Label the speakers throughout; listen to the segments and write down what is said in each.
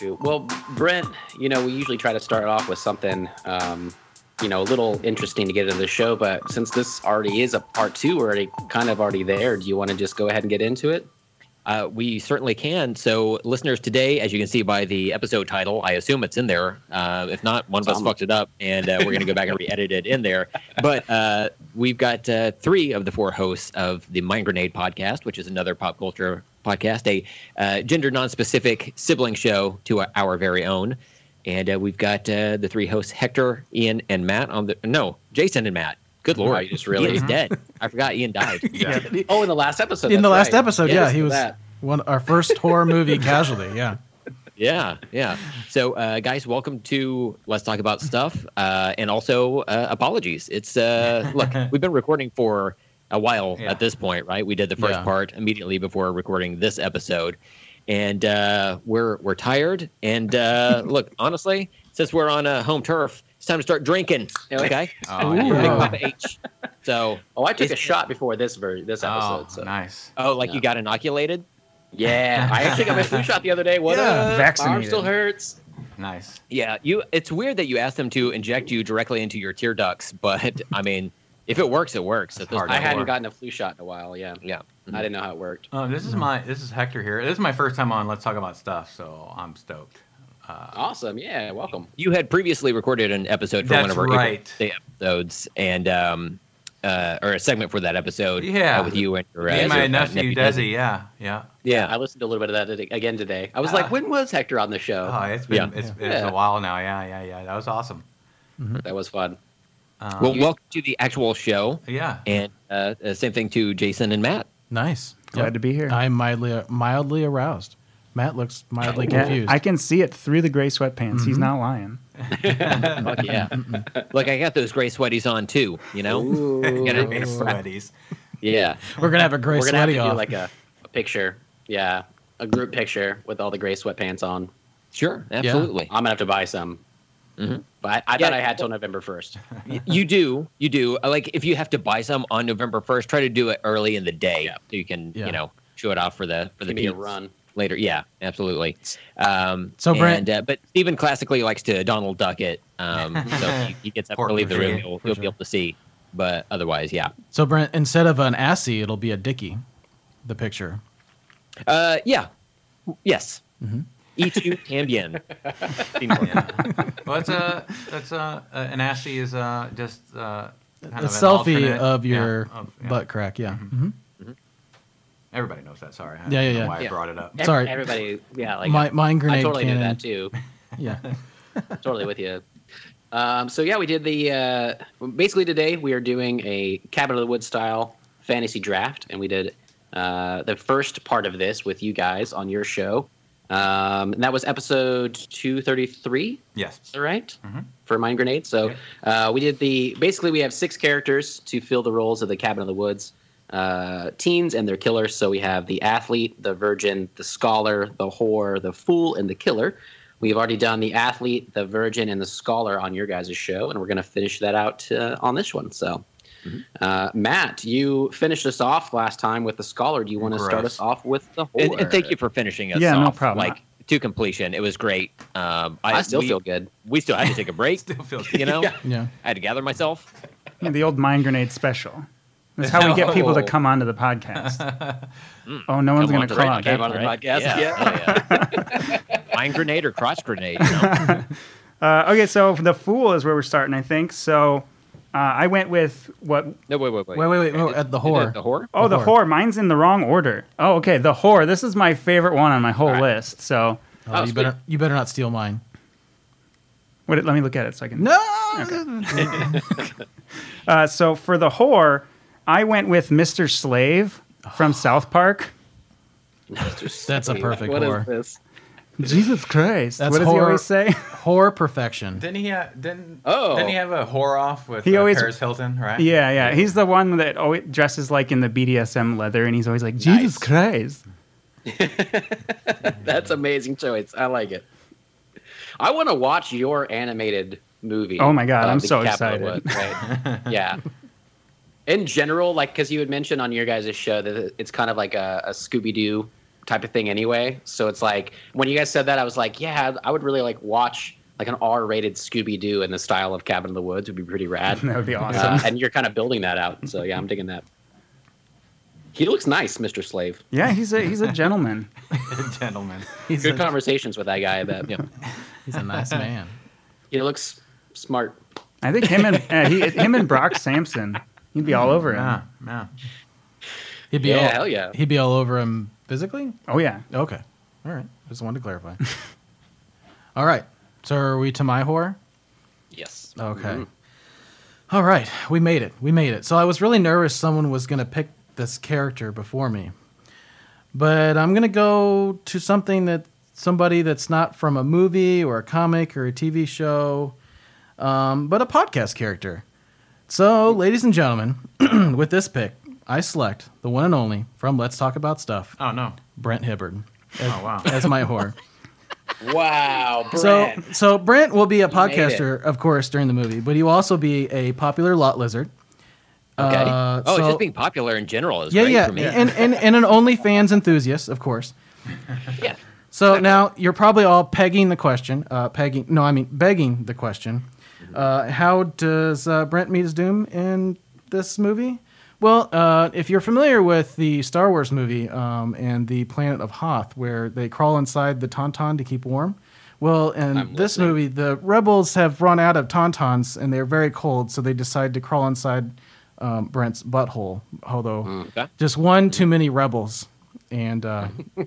Speaker 1: you. Well, Brent, you know, we usually try to start off with something, um, you know, a little interesting to get into the show. But since this already is a part two, we're already kind of already there. Do you want to just go ahead and get into it?
Speaker 2: Uh, we certainly can. So, listeners, today, as you can see by the episode title, I assume it's in there. Uh, if not, one of us
Speaker 1: Some.
Speaker 2: fucked it up, and uh, we're going to go back and re-edit it in there. But uh, we've got uh, three of the four hosts of the Mind Grenade podcast, which is another pop culture podcast, a uh, gender non-specific sibling show to our very own. And uh, we've got uh, the three hosts, Hector, Ian, and Matt. On the no, Jason and Matt. Good lord,
Speaker 1: Wow, you just really- Mm-hmm.
Speaker 2: Ian is dead. I forgot Ian died.
Speaker 3: Yeah.
Speaker 1: Oh, in the last episode.
Speaker 3: In the
Speaker 1: that's
Speaker 3: last
Speaker 1: right.
Speaker 3: episode, yeah,
Speaker 1: just
Speaker 3: he
Speaker 1: for
Speaker 3: was-
Speaker 1: that.
Speaker 3: One our first horror movie casualty. Yeah.
Speaker 2: Yeah, yeah. So, uh, guys, welcome to Let's Talk About Stuff, uh, and also uh, apologies. It's uh, look, we've been recording for a while
Speaker 4: Yeah.
Speaker 2: at this point, right? We did the first
Speaker 3: Yeah.
Speaker 2: part immediately before recording this episode, and uh, we're we're tired. And uh, look, honestly, since we're on uh, home turf, it's time to start drinking. Okay,
Speaker 4: Oh,
Speaker 3: Ooh.
Speaker 2: Big
Speaker 4: yeah.
Speaker 2: Papa H. So,
Speaker 1: Oh, I took a
Speaker 2: It's-
Speaker 1: shot before this ver- this episode.
Speaker 4: Oh,
Speaker 1: so.
Speaker 4: nice.
Speaker 2: oh, like
Speaker 1: Yeah.
Speaker 2: you got inoculated?
Speaker 1: Yeah, I actually got my flu shot the other day. What
Speaker 3: Yeah,
Speaker 1: up? My arm
Speaker 4: vaccinated.
Speaker 1: still hurts.
Speaker 4: Nice.
Speaker 2: Yeah, you. It's weird that you asked them to inject you directly into your tear ducts, but I mean, if it works, it works. At
Speaker 4: It's
Speaker 2: this
Speaker 4: hard
Speaker 2: point.
Speaker 1: I hadn't
Speaker 4: work.
Speaker 1: gotten a flu shot in a while. Yeah,
Speaker 2: Yeah.
Speaker 4: Mm-hmm.
Speaker 1: I didn't know how it worked.
Speaker 4: Um, this is my this is Hector here. This is my first time on Let's Talk About Stuff, so I'm stoked. Uh,
Speaker 1: Awesome. Yeah, welcome.
Speaker 2: You had previously recorded an episode for one
Speaker 4: that's
Speaker 2: of our
Speaker 4: right.
Speaker 2: April Day episodes, and um, uh, or a segment for that episode.
Speaker 4: Yeah.
Speaker 2: uh, with you and your
Speaker 4: Me
Speaker 2: uh,
Speaker 4: and my
Speaker 2: your, uh,
Speaker 4: nephew Desi. Uh-huh. Yeah, yeah.
Speaker 2: Yeah,
Speaker 1: I listened to a little bit of that ag- again today. I was
Speaker 4: Ah.
Speaker 1: like, when was Hector on the show?
Speaker 4: Oh, it's been
Speaker 3: Yeah.
Speaker 4: it's
Speaker 1: Yeah.
Speaker 4: it's a while now. Yeah, yeah, yeah. That was awesome.
Speaker 1: That was fun.
Speaker 4: Um,
Speaker 2: well, welcome to the actual show,
Speaker 4: yeah.
Speaker 2: and uh, uh, same thing to Jason and Matt.
Speaker 3: Nice.
Speaker 5: Glad to be here.
Speaker 3: I'm mildly mildly aroused. Matt looks mildly
Speaker 5: Yeah,
Speaker 3: confused.
Speaker 5: I can see it through the gray sweatpants. He's
Speaker 3: Mhm.
Speaker 5: not lying.
Speaker 2: Fuck yeah! Look, I got those gray sweaties on too. You know?
Speaker 1: Ooh.
Speaker 2: Get it?
Speaker 4: Hey, sweaties.
Speaker 1: yeah,
Speaker 3: We're gonna have a great
Speaker 1: we're gonna have to
Speaker 3: sweaty
Speaker 1: do
Speaker 3: off.
Speaker 1: like a, a picture. Yeah, a group picture with all the gray sweatpants on.
Speaker 2: Sure, absolutely.
Speaker 1: I'm gonna have to buy some.
Speaker 3: Mm-hmm.
Speaker 2: Mhm.
Speaker 1: But I, I
Speaker 2: Yeah.
Speaker 1: thought I had till November first.
Speaker 2: Y- you do you do Uh, like if you have to buy some on november 1st try to do it early in the day
Speaker 1: Yeah.
Speaker 2: so you can
Speaker 3: Yeah.
Speaker 2: you know show it off for the for the
Speaker 1: Give me a
Speaker 2: peeps
Speaker 1: run.
Speaker 2: later yeah absolutely um
Speaker 3: So, Brent-
Speaker 2: and, uh, but steven classically likes to donald duck it um so if he, he gets up
Speaker 4: For-
Speaker 2: to leave the
Speaker 4: for
Speaker 2: room
Speaker 4: sure,
Speaker 2: you'll,
Speaker 3: for
Speaker 2: you'll
Speaker 3: sure.
Speaker 2: be able to see but otherwise yeah
Speaker 3: so Brent, instead of an assy, it'll be a dicky. The picture.
Speaker 2: uh yeah yes
Speaker 3: Mhm.
Speaker 2: eat you tambien
Speaker 4: Yeah. well, it's a it's a an ashy is uh just uh, kind
Speaker 3: a
Speaker 4: an
Speaker 3: selfie
Speaker 4: alternate-
Speaker 3: of
Speaker 4: yeah,
Speaker 3: your
Speaker 4: of- yeah.
Speaker 3: butt crack. Yeah.
Speaker 4: Mhm.
Speaker 3: Mhm.
Speaker 4: Everybody knows that. Sorry. I
Speaker 3: Yeah, yeah,
Speaker 4: don't know
Speaker 3: yeah.
Speaker 4: Why
Speaker 1: Yeah.
Speaker 4: I brought it up.
Speaker 1: Ev-
Speaker 3: Sorry.
Speaker 1: Everybody. Yeah, like
Speaker 3: My, mine
Speaker 1: I
Speaker 3: grenade
Speaker 1: totally
Speaker 3: cannon.
Speaker 1: knew that too.
Speaker 3: Yeah.
Speaker 1: totally with you. Um, so yeah, we did the uh, basically today we are doing a Cabin of the Woods style fantasy draft, and we did uh, the first part of this with you guys on your show, um, and that was episode two thirty three.
Speaker 4: Yes.
Speaker 1: Is that right?
Speaker 3: Mm-hmm.
Speaker 4: Mhm.
Speaker 1: For mine grenade. So uh, we did the basically we have six characters to fill the roles of the Cabin of the Woods uh, teens and their killers. So we have the athlete, the virgin, the scholar, the whore, the fool, and the killer. We've already done the athlete, the virgin, and the scholar on your guys' show, and we're going to finish that out uh, on this one. So,
Speaker 3: Mm-hmm.
Speaker 1: uh, Matt, you finished us off last time with the scholar. Do you want to start
Speaker 4: Gross.
Speaker 1: us off with the whore?
Speaker 2: and, and thank you for finishing us
Speaker 5: Yeah, no
Speaker 2: off,
Speaker 5: problem.
Speaker 2: like to completion it was great um
Speaker 1: I, still
Speaker 2: we,
Speaker 1: feel good.
Speaker 2: we still had to take a break
Speaker 4: Still feels
Speaker 2: you know
Speaker 3: Yeah.
Speaker 2: I had to gather myself.
Speaker 5: Yeah, the old mind grenade special. That's how we get people to come onto the podcast. Oh, no one's
Speaker 2: Come
Speaker 5: going
Speaker 2: on
Speaker 5: to
Speaker 2: to
Speaker 5: call
Speaker 2: the
Speaker 5: out that
Speaker 2: podcast,
Speaker 5: part.
Speaker 2: right? Yeah. yeah. Mine grenade or crotch grenade. you know?
Speaker 5: Uh, okay, so the fool is where we're starting, I think. So uh, I went with what?
Speaker 2: No, wait, wait, wait.
Speaker 3: Wait, wait, wait. wait, at the
Speaker 2: You did
Speaker 3: whore.
Speaker 2: The whore?
Speaker 5: Oh, the,
Speaker 3: The
Speaker 5: whore.
Speaker 3: whore.
Speaker 5: Mine's in the wrong order. Oh, okay, the whore. This is my favorite one on my whole
Speaker 2: All right.
Speaker 5: list. So
Speaker 3: Oh,
Speaker 1: Oh,
Speaker 3: you
Speaker 1: sweet.
Speaker 3: better. You better not steal mine.
Speaker 5: what, let me look at it so I can.
Speaker 3: No.
Speaker 5: Uh, so for the whore, I went with Mr. Slave from South Park.
Speaker 3: That's a perfect
Speaker 1: What is
Speaker 3: whore.
Speaker 1: this?
Speaker 5: Jesus Christ.
Speaker 3: That's
Speaker 5: what does he
Speaker 3: horror-
Speaker 5: always say?
Speaker 3: Whore perfection.
Speaker 4: Didn't he? Ha- didn't
Speaker 1: Oh.
Speaker 4: Didn't he have a whore off with
Speaker 5: He
Speaker 4: uh,
Speaker 5: always-
Speaker 4: Paris Hilton? Right.
Speaker 5: Yeah, yeah. He's the one that always dresses like in the BDSM leather, and he's always like, Jesus
Speaker 1: Nice.
Speaker 5: Christ.
Speaker 1: That's amazing choice. I like it. I want to watch your animated movie. Uh,
Speaker 5: Oh my God, I'm
Speaker 1: the
Speaker 5: so
Speaker 1: Capitol
Speaker 5: excited.
Speaker 1: Woods, right? yeah. In general, like because you had mentioned on your guys' show that it's kind of like a, a Scooby Doo type of thing anyway. So it's like when you guys said that, I was like, yeah, I would really like watch like an R-rated Scooby Doo in the style of Cabin in the Woods would be pretty rad.
Speaker 5: That would be awesome.
Speaker 1: Uh, and you're kind of building that out. So yeah, I'm digging that. He looks nice, Mr. Slave.
Speaker 5: yeah, he's a he's a gentleman.
Speaker 4: gentleman.
Speaker 5: He's
Speaker 1: Good
Speaker 5: a-
Speaker 1: conversations with that guy. I bet.
Speaker 2: Yeah.
Speaker 3: He's a nice man.
Speaker 1: He looks smart.
Speaker 5: I think him and uh, he, him and Brock Sampson, he'd be all over him.
Speaker 4: Yeah, Ah, yeah.
Speaker 3: He'd be
Speaker 1: Yeah,
Speaker 3: all,
Speaker 1: hell yeah.
Speaker 3: He'd be all over him physically.
Speaker 5: Oh yeah,
Speaker 3: Okay, all right. Just wanted to clarify. all right. So are we to my horror?
Speaker 1: Yes.
Speaker 3: Okay.
Speaker 1: Mhm.
Speaker 3: All right, we made it. We made it. So I was really nervous someone was going to pick this character before me. But I'm going to go to something that somebody that's not from a movie or a comic or a TV show, um, but a podcast character. So, ladies and gentlemen, with this pick, I select the one and only from Let's Talk About Stuff,
Speaker 4: Oh no.
Speaker 3: Brent Hibbard,
Speaker 4: Oh wow.
Speaker 3: as my horror.
Speaker 1: Wow,
Speaker 3: So,
Speaker 1: Brent.
Speaker 3: so Brent will be a
Speaker 1: made it.
Speaker 3: podcaster, of course, during the movie, but he will also be a popular lot lizard.
Speaker 2: Okay.
Speaker 3: Uh,
Speaker 2: oh,
Speaker 3: so-
Speaker 2: just being popular in general is
Speaker 3: yeah,
Speaker 2: great
Speaker 3: yeah,
Speaker 2: for me.
Speaker 3: and and and an OnlyFans enthusiast, of course.
Speaker 1: yeah.
Speaker 3: So now you're probably all pegging the question, uh, pegging. No, I mean begging the question. Uh, how does uh, Brent meet his doom in this movie? Well, uh, if you're familiar with the Star Wars movie um, and the Planet of Hoth, where they crawl inside the tauntaun to keep warm, well, in
Speaker 1: I'm
Speaker 3: this
Speaker 1: listening.
Speaker 3: movie, the rebels have run out of tauntauns and they're very cold, so they decide to crawl inside um, Brent's butthole. Although
Speaker 1: Okay.
Speaker 3: just one too many rebels, and, uh,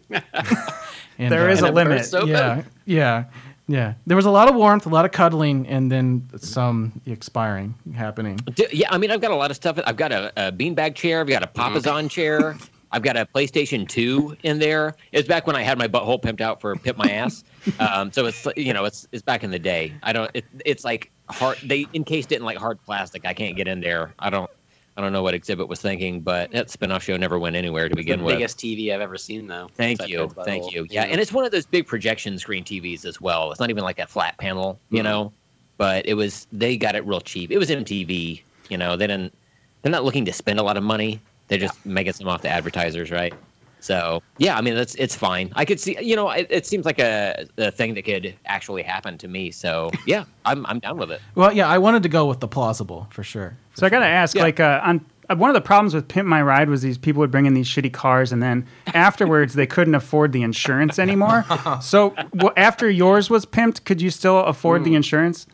Speaker 3: and
Speaker 5: There is
Speaker 3: uh,
Speaker 5: a limit.
Speaker 1: burst open.
Speaker 3: yeah, yeah, yeah. There was a lot of warmth, a lot of cuddling, and then some expiring happening.
Speaker 2: D- yeah, I mean, I've got a lot of stuff. I've got a, a beanbag chair. I've got a
Speaker 1: Mm-hmm.
Speaker 2: Papasan chair. I've got a PlayStation 2 in there. It's back when I had my butthole pimped out for pimp my ass. Um, so it's you know it's it's back in the day. I don't. It, it's like hard. They encased it in like hard plastic. I can't get in there. I don't. I don't know what exhibit was thinking, but that spinoff show never went anywhere to begin
Speaker 1: the
Speaker 2: with.
Speaker 1: biggest TV I've ever seen, though.
Speaker 2: Thank
Speaker 1: Such
Speaker 2: you,
Speaker 1: a
Speaker 2: thank
Speaker 1: butthole.
Speaker 2: you. Yeah, and it's one of those big projection screen TVs as well. It's not even like that flat panel, you
Speaker 1: Mhm.
Speaker 2: know. But it was they got it real cheap. It was MTV, you know. They didn't. They're not looking to spend a lot of money. They're just making some off the advertisers, right? So yeah, I mean that's it's fine. I could see, you know, it, it seems like a, a thing that could actually happen to me. So yeah, I'm I'm down with it.
Speaker 3: Well, yeah, I wanted to go with the plausible for sure.
Speaker 5: So I gotta ask,
Speaker 2: Yeah.
Speaker 5: like, uh, on uh, one of the problems with Pimp My Ride was these people would bring in these shitty cars, and then afterwards they couldn't afford the insurance anymore. so w- after yours was pimped, could you still afford the insurance?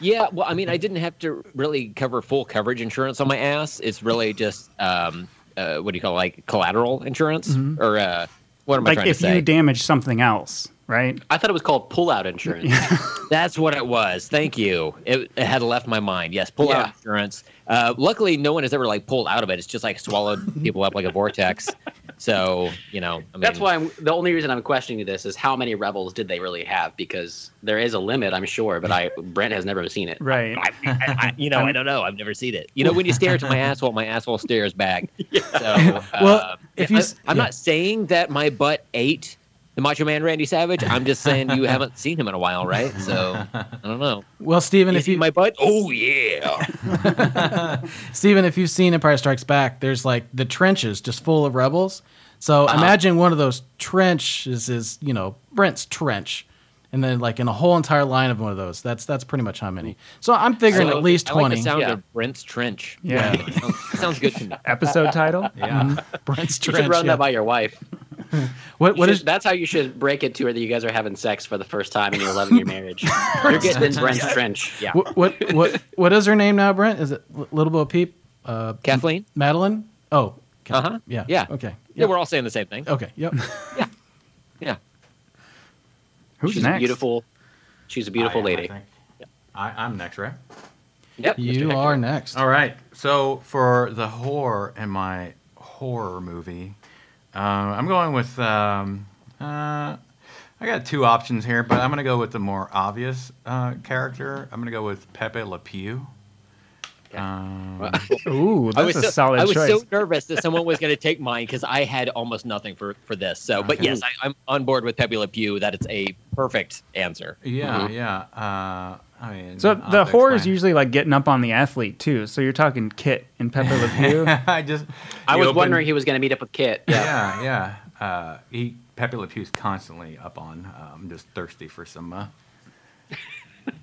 Speaker 2: Yeah, well, I mean, I didn't have to really cover full coverage insurance on my ass. It's really just um, uh, what do you call it, like collateral insurance or uh, what am I
Speaker 5: Mm-hmm. Like
Speaker 2: trying to
Speaker 5: if
Speaker 2: say?
Speaker 5: you damage something else, right?
Speaker 1: I thought it was called pull-out insurance.
Speaker 2: That's what it was. Thank you. It, it had left my mind. Yes, pull
Speaker 1: Yeah.
Speaker 2: out insurance. Uh, luckily, no one has ever like pulled out of it. It's just like swallowed people up like a vortex. So you know, I mean,
Speaker 1: That's why I'm, the only reason I'm questioning this is how many rebels did they really have? Because there is a limit, I'm sure, but I Brent has never seen it.
Speaker 5: Right.
Speaker 2: I, I, I- you know, I don't know. I've never seen it. You know, when you stare into my asshole, my asshole stares back. So, uh,
Speaker 3: Well, if you
Speaker 2: I,
Speaker 3: s-
Speaker 2: I'm
Speaker 3: yeah.
Speaker 2: not saying that my butt ate the Macho Man Randy Savage. I'm just saying you haven't seen him in a while, right? So I don't know.
Speaker 3: Well, Steven,
Speaker 2: You
Speaker 3: if
Speaker 2: see
Speaker 3: you
Speaker 2: my butt, oh yeah.
Speaker 3: Steven, if you've seen Empire Strikes Back, there's like the trenches just full of rebels. So
Speaker 2: Uh-huh.
Speaker 3: imagine one of those trenches is, you know, Brent's trench. And then like in a whole entire line of one of those. That's that's pretty much how many. So I'm figuring
Speaker 2: So,
Speaker 3: at least
Speaker 2: I like
Speaker 3: twenty.
Speaker 2: the sound
Speaker 1: Yeah.
Speaker 2: of Brent's trench.
Speaker 5: Yeah.
Speaker 2: Sounds- sounds good to me.
Speaker 5: Episode title.
Speaker 4: Yeah.
Speaker 3: Mm-hmm. Brent's
Speaker 1: You
Speaker 3: trench.
Speaker 1: should run
Speaker 3: yeah.
Speaker 1: that by your wife.
Speaker 3: what
Speaker 1: You
Speaker 3: what
Speaker 1: should-
Speaker 3: is
Speaker 1: that's how you should break it to her that you guys are having sex for the first time and you're loving your marriage. you're getting in Brent's trench. Yeah.
Speaker 3: what, what what what is her name now, Brent? Is it L- Little Bo Peep? Uh,
Speaker 2: Kathleen.
Speaker 3: Madeline? Oh,
Speaker 2: Uh
Speaker 3: Kathleen.
Speaker 2: huh.
Speaker 3: yeah,
Speaker 2: Yeah.
Speaker 3: okay,
Speaker 2: Yeah,
Speaker 3: yep.
Speaker 2: we're all saying the same thing.
Speaker 3: okay, yep.
Speaker 2: Yeah.
Speaker 5: Who's
Speaker 1: she's
Speaker 5: next?
Speaker 1: a beautiful she's a
Speaker 4: I
Speaker 1: beautiful
Speaker 4: am, I
Speaker 1: lady.
Speaker 4: think. I, I'm next, right?
Speaker 1: Yep. Mr.
Speaker 3: you
Speaker 1: Hector.
Speaker 3: are next.
Speaker 4: All right. So for the horror in my horror movie, uh, I'm going with. Um, uh, I got two options here, but I'm going to go with the more obvious uh, character. I'm going to go with Pepe Le Pew. Um,
Speaker 5: Ooh, that's a
Speaker 2: so,
Speaker 5: solid
Speaker 2: I was
Speaker 5: choice.
Speaker 2: so nervous that someone was going to take mine because I had almost nothing for, for this. So, but
Speaker 4: Okay.
Speaker 2: yes, I, I'm on board with Pepe Le Pew that it's a perfect answer.
Speaker 4: yeah,
Speaker 3: Mm-hmm.
Speaker 4: yeah. Uh, I mean,
Speaker 5: So
Speaker 4: I'll
Speaker 5: the
Speaker 4: have to
Speaker 5: horror is
Speaker 4: explain.
Speaker 5: usually like getting up on the athlete too. So you're talking Kit and Pepe Le Pew.
Speaker 4: I just.
Speaker 1: I
Speaker 4: you
Speaker 1: was
Speaker 4: open-
Speaker 1: wondering he was gonna meet up with Kit. Yeah.
Speaker 4: Yeah, yeah. uh, he Pepe Le Pew's constantly up on. Uh, I'm just thirsty for some. Uh,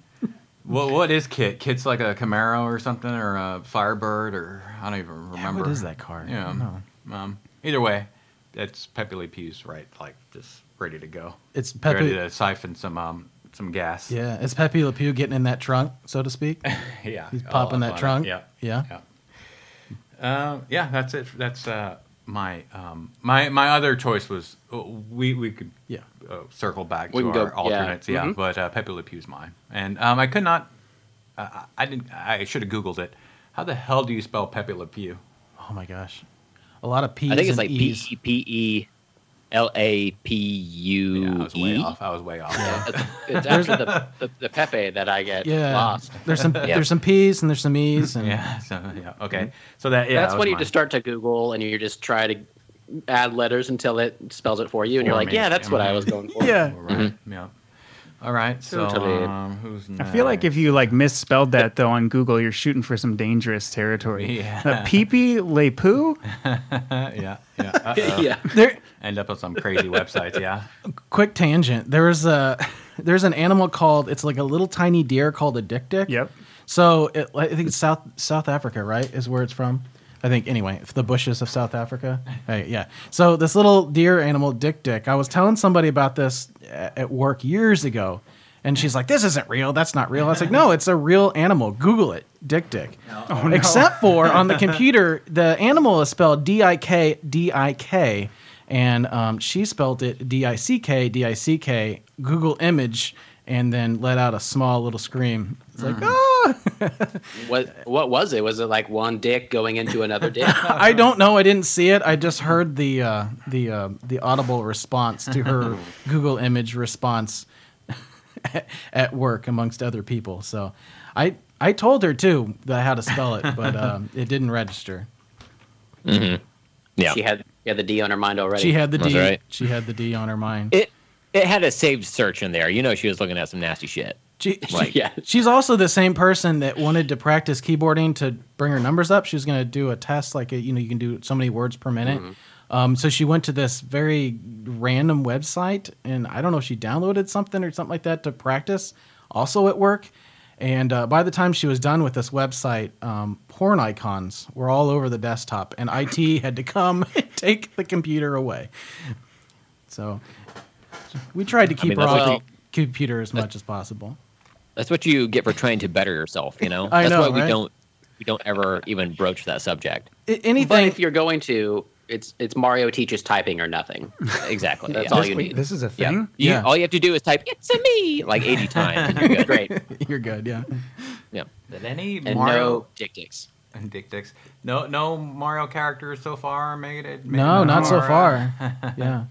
Speaker 4: what what is Kit? Kit's like a Camaro or something, or a Firebird, or I don't even remember.
Speaker 3: What is that car? I
Speaker 4: Yeah.
Speaker 3: don't know.
Speaker 4: Um, either way, that's Pepe Le Pew's right, like just ready to go,
Speaker 3: It's
Speaker 4: ready
Speaker 3: Pepe.
Speaker 4: to siphon some um some gas.
Speaker 3: Yeah, it's Pepe Le Pew getting in that trunk, so to speak.
Speaker 4: yeah.
Speaker 3: He's
Speaker 4: all up on
Speaker 3: popping that
Speaker 4: Oh, it.
Speaker 3: trunk.
Speaker 4: Yeah.
Speaker 3: Yeah.
Speaker 4: Yeah. Uh, yeah, that's it. That's uh, my um, my my other choice was uh, we we could
Speaker 3: Yeah.
Speaker 4: uh, circle back
Speaker 1: We
Speaker 4: to
Speaker 1: can go-
Speaker 4: our
Speaker 1: yeah. Mm-hmm.
Speaker 4: alternates, yeah.
Speaker 2: Mhm.
Speaker 4: But uh, Pepe Le Pew's mine, and um, I could not. Uh, I I didn't. I should have googled it. How the hell do you spell Pepe Le Pew?
Speaker 3: Oh my gosh. A lot of P's
Speaker 2: I think it's
Speaker 3: and
Speaker 2: like P
Speaker 3: E's.
Speaker 2: E P E L A P U E.
Speaker 4: Yeah, I was way off. I was way off.
Speaker 1: It's after the, the, the Pepe that I get
Speaker 3: Yeah.
Speaker 1: lost.
Speaker 3: There's some there's some P's and there's some E's and
Speaker 4: yeah. So yeah. Okay. So that yeah.
Speaker 1: Mm-hmm. That's
Speaker 4: that was
Speaker 1: when you
Speaker 4: mine.
Speaker 1: just start to Google and you just try to add letters until it spells it for you, and
Speaker 4: For
Speaker 1: you're like,
Speaker 4: me.
Speaker 1: yeah, that's what I
Speaker 4: Mhm.
Speaker 1: was going for.
Speaker 5: Yeah.
Speaker 4: All right. Yeah. All right. So
Speaker 1: Mm-hmm. Totally.
Speaker 4: um, who's
Speaker 5: I feel like if you like misspelled that though on Google, you're shooting for some dangerous territory.
Speaker 4: Yeah.
Speaker 5: Uh, Peepee Le Poo?
Speaker 4: Uh, yeah. Yeah. Uh-oh.
Speaker 1: yeah.
Speaker 3: there
Speaker 4: End up on some crazy websites. Yeah.
Speaker 3: quick tangent. There is a there's an animal called it's like a little tiny deer called a dick dick.
Speaker 5: Yep.
Speaker 3: So it, I think it's South South Africa, right? Is where it's from. I think anyway, it's the bushes of South Africa. Hey, yeah. So this little deer animal, Dick Dick. I was telling somebody about this a- at work years ago, and she's like, "This isn't real. That's not real." I was like, "No, it's a real animal. Google it, Dick Dick." Except for on the computer, the animal is spelled D I K D I K, and um, she spelled it D I C K D I C K. Google image, and then let out a small little scream. It's like, ah!
Speaker 1: What what was it? Was it like one dick going into another dick?
Speaker 3: I don't know. I didn't see it. I just heard the uh, the uh, the audible response to her Google image response at work amongst other people. So I I told her too that how to spell it, but um, it didn't register.
Speaker 2: Yeah.
Speaker 1: She had yeah the D on her mind already.
Speaker 3: She had the
Speaker 2: That's
Speaker 3: D.
Speaker 2: right.
Speaker 3: She had the D on her mind.
Speaker 2: It it had a saved search in there. You know she was looking at some nasty shit.
Speaker 3: She,
Speaker 2: Like
Speaker 1: yeah.
Speaker 3: she's also the same person that wanted to practice keyboarding to bring her numbers up. She was going to do a test, like a, you know, you can do so many words per minute.
Speaker 2: Mm-hmm.
Speaker 3: Um, so she went to this very random website, and I don't know if she downloaded something or something like that to practice. Also at work, and uh, by the time she was done with this website, um, porn icons were all over the desktop, and IT had to come and take the computer away. So we tried to keep
Speaker 2: mean,
Speaker 3: her
Speaker 2: that's
Speaker 3: off
Speaker 2: like-
Speaker 3: the computer as much as possible.
Speaker 2: That's what you get for trying to better yourself, you know?
Speaker 3: I
Speaker 2: That's
Speaker 3: know,
Speaker 2: why we
Speaker 3: right?
Speaker 2: don't we don't ever even broach that subject.
Speaker 3: I- anything.
Speaker 1: But if you're going to, it's it's Mario teaches typing or nothing.
Speaker 2: Exactly.
Speaker 1: That's
Speaker 2: yeah.
Speaker 1: all
Speaker 5: This-
Speaker 1: you
Speaker 5: wait,
Speaker 1: need.
Speaker 5: This is a
Speaker 2: Yeah.
Speaker 5: thing?
Speaker 2: You-
Speaker 3: Yeah.
Speaker 2: all you have to do is type "it's a me" like eighty times. And you're good.
Speaker 1: Great.
Speaker 3: You're good, yeah.
Speaker 2: Yeah.
Speaker 4: Did any
Speaker 1: And
Speaker 4: Mario
Speaker 1: no dick dicks.
Speaker 4: and Dick Dicks? No, no Mario characters so far made it. made
Speaker 3: No,
Speaker 4: it
Speaker 3: not so
Speaker 4: or, uh,
Speaker 3: far. Yeah.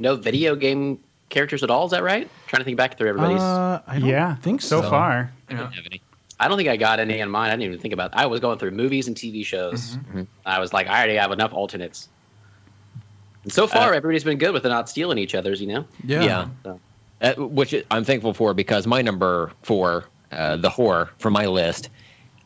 Speaker 1: No video game characters at all. Is that right? trying to think back through everybody's.
Speaker 3: Uh, I don't
Speaker 5: yeah.
Speaker 3: think
Speaker 5: so.
Speaker 3: so.
Speaker 5: far.
Speaker 4: you know,
Speaker 2: Don't have any.
Speaker 1: I don't think I got any in mind. I didn't even think about. I was going through movies and TV shows.
Speaker 2: Mm-hmm.
Speaker 1: I was like, I already have enough alternates. And so far,
Speaker 2: Uh,
Speaker 1: everybody's been good with not stealing each other's. You know.
Speaker 3: Yeah.
Speaker 2: Yeah.
Speaker 1: So.
Speaker 2: Uh, which I'm thankful for because my number four, uh, the whore for my list,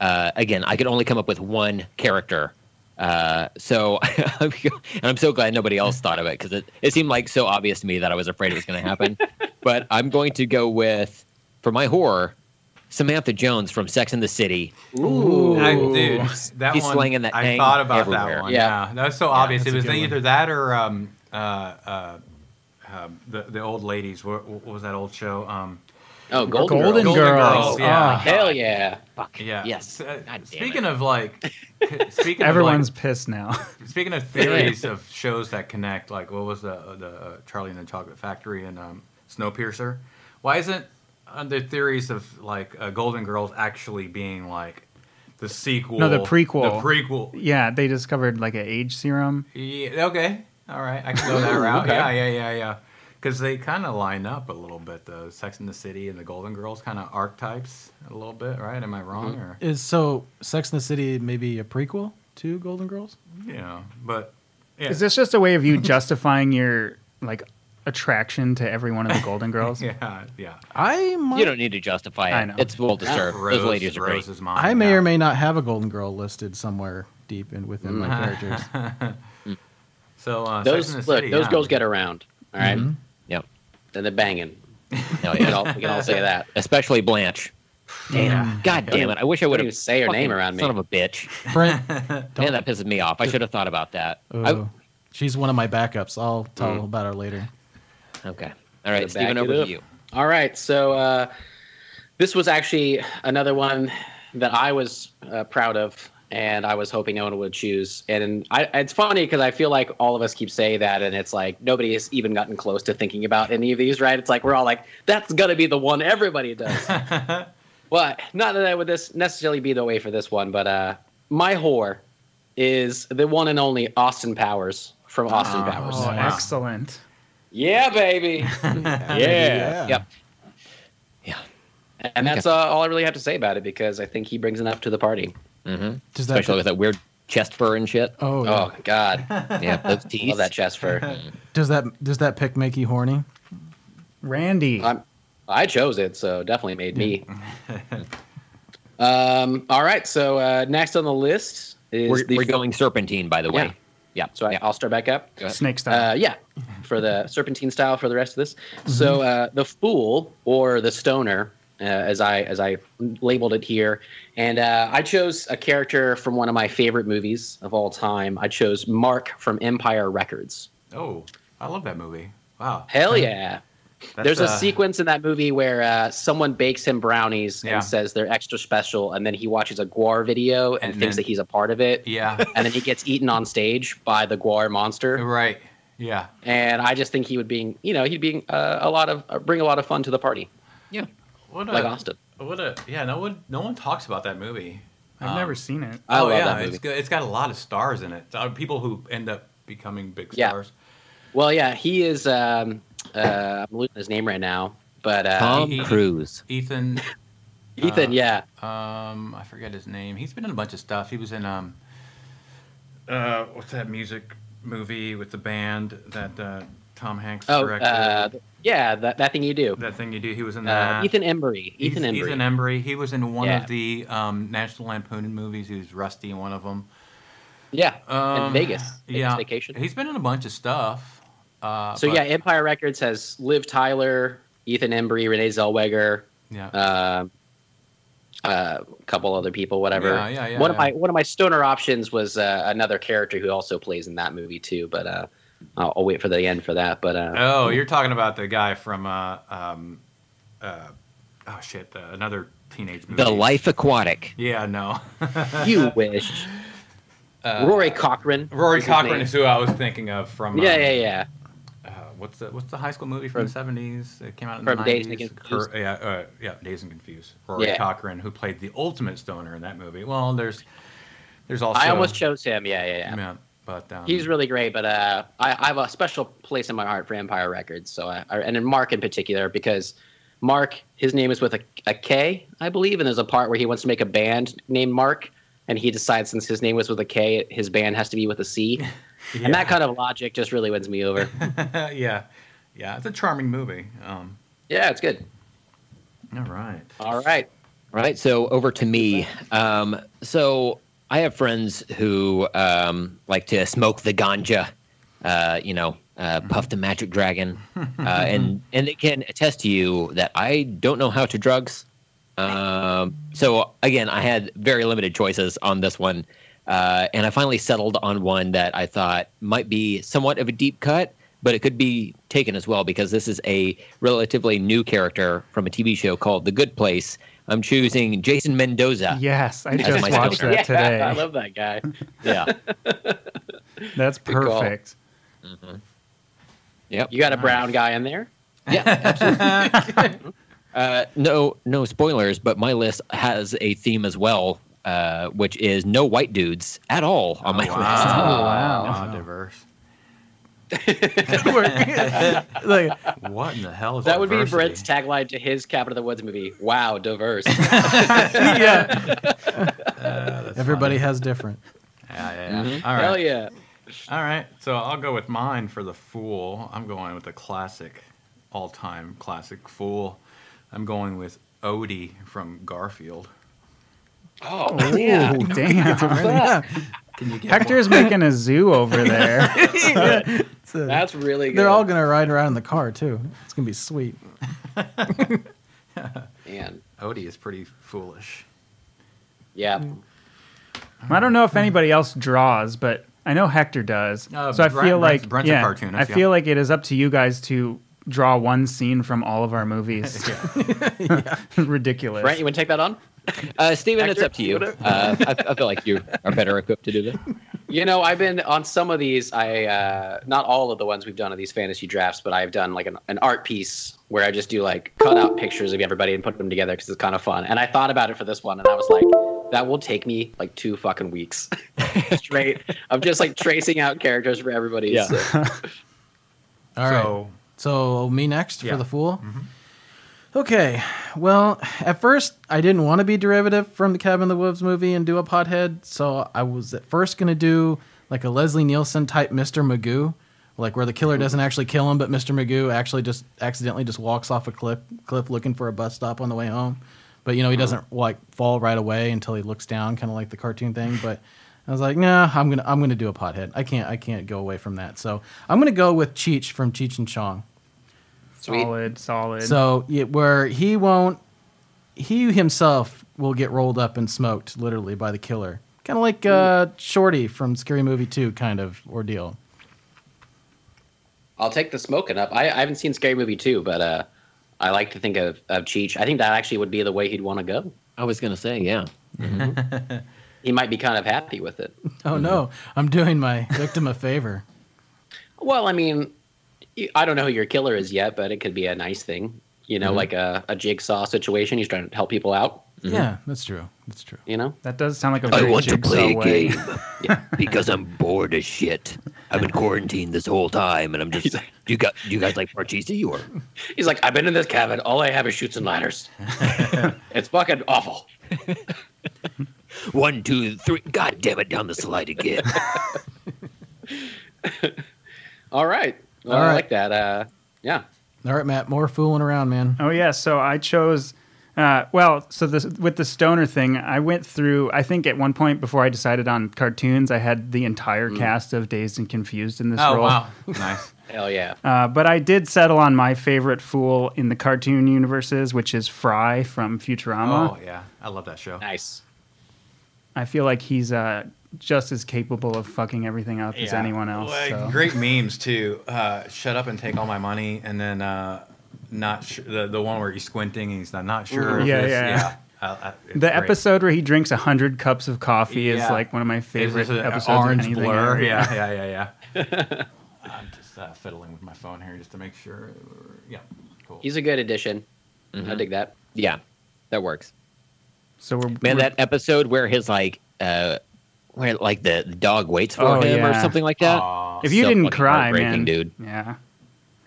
Speaker 2: uh, again, I could only come up with one character. Uh, so, and I'm so glad nobody else thought of it because it, it seemed like so obvious to me that I was afraid it was going to happen. but I'm going to go with, for my horror, Samantha Jones from Sex and the City.
Speaker 3: Ooh.
Speaker 4: I, dude, that
Speaker 2: He's
Speaker 4: one.
Speaker 2: slanging that
Speaker 4: I
Speaker 2: thing
Speaker 4: thought about that
Speaker 2: everywhere.
Speaker 4: one. Yeah.
Speaker 1: Yeah.
Speaker 4: that was so obvious.
Speaker 3: that's
Speaker 4: It
Speaker 3: a
Speaker 4: was
Speaker 3: good one.
Speaker 4: either that or um, uh, uh, um, the the old ladies. What, what was that old show? Um,
Speaker 1: Oh, Golden,
Speaker 5: Golden
Speaker 1: Girls.
Speaker 5: Girls,
Speaker 4: Yeah.
Speaker 5: ah.
Speaker 1: Hell yeah.
Speaker 2: Fuck.
Speaker 4: Yeah.
Speaker 2: Yes.
Speaker 4: Uh,
Speaker 2: God damn
Speaker 4: speaking
Speaker 2: it.
Speaker 4: of like, speaking
Speaker 5: Everyone's
Speaker 4: of
Speaker 5: pissed now.
Speaker 4: like, speaking of theories of shows that connect, like what was the the uh, Charlie and the Chocolate Factory and um, Snowpiercer? Why isn't uh, the theories of like uh, Golden Girls actually being like the sequel?
Speaker 5: No, the prequel.
Speaker 4: The prequel.
Speaker 5: yeah, they discovered like an age serum.
Speaker 4: Yeah, okay. All right. I can go that route. Yeah, yeah, yeah, yeah. Because they kind of line up a little bit. The Sex and the City and the Golden Girls kind of archetypes a little bit, right? Am I wrong? Or
Speaker 3: Is so Sex and the City maybe a prequel to Golden Girls?
Speaker 4: you know, but yeah.
Speaker 5: Is this just a way of you justifying your like attraction to every one of the Golden Girls?
Speaker 4: Yeah, yeah.
Speaker 3: I might.
Speaker 2: You don't need to justify it.
Speaker 5: I know.
Speaker 2: It's well deserved.
Speaker 4: Rose,
Speaker 2: Those ladies are great.
Speaker 4: Rose's mom.
Speaker 3: I may
Speaker 4: yeah.
Speaker 3: or
Speaker 4: Mm.
Speaker 3: may not have a Golden Girl listed somewhere deep in within my characters.
Speaker 4: Uh, So uh, Sex
Speaker 1: Those
Speaker 4: and the
Speaker 1: look,
Speaker 4: City,
Speaker 1: those
Speaker 4: yeah.
Speaker 1: girls get around. All right?
Speaker 2: Mm-hmm.
Speaker 3: Mhm.
Speaker 2: Yep.
Speaker 1: and they're banging.
Speaker 2: Oh,
Speaker 1: We can
Speaker 2: yeah.
Speaker 1: all, we can all say that.
Speaker 2: Especially Blanche. Damn.
Speaker 4: Yeah.
Speaker 2: God damn it. I wish I
Speaker 1: What
Speaker 2: would
Speaker 1: do you
Speaker 2: have.
Speaker 1: say her name around me?
Speaker 2: Son of a bitch.
Speaker 3: Mm. Brent,
Speaker 2: Man, that pisses me off. I should have thought about that.
Speaker 3: oh, she's one of my backups. I'll tell about her later.
Speaker 2: I, okay. All right,
Speaker 1: Gotta
Speaker 2: Stephen,
Speaker 1: back it
Speaker 2: over to
Speaker 1: up.
Speaker 2: you.
Speaker 1: All right, so uh, this was actually another one that I was uh, proud of, and I was hoping no one would choose. And I, it's funny because I feel like all of us keep saying that, and it's like nobody has even gotten close to thinking about any of these, right? It's like we're all like, "That's gonna be the one everybody does." Well, not that that would this necessarily be the way for this one, but uh, my whore is the one and only Austin Powers from Austin
Speaker 4: Oh.
Speaker 1: Powers.
Speaker 5: Oh,
Speaker 4: Wow.
Speaker 5: excellent.
Speaker 1: Yeah, baby.
Speaker 2: Yeah. Yep. Yeah.
Speaker 1: And that's uh, all I really have to say about it because I think he brings enough to the party.
Speaker 2: Mm-hmm.
Speaker 3: Does that
Speaker 2: Especially with that weird chest fur and shit.
Speaker 3: oh, yeah.
Speaker 1: Oh God,
Speaker 2: Yeah, those teeth.
Speaker 1: love that chest fur.
Speaker 3: does that does that pick make you horny?
Speaker 5: Randy.
Speaker 1: I'm, I chose it, so definitely made me. um, all right, so uh, next on the list is
Speaker 2: We're,
Speaker 1: the
Speaker 2: we're going serpentine, by the way.
Speaker 1: Yeah.
Speaker 2: Yeah.
Speaker 1: So I,
Speaker 2: yeah.
Speaker 1: I'll start back up.
Speaker 5: Snake style.
Speaker 1: Uh, yeah, for the serpentine style for the rest of this.
Speaker 4: Mm-hmm.
Speaker 1: So uh, the fool or the stoner, uh, as I as I labeled it here, and uh, I chose a character from one of my favorite movies of all time. I chose Mark from Empire Records.
Speaker 4: Oh, I love that movie. Wow.
Speaker 1: Hell yeah!
Speaker 4: That's,
Speaker 1: There's a
Speaker 4: uh,
Speaker 1: sequence in that movie where uh, someone bakes him brownies
Speaker 4: Yeah.
Speaker 1: and says they're extra special, and then he watches a Guar video and,
Speaker 4: And
Speaker 1: thinks
Speaker 4: then-
Speaker 1: that he's a part of it,
Speaker 4: Yeah.
Speaker 1: and then he gets eaten on stage by the Guar monster.
Speaker 4: right. Yeah.
Speaker 1: and I just think he would be, you know, he'd be uh, a lot of uh, bring a lot of fun to the party,
Speaker 2: yeah.
Speaker 4: What a,
Speaker 1: like Austin.
Speaker 4: what a yeah. No one no one talks about that movie.
Speaker 5: I've
Speaker 4: um,
Speaker 5: never seen it.
Speaker 1: I
Speaker 4: oh
Speaker 1: love
Speaker 4: yeah,
Speaker 1: that movie.
Speaker 4: it's good. It's got a lot of stars in it. Uh, people who end up becoming big
Speaker 1: Yeah.
Speaker 4: stars.
Speaker 1: Well, yeah, he is. Um, uh, I'm losing his name right now, but uh,
Speaker 2: Tom Cruise.
Speaker 4: Ethan.
Speaker 1: Ethan,
Speaker 4: Uh,
Speaker 1: yeah,
Speaker 4: Um, I forget his name. He's been in a bunch of stuff. He was in um. Uh, what's that music movie with the band that uh, Tom Hanks
Speaker 1: oh,
Speaker 4: directed?
Speaker 1: uh, yeah, that, that thing you do.
Speaker 4: that thing you do. He was in
Speaker 1: Uh,
Speaker 4: that.
Speaker 1: Ethan Embry,
Speaker 4: He's-
Speaker 1: Ethan Embry.
Speaker 4: Ethan Embry. He was in one
Speaker 1: Yeah.
Speaker 4: of the um, National Lampoon movies. He was Rusty in one of them.
Speaker 1: yeah,
Speaker 4: Um,
Speaker 1: in Vegas, Vegas
Speaker 4: yeah.
Speaker 1: Vacation.
Speaker 4: He's been in a bunch of stuff. Uh,
Speaker 1: so
Speaker 4: but-
Speaker 1: yeah, Empire Records has Liv Tyler, Ethan Embry, Renee Zellweger,
Speaker 4: yeah.
Speaker 1: uh, uh, couple other people, whatever.
Speaker 4: Yeah, yeah, yeah,
Speaker 1: one of
Speaker 4: yeah.
Speaker 1: my one of my stoner options was uh, another character who also plays in that movie too, but uh, I'll, I'll wait for the end for that. But uh,
Speaker 4: oh, you're talking about the guy from uh, um, uh, oh shit, uh, another teenage movie.
Speaker 2: The Life Aquatic.
Speaker 4: Yeah, no.
Speaker 1: you wish Rory Cochrane.
Speaker 4: Uh, Rory
Speaker 1: is his
Speaker 4: Cochrane
Speaker 1: name.
Speaker 4: is who I was thinking of from.
Speaker 1: yeah,
Speaker 4: um,
Speaker 1: yeah, yeah.
Speaker 4: Uh, what's the what's the high school movie from the seventies? It came out in the
Speaker 1: From Dazed
Speaker 4: nineties.
Speaker 1: and Confused.
Speaker 4: yeah, uh, yeah, Dazed and Confused. Rory
Speaker 1: Yeah.
Speaker 4: Cochrane, who played the ultimate stoner in that movie. Well, there's there's also
Speaker 1: I almost chose him. Yeah, yeah, yeah.
Speaker 4: yeah, but um,
Speaker 1: He's really great, but uh, I, I have a special place in my heart for Empire Records. So, I, I, and then Mark in particular, because Mark, his name is with a, a K, I believe, and there's a part where he wants to make a band named Mark, and he decides since his name was with a K, his band has to be with a C,
Speaker 4: yeah.
Speaker 1: and that kind of logic just really wins me over.
Speaker 4: yeah, yeah, it's a charming movie. Um,
Speaker 1: yeah, it's good.
Speaker 4: all right.
Speaker 1: All right,
Speaker 2: Right. So over to me. Um, so I have friends who um, like to smoke the ganja, uh, you know, uh, puff the magic dragon, uh, and and they can attest to you that I don't know how to drugs. Um, so again, I had very limited choices on this one, uh, and I finally settled on one that I thought might be somewhat of a deep cut, but it could be taken as well because this is a relatively new character from a TV show called The Good Place. I'm choosing Jason Mendoza.
Speaker 5: yes, I
Speaker 2: That's
Speaker 5: just
Speaker 2: my
Speaker 5: watched
Speaker 2: stoner.
Speaker 5: that today.
Speaker 1: I love that guy.
Speaker 2: Yeah.
Speaker 5: That's
Speaker 1: Good call.
Speaker 5: perfect.
Speaker 2: Yep.
Speaker 1: You got a brown guy in there.
Speaker 2: Uh, no, no spoilers, but my list has a theme as well, uh, which is no white dudes at all on my
Speaker 4: Oh, wow.
Speaker 2: list.
Speaker 5: wow.
Speaker 4: Wow, diverse.
Speaker 5: like,
Speaker 4: What in the hell is
Speaker 1: That would be
Speaker 4: Oh, diversity?
Speaker 1: Brent's tagline to his Cabin of the Woods movie. Wow, diverse.
Speaker 5: yeah.
Speaker 4: Uh, that's
Speaker 3: Everybody has different.
Speaker 4: funny. Yeah, yeah, yeah. All right.
Speaker 1: Mm-hmm. Hell yeah.
Speaker 4: All right, so I'll go with mine for the fool. I'm going with the classic, all-time classic fool. I'm going with Odie from Garfield.
Speaker 1: Oh,
Speaker 5: Oh, damn.
Speaker 3: Yeah.
Speaker 4: Can you get
Speaker 5: Hector's making a zoo over there.
Speaker 3: It's a-
Speaker 1: That's really good.
Speaker 3: they're all gonna ride around in the car too. It's gonna be sweet.
Speaker 1: Man.
Speaker 4: more? Odie is pretty foolish.
Speaker 1: Yeah.
Speaker 5: I don't know if anybody else draws, but I know Hector does.
Speaker 4: Uh,
Speaker 5: so I
Speaker 4: Brent-
Speaker 5: feel
Speaker 4: Brent's-
Speaker 5: like
Speaker 4: Brent's a
Speaker 5: yeah,
Speaker 4: cartoonist,
Speaker 5: I
Speaker 4: yeah.
Speaker 5: feel like it is up to you guys to draw one scene from all of our movies. Ridiculous.
Speaker 1: Brent, you want to take that on?
Speaker 2: Uh, Steven, it's
Speaker 1: Hector?
Speaker 2: up to you.
Speaker 1: Whatever.
Speaker 2: Uh, I, I feel like you are better equipped to do that.
Speaker 1: You know, I've been on some of these. I uh, not all of the ones we've done of these fantasy drafts, but I've done like an, an art piece where I just do like cut out pictures of everybody and put them together because it's kind of fun. And I thought about it for this one, and I was like, that will take me like two fucking weeks straight of just like tracing out characters for everybody.
Speaker 2: Yeah.
Speaker 1: So,
Speaker 3: All right.
Speaker 4: so,
Speaker 3: So me next
Speaker 4: Yeah.
Speaker 3: for the fool. Okay. Well, at first I didn't want to be derivative from the Cabin in the Woods movie and do a pothead, so I was at first gonna do like a Leslie Nielsen type Mr. Magoo, like where the killer doesn't actually kill him, but Mr. Magoo actually just accidentally just walks off a cliff cliff looking for a bus stop on the way home. But you know he doesn't like fall right away until he looks down, kind of like the cartoon thing. But I was like, nah, I'm gonna I'm gonna do a pothead. I can't I can't go away from that. So I'm gonna go with Cheech from Cheech and Chong.
Speaker 1: sweet.
Speaker 5: solid, solid.
Speaker 3: So yeah, where he won't, he himself will get rolled up and smoked literally by the killer, kind of like uh, Shorty from Scary Movie Two, kind of ordeal.
Speaker 1: I'll take the smoking up. I, I haven't seen Scary Movie 2, but uh, I like to think of, of Cheech. I think that actually would be the way he'd want to go.
Speaker 2: I was gonna say, yeah.
Speaker 3: Mm-hmm.
Speaker 1: He might be kind of happy with it.
Speaker 3: Oh no,
Speaker 1: Mm-hmm.
Speaker 3: I'm doing my victim a favor.
Speaker 1: Well, I mean, you- I don't know who your killer is yet, but it could be a nice thing. You
Speaker 2: Mm-hmm.
Speaker 1: know, like a, a jigsaw situation. He's trying to help people out,
Speaker 3: Yeah, that's true. That's true.
Speaker 1: you know?
Speaker 5: that does sound like a
Speaker 6: I
Speaker 5: very
Speaker 6: want to
Speaker 5: jigsaw
Speaker 6: play a
Speaker 5: way.
Speaker 6: game because I'm bored as shit. I've been quarantined this whole time, and I'm just. Do you got? Do you guys like Parcheesi or?
Speaker 1: He's like, I've been in this cabin. All I have is shoots and ladders. it's fucking awful.
Speaker 6: One, two, three. God damn it! Down the slide again.
Speaker 1: All right. Well,
Speaker 3: All
Speaker 1: I
Speaker 3: right.
Speaker 1: like that. Uh, yeah.
Speaker 3: All right, Matt, more fooling around, man.
Speaker 5: Oh yeah, so I chose. Uh, well, so this with the stoner thing, I went through. I think at one point before I decided on cartoons, I had the entire
Speaker 6: Mm.
Speaker 5: cast of Dazed and Confused in this
Speaker 4: oh
Speaker 5: role.
Speaker 4: wow, nice.
Speaker 1: Hell yeah.
Speaker 5: Uh, but I did settle on my favorite fool in the cartoon universes, which is Fry from Futurama.
Speaker 4: Oh yeah, I love that show.
Speaker 1: Nice.
Speaker 5: I feel like he's uh, just as capable of fucking everything up as
Speaker 4: Yeah.
Speaker 5: anyone else.
Speaker 4: Like,
Speaker 5: so.
Speaker 4: Great memes too. Uh, shut up and take all my money, and then uh, not sure, the the one where he's squinting and he's not not sure. if
Speaker 5: Mm-hmm. Yeah,
Speaker 4: it's-
Speaker 5: yeah.
Speaker 4: I- I- it's
Speaker 5: The
Speaker 4: great.
Speaker 5: episode where he drinks hundred cups of coffee is
Speaker 4: Yeah.
Speaker 5: like one of my
Speaker 4: It's
Speaker 5: favorite
Speaker 4: just an
Speaker 5: episodes. of
Speaker 4: orange
Speaker 5: anything
Speaker 4: blur.
Speaker 5: ever.
Speaker 4: Yeah, yeah, yeah, yeah. I'm just uh, fiddling with my phone here just to make sure. we're- Yeah, cool.
Speaker 1: He's a good addition.
Speaker 2: Mm-hmm.
Speaker 1: I dig that.
Speaker 2: Yeah. That works.
Speaker 5: So we're
Speaker 2: Man,
Speaker 5: we're-
Speaker 2: that episode where his like uh where like the the dog waits for
Speaker 5: Oh,
Speaker 2: him or
Speaker 5: yeah.
Speaker 2: something like that.
Speaker 4: Aw,
Speaker 5: if you
Speaker 2: so
Speaker 5: didn't
Speaker 2: fucking
Speaker 5: cry,
Speaker 2: heartbreaking,
Speaker 5: man,
Speaker 2: dude.
Speaker 5: Yeah,
Speaker 4: Uh,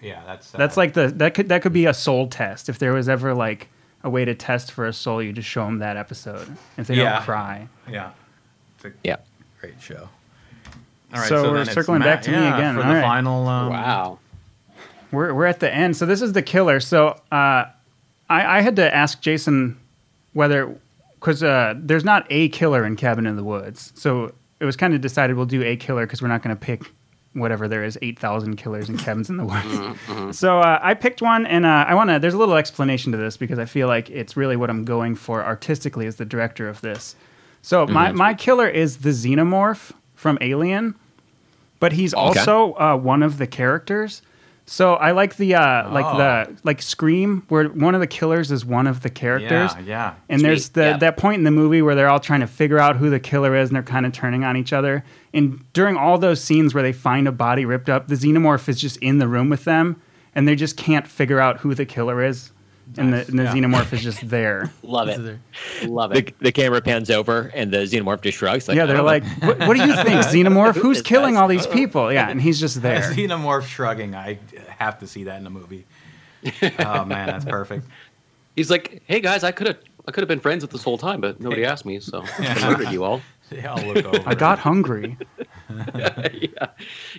Speaker 4: yeah, that's uh,
Speaker 5: that's like the that could that could be a soul test. If there was ever like a way to test for a soul, you just show them that episode. If they
Speaker 4: Yeah.
Speaker 5: don't cry,
Speaker 4: yeah, it's a
Speaker 2: Yeah.
Speaker 4: great show.
Speaker 5: So
Speaker 4: then
Speaker 5: we're
Speaker 4: it's
Speaker 5: circling back to me
Speaker 4: yeah,
Speaker 5: again.
Speaker 4: for
Speaker 5: All
Speaker 4: the
Speaker 5: right.
Speaker 4: final. Um,
Speaker 1: wow.
Speaker 5: We're we're at the end. So this is the killer. So uh, I I had to ask Jason whether because uh, there's not a killer in Cabin in the Woods. So it was kind of decided we'll do a killer because we're not going to pick whatever there is eight thousand killers in cabins in the woods. so uh, I picked one, and uh, I want to. There's a little explanation to this because I feel like it's really what I'm going for artistically as the director of this. So my my killer is the xenomorph from Alien but he's also uh, one of the characters. So I like the uh, like the like Scream, where one of the killers is one of the characters.
Speaker 4: Yeah, yeah.
Speaker 5: And there's
Speaker 1: Sweet,
Speaker 5: the,
Speaker 1: yeah.
Speaker 5: that point in the movie where they're all trying to figure out who the killer is and they're kind of turning on each other. And during all those scenes where they find a body ripped up, the xenomorph is just in the room with them and they just can't figure out who the killer is. And the,
Speaker 4: Nice,
Speaker 5: and the
Speaker 4: yeah.
Speaker 5: xenomorph is just there.
Speaker 1: Love
Speaker 3: This is
Speaker 1: it.
Speaker 3: there.
Speaker 1: Love
Speaker 2: The,
Speaker 1: it.
Speaker 2: the camera pans over and the xenomorph just shrugs. Like, oh,
Speaker 5: yeah,
Speaker 2: I
Speaker 5: they're
Speaker 2: don't
Speaker 5: like,
Speaker 2: know.
Speaker 5: what, what do you think, xenomorph? Who's
Speaker 2: is
Speaker 5: killing
Speaker 2: this?
Speaker 5: all these people? Yeah, and he's just there.
Speaker 4: Xenomorph shrugging. I have to see that in a movie. oh man, that's perfect.
Speaker 1: He's like, hey guys, I could have I could have been friends with this whole time, but nobody asked me, so I murdered you all.
Speaker 4: They all look over.
Speaker 5: I got hungry.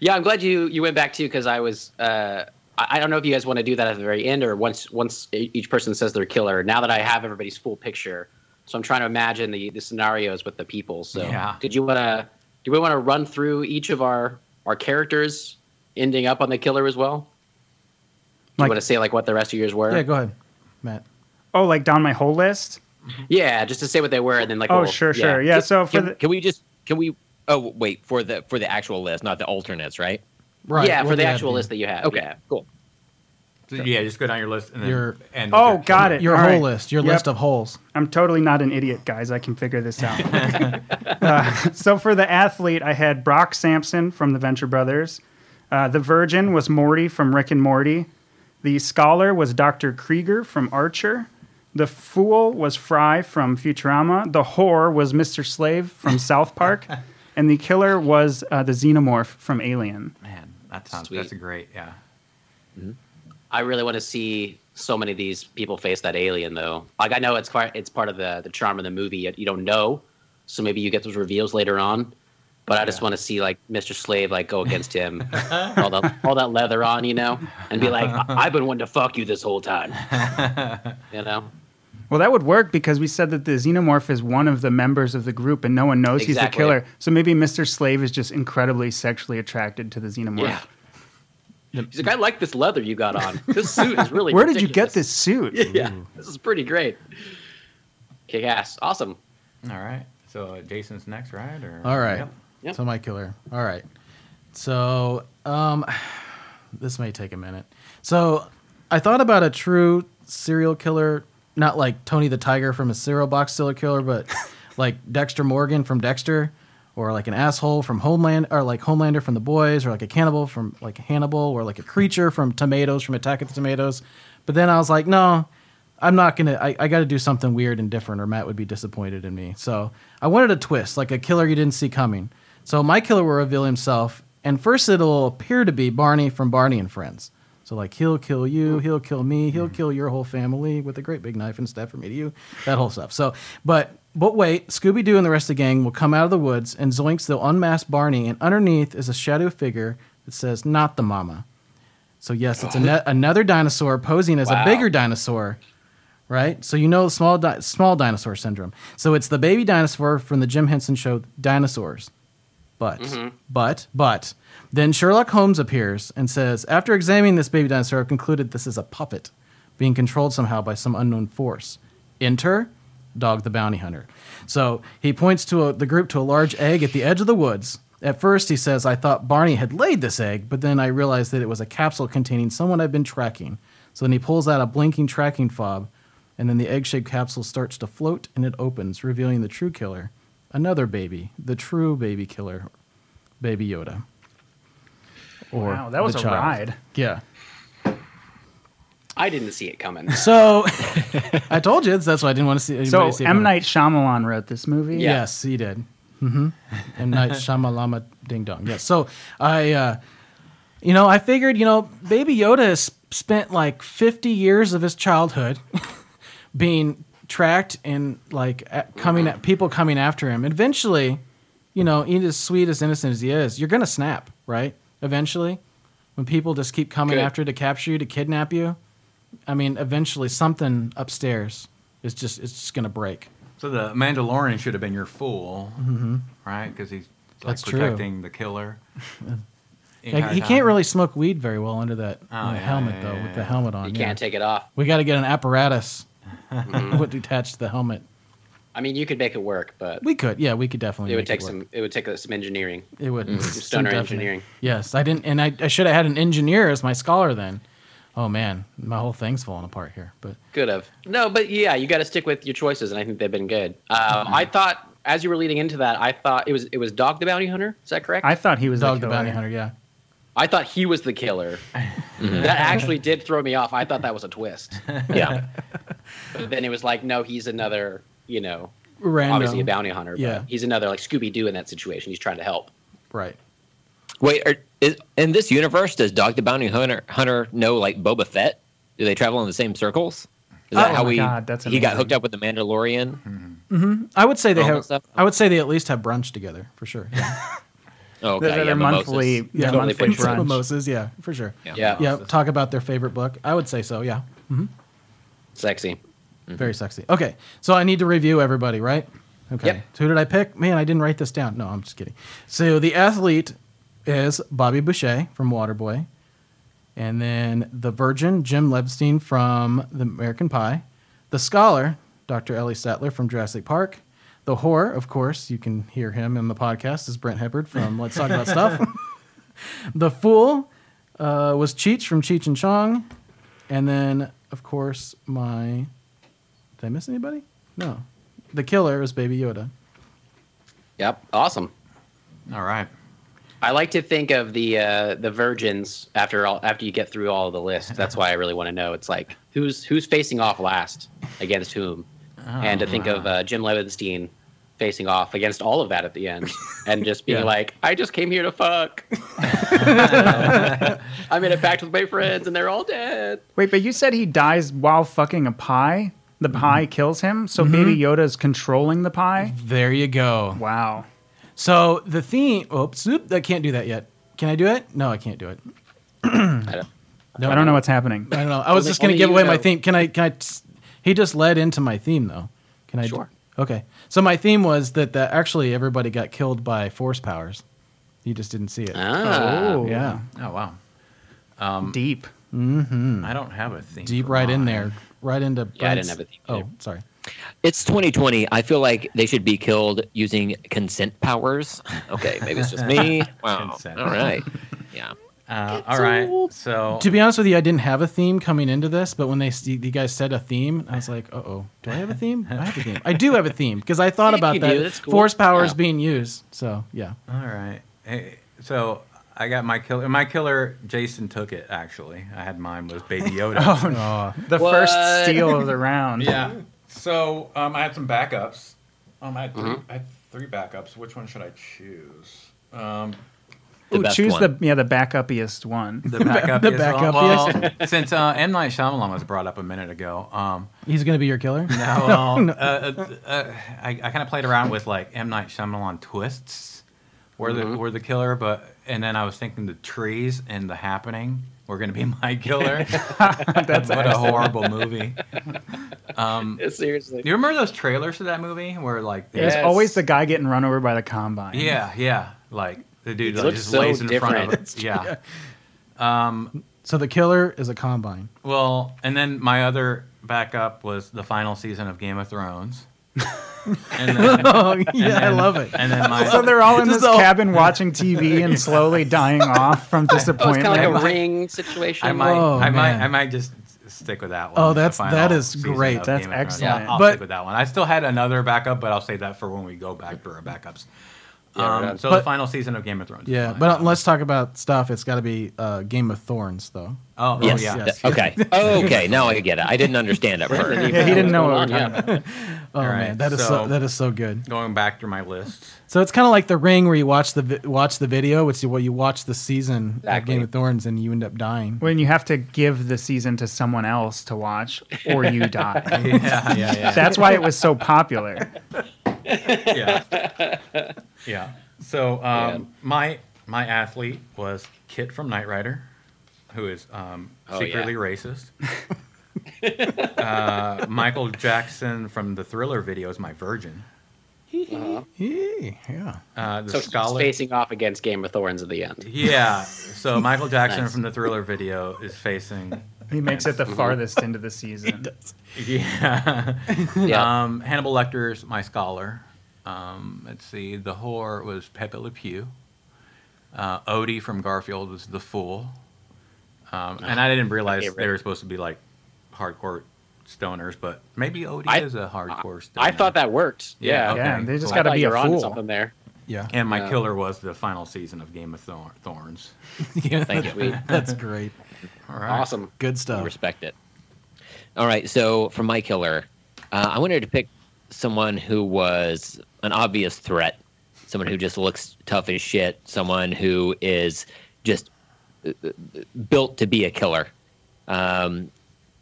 Speaker 1: Yeah, I'm glad you you went back too because I was. Uh, I I don't know if you guys want to do that at the very end or once once e- each person says their killer. Now that I have everybody's full picture, so I'm trying to imagine the the scenarios with the people. So
Speaker 4: Yeah.
Speaker 1: did you want to do we want to run through each of our our characters ending up on the killer as well? Do
Speaker 5: Like-
Speaker 1: you want to say like what the rest of yours were?
Speaker 3: Yeah, go ahead, Matt.
Speaker 5: Oh, like down my whole list?
Speaker 1: Yeah, just to say what they were, and then like
Speaker 5: Oh,
Speaker 1: we'll-
Speaker 5: sure, sure. Yeah, so for
Speaker 2: Can,
Speaker 5: the
Speaker 2: can we just can we? Oh wait for the for the actual list, not the alternates, right?
Speaker 3: Right.
Speaker 1: yeah,
Speaker 3: what
Speaker 1: for the
Speaker 3: do you
Speaker 1: actual
Speaker 3: have,
Speaker 1: list that you have.
Speaker 2: Okay,
Speaker 1: yeah.
Speaker 2: cool.
Speaker 4: So, yeah, just go down your list and then
Speaker 3: Your-
Speaker 4: end with
Speaker 5: Oh,
Speaker 4: it.
Speaker 5: got it.
Speaker 3: Your
Speaker 5: All
Speaker 3: whole
Speaker 5: right.
Speaker 3: list. Your
Speaker 5: Yep.
Speaker 3: list of holes.
Speaker 5: I'm totally not an idiot, guys. I can figure this out. Uh, so for the athlete, I had Brock Sampson from the Venture Brothers. Uh, the Virgin was Morty from Rick and Morty. The Scholar was Dr. Krieger from Archer. The Fool was Fry from Futurama. The Whore was Mr. Slave from South Park. And the Killer was uh, the Xenomorph from Alien.
Speaker 4: Man, that sounds
Speaker 1: Sweet.
Speaker 4: that's great. Yeah.
Speaker 1: I really want to see so many of these people face that alien though. Like I know it's part it's part of the the charm of the movie. Yet you don't know, so maybe you get those reveals later on. But I just
Speaker 4: Yeah.
Speaker 1: want to see like Mr. Slave like go against him, all that all that leather on, you know, and be like, I- I've been wanting to fuck you this whole time, you know.
Speaker 5: Well, that would work because we said that the xenomorph is one of the members of the group and no one knows he's the
Speaker 1: Exactly.
Speaker 5: killer. So maybe Mr. Slave is just incredibly sexually attracted to the xenomorph.
Speaker 1: Yeah. He's like, I like this leather you got on. This suit is really.
Speaker 5: Where did you
Speaker 1: ridiculous."
Speaker 5: get this suit?
Speaker 1: Yeah, this is pretty great. Kick ass, awesome.
Speaker 4: All right. So uh, Jason's next, right? Or
Speaker 3: All right.
Speaker 4: Yep.
Speaker 1: Yep.
Speaker 3: So my killer. All right. So um, this may take a minute. So I thought about a true serial killer, not like Tony the Tiger from a cereal box serial killer, but like Dexter Morgan from Dexter, or like an asshole from Homeland, or like Homelander from The Boys, or like a cannibal from like Hannibal, or like a creature from Tomatoes from Attack of the Tomatoes. But then I was like, no, I'm not gonna. I, I got to do something weird and different, or Matt would be disappointed in me. So I wanted a twist, like a killer you didn't see coming. So my killer will reveal himself, and first it'll appear to be Barney from Barney and Friends. So like he'll kill you, he'll kill me, he'll kill your whole family with a great big knife and stab from me to you, that whole stuff. So, but but wait, Scooby Doo and the rest of the gang will come out of the woods, and Zoinks they'll unmask Barney, and underneath is a shadow figure that says "Not the Mama." So yes, it's ano- another dinosaur posing as a
Speaker 1: Wow.
Speaker 3: bigger dinosaur, right? So you know small di- small dinosaur syndrome. So it's the baby dinosaur from the Jim Henson show Dinosaurs. But but but then Sherlock Holmes appears and says, after examining this baby dinosaur, I've concluded this is a puppet being controlled somehow by some unknown force. Enter Dog the Bounty Hunter. So he points to a, the group to a large egg at the edge of the woods. At first, he says, I thought Barney had laid this egg, but then I realized that it was a capsule containing someone I've been tracking. So then he pulls out a blinking tracking fob, and then the egg shaped capsule starts to float and it opens, revealing the true killer, another baby, the true baby killer, Baby Yoda. Or
Speaker 5: Wow, that was
Speaker 3: the
Speaker 5: a
Speaker 3: child.
Speaker 5: ride.
Speaker 3: Yeah.
Speaker 1: I didn't see it coming.
Speaker 3: So I told you that's why I didn't want to see anybody
Speaker 5: So
Speaker 3: see it
Speaker 5: M
Speaker 3: coming.
Speaker 5: Night Shyamalan wrote this movie.
Speaker 3: Yes, he did. Mm-hmm. M Night Shyamalama Ding Dong. Yes. So I, uh, you know, I figured, you know, Baby Yoda has spent like 50 years of his childhood being tracked and like at, coming at people coming after him. Eventually, you know, even as sweet as innocent as he is, you're gonna snap, right? Eventually, when people just keep coming
Speaker 1: Good.
Speaker 3: after to capture you, to kidnap you. I mean, eventually something upstairs is just it's just gonna break.
Speaker 4: So the Mandalorian should have been your fool, right? Because he's like
Speaker 3: Mm-hmm. That's true.
Speaker 4: protecting the killer.
Speaker 3: Like,
Speaker 4: Entire
Speaker 3: he can't
Speaker 4: time. Oh,
Speaker 3: really smoke weed very well under that uh,
Speaker 4: yeah,
Speaker 3: helmet,
Speaker 4: yeah,
Speaker 3: though,
Speaker 4: yeah,
Speaker 3: with the
Speaker 4: yeah.
Speaker 3: helmet on.
Speaker 1: You
Speaker 3: Uh, yeah.
Speaker 1: can't take Mm-hmm. it off.
Speaker 3: we got to get an apparatus with- attached to the helmet.
Speaker 1: I mean, you could make it work, but
Speaker 3: We could, yeah, we could definitely.
Speaker 1: it would take
Speaker 3: make work.
Speaker 1: some. It would take uh, some engineering.
Speaker 3: It would.
Speaker 1: Some Mm-hmm.
Speaker 3: some
Speaker 1: stoner
Speaker 3: definite-
Speaker 1: engineering.
Speaker 3: Yes, I didn't, and I, I should have had an engineer as my scholar then. Oh man, my whole thing's falling apart here. But
Speaker 1: Could have. No, but yeah, you got to stick with your choices, and I think they've been good. Um,
Speaker 3: Mm-hmm.
Speaker 1: I thought as you were leading into that, I thought it was it was Dog the Bounty Hunter. Is that correct?
Speaker 5: I
Speaker 1: I,
Speaker 5: thought he was
Speaker 3: dog
Speaker 5: the,
Speaker 3: the
Speaker 5: killer.
Speaker 3: bounty hunter, yeah.
Speaker 1: thought he was the killer. Mm-hmm. that actually did throw me off. I thought that was a twist.
Speaker 2: Yeah,
Speaker 1: But then it was like, no, he's another. You know,
Speaker 3: Random.
Speaker 1: obviously a bounty hunter.
Speaker 3: um, Yeah.
Speaker 1: But he's another like Scooby Doo in that situation. He's trying to help.
Speaker 3: Right.
Speaker 2: wait. Are, is, in this universe, does Dog the Bounty Hunter Hunter know like Boba Fett? Do they travel in the same circles? Is that
Speaker 5: Oh
Speaker 2: how
Speaker 5: my
Speaker 2: we?
Speaker 5: God, that's
Speaker 2: he got
Speaker 5: amazing. Mm-hmm.
Speaker 2: hooked up with the Mandalorian.
Speaker 3: I would say they
Speaker 2: Normal
Speaker 3: have.
Speaker 2: stuff.
Speaker 3: I would say they at least have brunch together for sure. Yeah,
Speaker 2: Oh, okay,
Speaker 5: They're,
Speaker 2: yeah,
Speaker 5: they're
Speaker 2: mimosas.
Speaker 5: monthly,
Speaker 3: Yeah,
Speaker 5: their
Speaker 1: totally
Speaker 5: monthly
Speaker 1: picture it.
Speaker 5: brunch.
Speaker 3: mimosas, yeah, for sure.
Speaker 2: Yeah.
Speaker 1: Yeah.
Speaker 3: yeah. Talk about their favorite book. I would say so. Yeah.
Speaker 1: Sexy.
Speaker 3: Very sexy. Okay, so I need to review everybody, right? Okay.
Speaker 1: Yep.
Speaker 3: So who did I pick? Man, I didn't write this down. No, I'm just kidding. So the athlete is Bobby Boucher from Waterboy. And then the virgin, Jim Lebstein from The American Pie. The scholar, Dr. Ellie Sattler from Jurassic Park. The whore, of course, you can hear him in the podcast, is Brent Hibbard from Let's Talk About Stuff. the fool uh, was Cheech from Cheech and Chong. And then, of course, my. Did I miss anybody? No. The killer is Baby Yoda.
Speaker 1: Yep. Awesome.
Speaker 4: All right.
Speaker 1: I like to think of the uh, the virgins after all after you get through all of the list. That's why I really want to know. It's like who's who's facing off last against whom, and to think of
Speaker 4: Oh,
Speaker 1: uh, Jim Levinstein facing off against all of that at the end, and just being
Speaker 3: Yeah.
Speaker 1: like, I just came here to fuck. I'm in a pact with my friends, and they're all dead.
Speaker 5: Wait, but you said he dies while fucking a pie. The
Speaker 3: Mm-hmm.
Speaker 5: pie kills him, so Baby Yoda is controlling the pie.
Speaker 3: There you go.
Speaker 5: Wow.
Speaker 3: So the theme. Oops, oop, I can't do that yet. Can I do it? No, I can't do it.
Speaker 1: I don't-
Speaker 3: No,
Speaker 5: I don't know what's happening.
Speaker 3: I don't know. I was
Speaker 1: Only-
Speaker 3: just going to
Speaker 1: only
Speaker 3: give
Speaker 1: you
Speaker 3: away
Speaker 1: know.
Speaker 3: my theme. Can I? Can I? t- He just led into my theme though. Can I? d-
Speaker 1: Sure.
Speaker 3: Okay. So my theme was that, that actually everybody got killed by force powers. You just didn't see it.
Speaker 1: Ah.
Speaker 3: yeah.
Speaker 4: Oh wow.
Speaker 5: Deep.
Speaker 4: I don't have a theme.
Speaker 3: Mm-hmm. Deep
Speaker 4: for
Speaker 3: right in
Speaker 4: mine.
Speaker 3: there. Right into.
Speaker 1: Yeah, I didn't
Speaker 3: Brent's-
Speaker 1: have a theme
Speaker 3: Oh,
Speaker 1: either.
Speaker 3: sorry.
Speaker 2: It's 2020. I feel like they should be killed using consent powers. Okay, maybe it's just me. Wow.
Speaker 4: Consent.
Speaker 2: All right. Yeah.
Speaker 4: Uh, all right. So
Speaker 3: To be honest with you, I didn't have a theme coming into this, but when they see- you guys said a theme, I was like, "Uh oh, do I have a theme? I have a theme. I do have a theme because I thought
Speaker 1: Yeah,
Speaker 3: about
Speaker 1: you
Speaker 3: that
Speaker 1: do. That's cool.
Speaker 3: force powers
Speaker 1: Yeah.
Speaker 3: being used." So yeah,
Speaker 4: all right. Hey, so I got my killer. My killer Jason took it actually. I had mine was Baby Yoda.
Speaker 5: Oh, The
Speaker 1: What?
Speaker 5: first steal of the round.
Speaker 4: Yeah. So um, I had some backups. Um, I had, three, I had three backups. Which one should I choose? Um,
Speaker 2: The
Speaker 5: Ooh,
Speaker 2: best
Speaker 5: choose
Speaker 2: one.
Speaker 5: the yeah the backupiest one.
Speaker 4: the backup.
Speaker 3: The
Speaker 4: is on-
Speaker 3: backup,
Speaker 4: Well, since uh, M Night Shyamalan was brought up a minute ago. Um,
Speaker 3: he's gonna be your killer.
Speaker 4: now, well, Uh, uh, uh, I, I kind of played around with like M Night Shyamalan twists, where the
Speaker 1: Mm-hmm.
Speaker 4: where the killer, but and then I was thinking the trees and the happening were going to be my killer. That's what a horrible movie. um,
Speaker 1: Seriously.
Speaker 4: You remember those trailers to that movie where like they-
Speaker 5: There's
Speaker 1: Yes.
Speaker 5: always the guy getting run over by the combine.
Speaker 4: Yeah, yeah. Like the dude
Speaker 1: It
Speaker 4: like,
Speaker 1: looks
Speaker 4: just
Speaker 1: so
Speaker 4: lays in front of
Speaker 1: different.
Speaker 4: it. Yeah.
Speaker 3: So the killer is a combine.
Speaker 4: Well, and then my other backup was the final season of Game of Thrones. and then,
Speaker 3: Oh yeah, I
Speaker 4: then-
Speaker 3: love it.
Speaker 4: and then my
Speaker 5: So they're all in
Speaker 3: Just
Speaker 5: this
Speaker 3: all-
Speaker 5: cabin watching TV and slowly dying off from
Speaker 1: Oh, it's
Speaker 5: disappointment.
Speaker 1: kind of like a
Speaker 4: might-
Speaker 1: ring situation.
Speaker 4: I might uh,
Speaker 3: Oh,
Speaker 4: I might
Speaker 3: man.
Speaker 4: I might just stick with that one.
Speaker 3: Oh,
Speaker 4: the
Speaker 3: that's-
Speaker 4: final
Speaker 3: that is
Speaker 4: season of
Speaker 3: great.
Speaker 4: Game
Speaker 5: That's
Speaker 4: of Thrones.
Speaker 5: excellent.
Speaker 4: Yeah, I'll
Speaker 3: But-
Speaker 4: stick with that one. I still had another backup, but I'll save that for when we go back to our backups.
Speaker 1: Yeah,
Speaker 4: Um,
Speaker 1: right on.
Speaker 4: so the
Speaker 3: But-
Speaker 4: final season of Game of Thrones. is
Speaker 3: Yeah,
Speaker 4: my
Speaker 3: but uh,
Speaker 4: backup.
Speaker 3: let's talk about stuff. It's got to be uh, Game of Thorns though.
Speaker 4: oh, oh,
Speaker 2: Yes.
Speaker 4: yeah.
Speaker 3: yes.
Speaker 2: Okay. Okay. Now I get it. I didn't understand at first.
Speaker 5: Yeah, he didn't know what we were talking
Speaker 1: Yeah.
Speaker 3: Oh
Speaker 4: All right,
Speaker 3: man, that is so,
Speaker 4: so-
Speaker 3: that is so good.
Speaker 4: Going back through my list.
Speaker 3: So it's kind of like the Ring, where you watch the vi- watch the video, which is what you watch the season of
Speaker 1: Exactly.
Speaker 3: Game of Thorns, and you end up dying.
Speaker 5: when you have to give the season to someone else to watch or you die.
Speaker 4: yeah, yeah, yeah.
Speaker 5: That's why it was so popular.
Speaker 4: yeah. Yeah. So um, my my athlete was Kit from Knight Rider, who is um,
Speaker 1: Oh,
Speaker 4: secretly
Speaker 1: yeah.
Speaker 4: racist. uh, Michael Jackson from the Thriller video is my virgin.
Speaker 3: Yeah.
Speaker 4: Uh, the
Speaker 1: So it's
Speaker 4: scholar.
Speaker 1: facing off against Game of Thorns at the end.
Speaker 4: Yeah. So Michael Jackson
Speaker 1: Nice.
Speaker 4: from the Thriller video is facing.
Speaker 5: He makes it the
Speaker 1: Mm-hmm.
Speaker 5: farthest into the season.
Speaker 4: Yeah.
Speaker 1: Yeah.
Speaker 4: Um, Hannibal Lecter's my scholar. Um, let's see, the whore was Pepe Le Pew. Uh, Odie from Garfield was the fool. Um, and I didn't realize
Speaker 1: Ah, favorite.
Speaker 4: they were supposed to be like hardcore stoners, but maybe Odie
Speaker 1: I-
Speaker 4: is a hardcore stoner.
Speaker 1: I thought that worked.
Speaker 4: Yeah,
Speaker 1: Yeah.
Speaker 4: okay.
Speaker 5: yeah, they just
Speaker 4: cool.
Speaker 5: got to
Speaker 1: I thought
Speaker 5: be
Speaker 1: you
Speaker 5: a
Speaker 1: were onto
Speaker 5: fool.
Speaker 1: something there.
Speaker 3: Yeah.
Speaker 4: And my
Speaker 1: Yeah.
Speaker 4: killer was the final season of Game of Thor- Thorns.
Speaker 3: yeah
Speaker 2: Thank you.
Speaker 1: Sweet.
Speaker 3: That's great.
Speaker 4: All right.
Speaker 1: Awesome.
Speaker 2: I
Speaker 3: Good
Speaker 5: Oh.
Speaker 3: stuff.
Speaker 2: respect it. All right. So for my killer, uh, I wanted to pick someone who was an obvious threat, someone who just looks tough as shit, someone who is just uh, uh, built to be a killer. Um,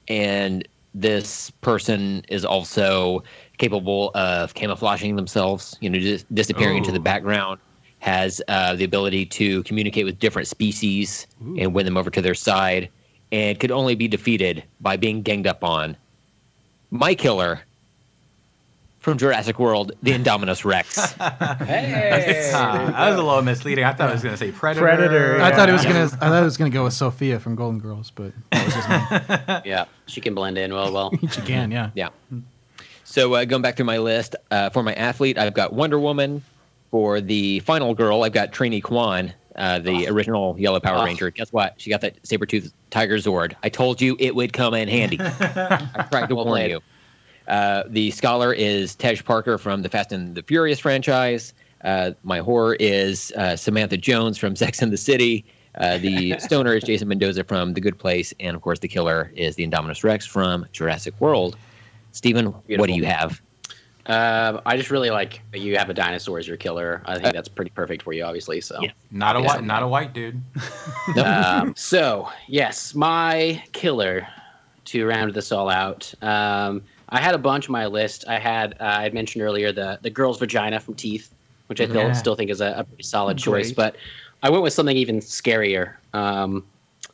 Speaker 2: and this person is also capable of camouflaging themselves, you know, just disappearing into
Speaker 4: Ooh.
Speaker 2: the background, has uh, the ability to communicate with different species and win them over to their side, and could only be defeated by being ganged up on. My killer from Jurassic World, the Indominus Rex.
Speaker 7: Hey,
Speaker 4: Ah, that was a little misleading. I thought I was going to say predator.
Speaker 5: Predator,
Speaker 3: I thought it was
Speaker 5: Yeah.
Speaker 3: gonna. I thought it was gonna go with Sophia from Golden Girls, but that was just me.
Speaker 5: Uh,
Speaker 1: Yeah, she can blend in well. Well,
Speaker 3: She can, yeah.
Speaker 2: Yeah. So uh, going back through my list uh, for my athlete, I've got Wonder Woman. For the final girl, I've got Trini Kwan, uh, the original Yellow Power
Speaker 1: Ah.
Speaker 2: Ranger. Guess what? She got that saber tooth tiger zord. I told you it would come in handy. I tried to
Speaker 1: Well
Speaker 2: warn
Speaker 1: played.
Speaker 2: you. Uh, the scholar is Tej Parker from the Fast and the Furious franchise. Uh, my horror is uh, Samantha Jones from Sex and the City. Uh, the stoner is Jason Mendoza from The Good Place. And of course, the killer is the Indominus Rex from Jurassic World. Steven, what do
Speaker 1: Beautiful.
Speaker 2: you have?
Speaker 1: um, I just really like that you have a dinosaur as your killer. I think that's pretty perfect for you, obviously. So.
Speaker 2: Yeah.
Speaker 4: Not a white, not a white dude.
Speaker 1: um, so yes, my killer to round this all out. Um, I had a bunch on my list. I had uh, I had mentioned earlier the the girl's vagina from Teeth, which I
Speaker 4: Yeah.
Speaker 1: still still think is a, a pretty solid choice.
Speaker 5: Great.
Speaker 1: But I went with something even scarier. Um,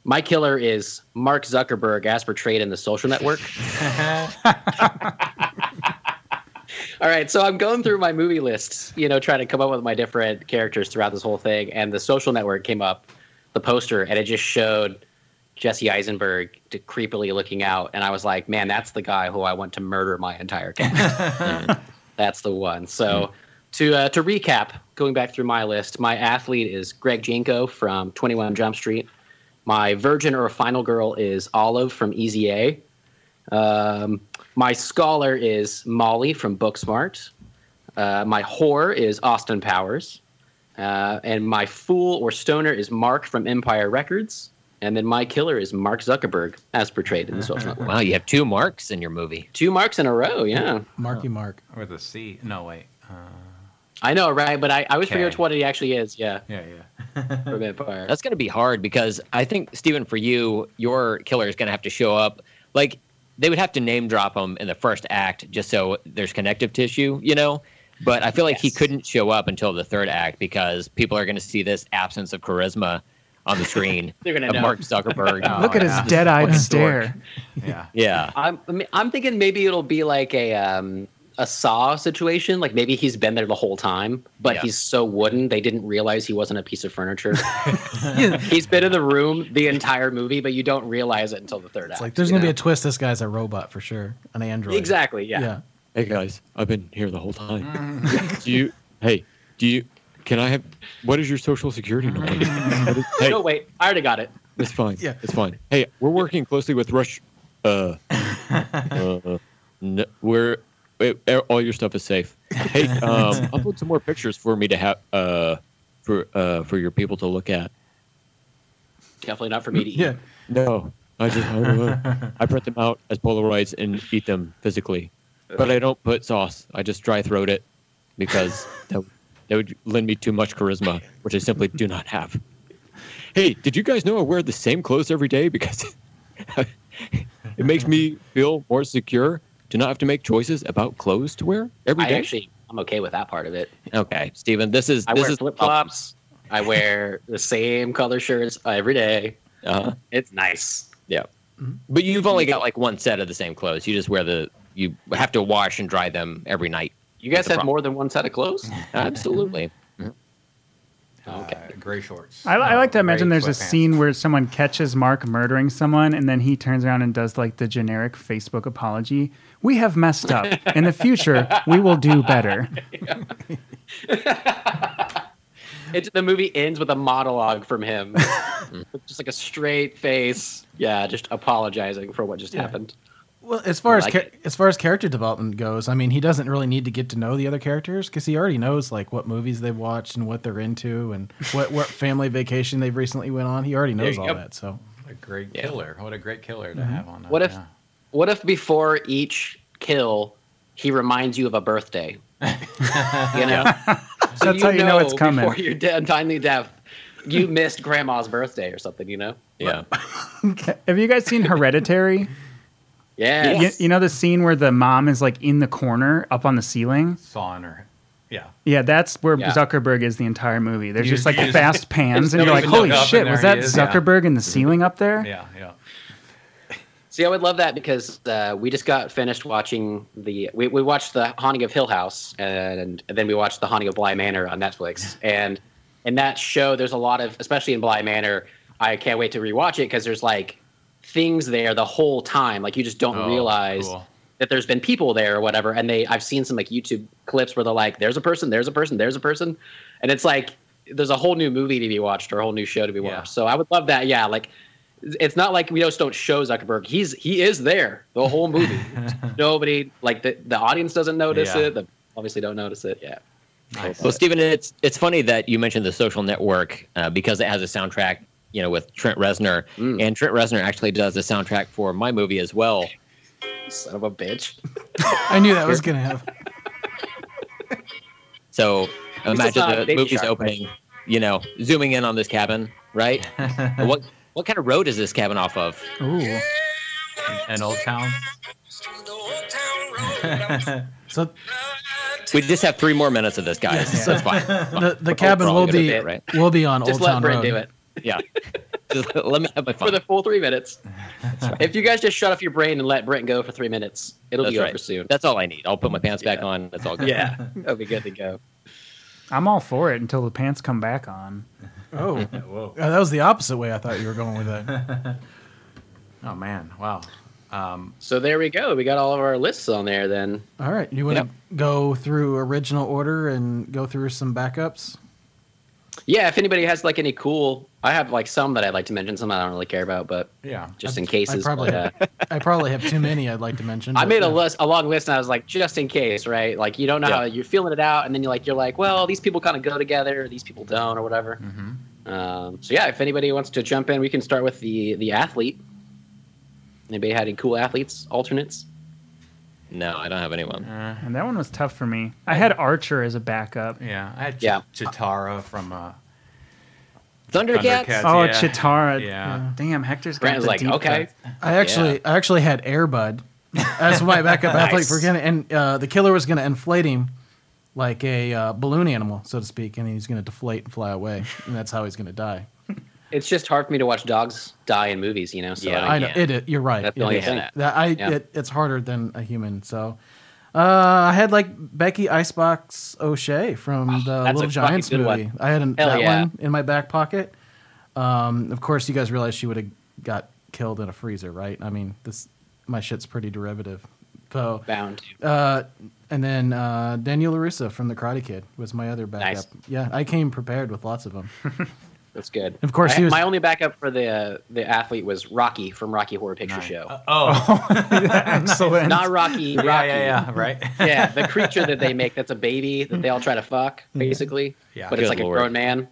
Speaker 1: my killer is Mark Zuckerberg, as portrayed in The Social Network. All right, so I'm going through my movie lists, you know, trying to come up with my different characters throughout this whole thing, and the social network came up, the poster, and it just showed Jesse Eisenberg d- creepily looking out, and I was like, man, that's the guy who I want to murder my entire cast. that's the one. So to uh, to recap, going back through my list, my athlete is Greg Janko from 21 Jump Street. My virgin or final girl is Olive from Easy A. Um, my scholar is Molly from Booksmart. Uh, my whore is Austin Powers. Uh, and my fool or stoner is Mark from Empire Records. And then my killer is Mark Zuckerberg, as portrayed in the social network.
Speaker 2: Wow, you have two marks in your movie.
Speaker 1: Two marks in a row, yeah.
Speaker 3: Marky Mark.
Speaker 4: With a C. No, wait. Uh,
Speaker 1: I know, right? But I, I always
Speaker 4: Okay.
Speaker 1: forget which one he actually is, yeah,
Speaker 4: yeah, yeah.
Speaker 1: from Empire.
Speaker 2: That's going to be hard because I think, Steven, for you, your killer is going to have to show up. Like, they would have to name drop him in the first act just so there's connective tissue, you know? But I feel like he
Speaker 1: Yes.
Speaker 2: couldn't show up until the third act because people are going to see this absence of charisma on the screen
Speaker 1: They're gonna
Speaker 2: of
Speaker 1: know.
Speaker 2: Mark Zuckerberg.
Speaker 4: Oh,
Speaker 5: Look at
Speaker 4: yeah.
Speaker 5: his dead-eyed
Speaker 2: What a
Speaker 5: stare.
Speaker 4: Yeah.
Speaker 2: Yeah.
Speaker 1: I'm, I mean, I'm thinking maybe it'll be like a um, a Saw situation. Like maybe he's been there the whole time, but
Speaker 2: Yeah.
Speaker 1: he's so wooden they didn't realize he wasn't a piece of furniture. he's been in the room the entire movie, but you don't realize it until the third
Speaker 3: It's
Speaker 1: act.
Speaker 3: like there's
Speaker 1: you
Speaker 3: gonna be
Speaker 1: know?
Speaker 3: a twist. This guy's a robot for sure, an android.
Speaker 1: exactly yeah.
Speaker 3: Yeah.
Speaker 8: Hey guys, I've been here the whole
Speaker 4: Mm-hmm.
Speaker 8: time.
Speaker 1: Mm.
Speaker 8: do you? Hey, do you? Can I have? What is your social security number? What is- hey,
Speaker 1: No wait, I already got it.
Speaker 8: it's fine.
Speaker 3: Yeah.
Speaker 8: it's fine. Hey, we're working closely with Rush. Uh, uh n- we're it, all your stuff is safe. Hey, um, upload some more pictures for me to have. Uh, for uh, for your people to look at.
Speaker 1: Definitely not for me to eat.
Speaker 3: Yeah.
Speaker 8: No, I just I, I print them out as Polaroids and eat them physically, but I don't put sauce. I just dry throat it because that, would- that would lend me too much charisma, which I simply do not have. Hey, did you guys know I wear the same clothes every day because it makes me feel more secure to not have to make choices about clothes to wear every
Speaker 1: I
Speaker 8: day?
Speaker 1: actually I'm okay with that part of it.
Speaker 2: Okay, Steven, this is
Speaker 1: I
Speaker 2: this
Speaker 1: wear
Speaker 2: is
Speaker 1: flip flops. I wear the same color shirts every day.
Speaker 8: uh-huh.
Speaker 2: Uh,
Speaker 1: It's nice.
Speaker 2: yeah. But you've only got like one set of the same clothes. You just wear the you have to wash and dry them every night.
Speaker 1: You guys
Speaker 2: It's a
Speaker 1: have
Speaker 2: problem.
Speaker 1: more than one set of clothes?
Speaker 2: Absolutely.
Speaker 1: Okay.
Speaker 4: Uh, gray shorts.
Speaker 5: I, I like to
Speaker 4: Uh,
Speaker 5: imagine
Speaker 4: gray
Speaker 5: there's a
Speaker 4: sweatpants.
Speaker 5: scene where someone catches Mark murdering someone, and then he turns around and does like the generic Facebook apology. We have messed up. In the future, we will do better.
Speaker 1: It, the movie ends with a monologue from him, With just like a straight face. Yeah, just apologizing for what just happened.
Speaker 3: Well, as far as
Speaker 1: like
Speaker 3: cha- as far as character development goes, I mean, he doesn't really need to get to know the other characters because he already knows like what movies they've watched and what they're into and what what family vacation they've recently went on. He already knows
Speaker 1: you
Speaker 3: all
Speaker 1: go.
Speaker 3: that. So
Speaker 4: What a great killer. What a great killer to
Speaker 5: Mm-hmm.
Speaker 4: have on. that,
Speaker 1: What if-
Speaker 4: yeah.
Speaker 1: What if before each kill, he reminds you of a birthday? you know, so
Speaker 5: That's how you know it's coming.
Speaker 1: Before your de- timely death, you missed grandma's birthday or something. You know?
Speaker 2: Yeah.
Speaker 5: Have you guys seen Hereditary?
Speaker 1: Yeah.
Speaker 5: You- you know the scene where the mom is like in the corner up on the ceiling?
Speaker 4: saw in her? Yeah.
Speaker 5: Yeah, that's where
Speaker 1: Yeah.
Speaker 5: Zuckerberg is, the entire movie. There's
Speaker 4: You-
Speaker 5: just like
Speaker 4: you just-
Speaker 5: fast pans, and
Speaker 4: you
Speaker 5: you're like,
Speaker 4: just look
Speaker 5: "Holy
Speaker 4: up and
Speaker 5: shit, was
Speaker 4: there
Speaker 5: that
Speaker 4: he is, yeah.
Speaker 5: Zuckerberg in the ceiling up there?"
Speaker 4: Yeah. Yeah.
Speaker 1: See, I would love that because uh, we just got finished watching the we, we watched the Haunting of Hill House and, and then we watched the Haunting of Bly Manor on Netflix and in that show there's a lot of especially in Bly Manor I can't wait to rewatch it because there's like things there the whole time like you just don't
Speaker 4: Oh,
Speaker 1: realize
Speaker 4: cool.
Speaker 1: that there's been people there or whatever and they I've seen some like YouTube clips where they're like there's a person there's a person there's a person and it's like there's a whole new movie to be watched or a whole new show to be
Speaker 4: Yeah.
Speaker 1: watched so I would love that yeah like it's not like we just don't show Zuckerberg. He's he is there the whole movie. Nobody like the the audience doesn't notice
Speaker 4: Yeah.
Speaker 1: it. The obviously don't notice it. Yeah.
Speaker 4: Nice.
Speaker 2: Well, Stephen, it's it's funny that you mentioned the Social Network uh, because it has a soundtrack, you know, with Trent Reznor,
Speaker 1: Mm.
Speaker 2: and Trent Reznor actually does the soundtrack for my movie as well.
Speaker 1: Son of a bitch.
Speaker 3: I knew that was gonna happen.
Speaker 2: So
Speaker 1: just saw
Speaker 2: imagine the
Speaker 1: Baby
Speaker 2: movie's
Speaker 1: Shark,
Speaker 2: opening, you know, zooming in on this cabin, right? what what kind of road is this cabin off of?
Speaker 5: Ooh.
Speaker 4: An old town.
Speaker 3: So
Speaker 2: We just have three more minutes of this, guys.
Speaker 3: Yeah.
Speaker 2: That's fine.
Speaker 3: the, the
Speaker 2: We're
Speaker 3: cabin
Speaker 2: all
Speaker 3: will
Speaker 2: gonna
Speaker 3: be
Speaker 2: do it, right.
Speaker 3: will be on
Speaker 1: Just
Speaker 3: Old
Speaker 1: let
Speaker 3: Town
Speaker 1: Brent
Speaker 3: Road.
Speaker 1: do it
Speaker 2: Yeah. Just let me have my
Speaker 1: for
Speaker 2: fun.
Speaker 1: the full three minutes. If you guys just shut off your brain and let Brent go for three minutes, it'll
Speaker 2: That's
Speaker 1: be over
Speaker 2: right.
Speaker 1: soon.
Speaker 2: That's all I need. I'll put my pants back
Speaker 1: Yeah.
Speaker 2: on. That's all good.
Speaker 1: yeah, that'll be good to go.
Speaker 5: I'm all for it until the pants come back on.
Speaker 3: Oh, Uh,
Speaker 4: Whoa.
Speaker 3: that was the opposite way I thought you were going with that.
Speaker 4: Oh man. Wow. Um,
Speaker 1: So there we go. We got all of our lists on there. Then
Speaker 3: All right, you want to go through original order and go through some backups?
Speaker 1: yeah, if anybody has like any cool, I have like some that I'd like to mention. Some I don't really care about, but
Speaker 4: yeah.
Speaker 1: just in cases.
Speaker 3: probably-
Speaker 1: but, uh,
Speaker 3: I probably have too many I'd like to mention.
Speaker 1: I
Speaker 3: but uh,
Speaker 1: made a
Speaker 3: yeah.
Speaker 1: list, a long list, and I was like, just in case, right? Like you don't know
Speaker 2: Yeah.
Speaker 1: how you're feeling it out, and then you're like, you're like, well, these people kind of go together, these people don't, or whatever.
Speaker 4: Mm-hmm.
Speaker 1: Um, so yeah, if anybody wants to jump in, we can start with the the athlete. Anybody had any cool athletes, alternates?
Speaker 2: No, I don't have anyone.
Speaker 4: Uh,
Speaker 5: And that one was tough for me. I had Archer as a backup.
Speaker 4: yeah. I had Ch-
Speaker 1: Yeah.
Speaker 4: Chitara from uh,
Speaker 2: Thundercats.
Speaker 4: Thundercats.
Speaker 5: Oh,
Speaker 4: yeah.
Speaker 5: Chitara.
Speaker 4: Yeah.
Speaker 5: Damn, Hector's got
Speaker 1: Brent
Speaker 5: the
Speaker 1: was like,
Speaker 5: deep
Speaker 1: okay,
Speaker 5: cuts.
Speaker 3: I actually, I actually had Airbud as my backup athlete
Speaker 1: Nice.
Speaker 3: for Ken, and uh, the killer was going to inflate him like a uh, balloon animal, so to speak, and he's going to deflate and fly away, and that's how he's going to die.
Speaker 1: it's just hard for me to watch dogs die in movies, you know. So
Speaker 2: Yeah,
Speaker 1: don't-
Speaker 3: I know
Speaker 2: yeah.
Speaker 3: it, it. You're right.
Speaker 1: That's the
Speaker 3: It
Speaker 1: only
Speaker 3: is.
Speaker 1: thing.
Speaker 3: That I,
Speaker 1: Yeah.
Speaker 3: it, it's harder than a human. So, uh, I had like Becky Icebox O'Shea from the
Speaker 1: Ah, that's a fucking
Speaker 3: Little Giants
Speaker 1: good
Speaker 3: movie.
Speaker 1: one.
Speaker 3: I had an,
Speaker 1: Hell
Speaker 3: that
Speaker 1: yeah.
Speaker 3: one in my back pocket. Um, of course, you guys realize she would have got killed in a freezer, right? I mean, this my shit's pretty derivative. So,
Speaker 1: bound. to.
Speaker 3: uh, and then uh, Daniel Larusa from The Karate Kid was my other backup.
Speaker 1: Nice.
Speaker 3: Yeah, I came prepared with lots of them.
Speaker 1: That's good.
Speaker 3: Of course,
Speaker 1: I-
Speaker 3: he was-
Speaker 1: my only backup for the uh, the athlete was Rocky from Rocky Horror Picture
Speaker 4: Nice.
Speaker 1: Show.
Speaker 4: Uh, oh.
Speaker 5: Excellent.
Speaker 1: Not Rocky. Rocky.
Speaker 4: yeah. Yeah. Yeah. Right.
Speaker 1: yeah, the creature that they make that's a baby that they all try to fuck, basically.
Speaker 4: Yeah.
Speaker 1: But it's
Speaker 2: Good
Speaker 1: like
Speaker 2: lord.
Speaker 1: a grown man.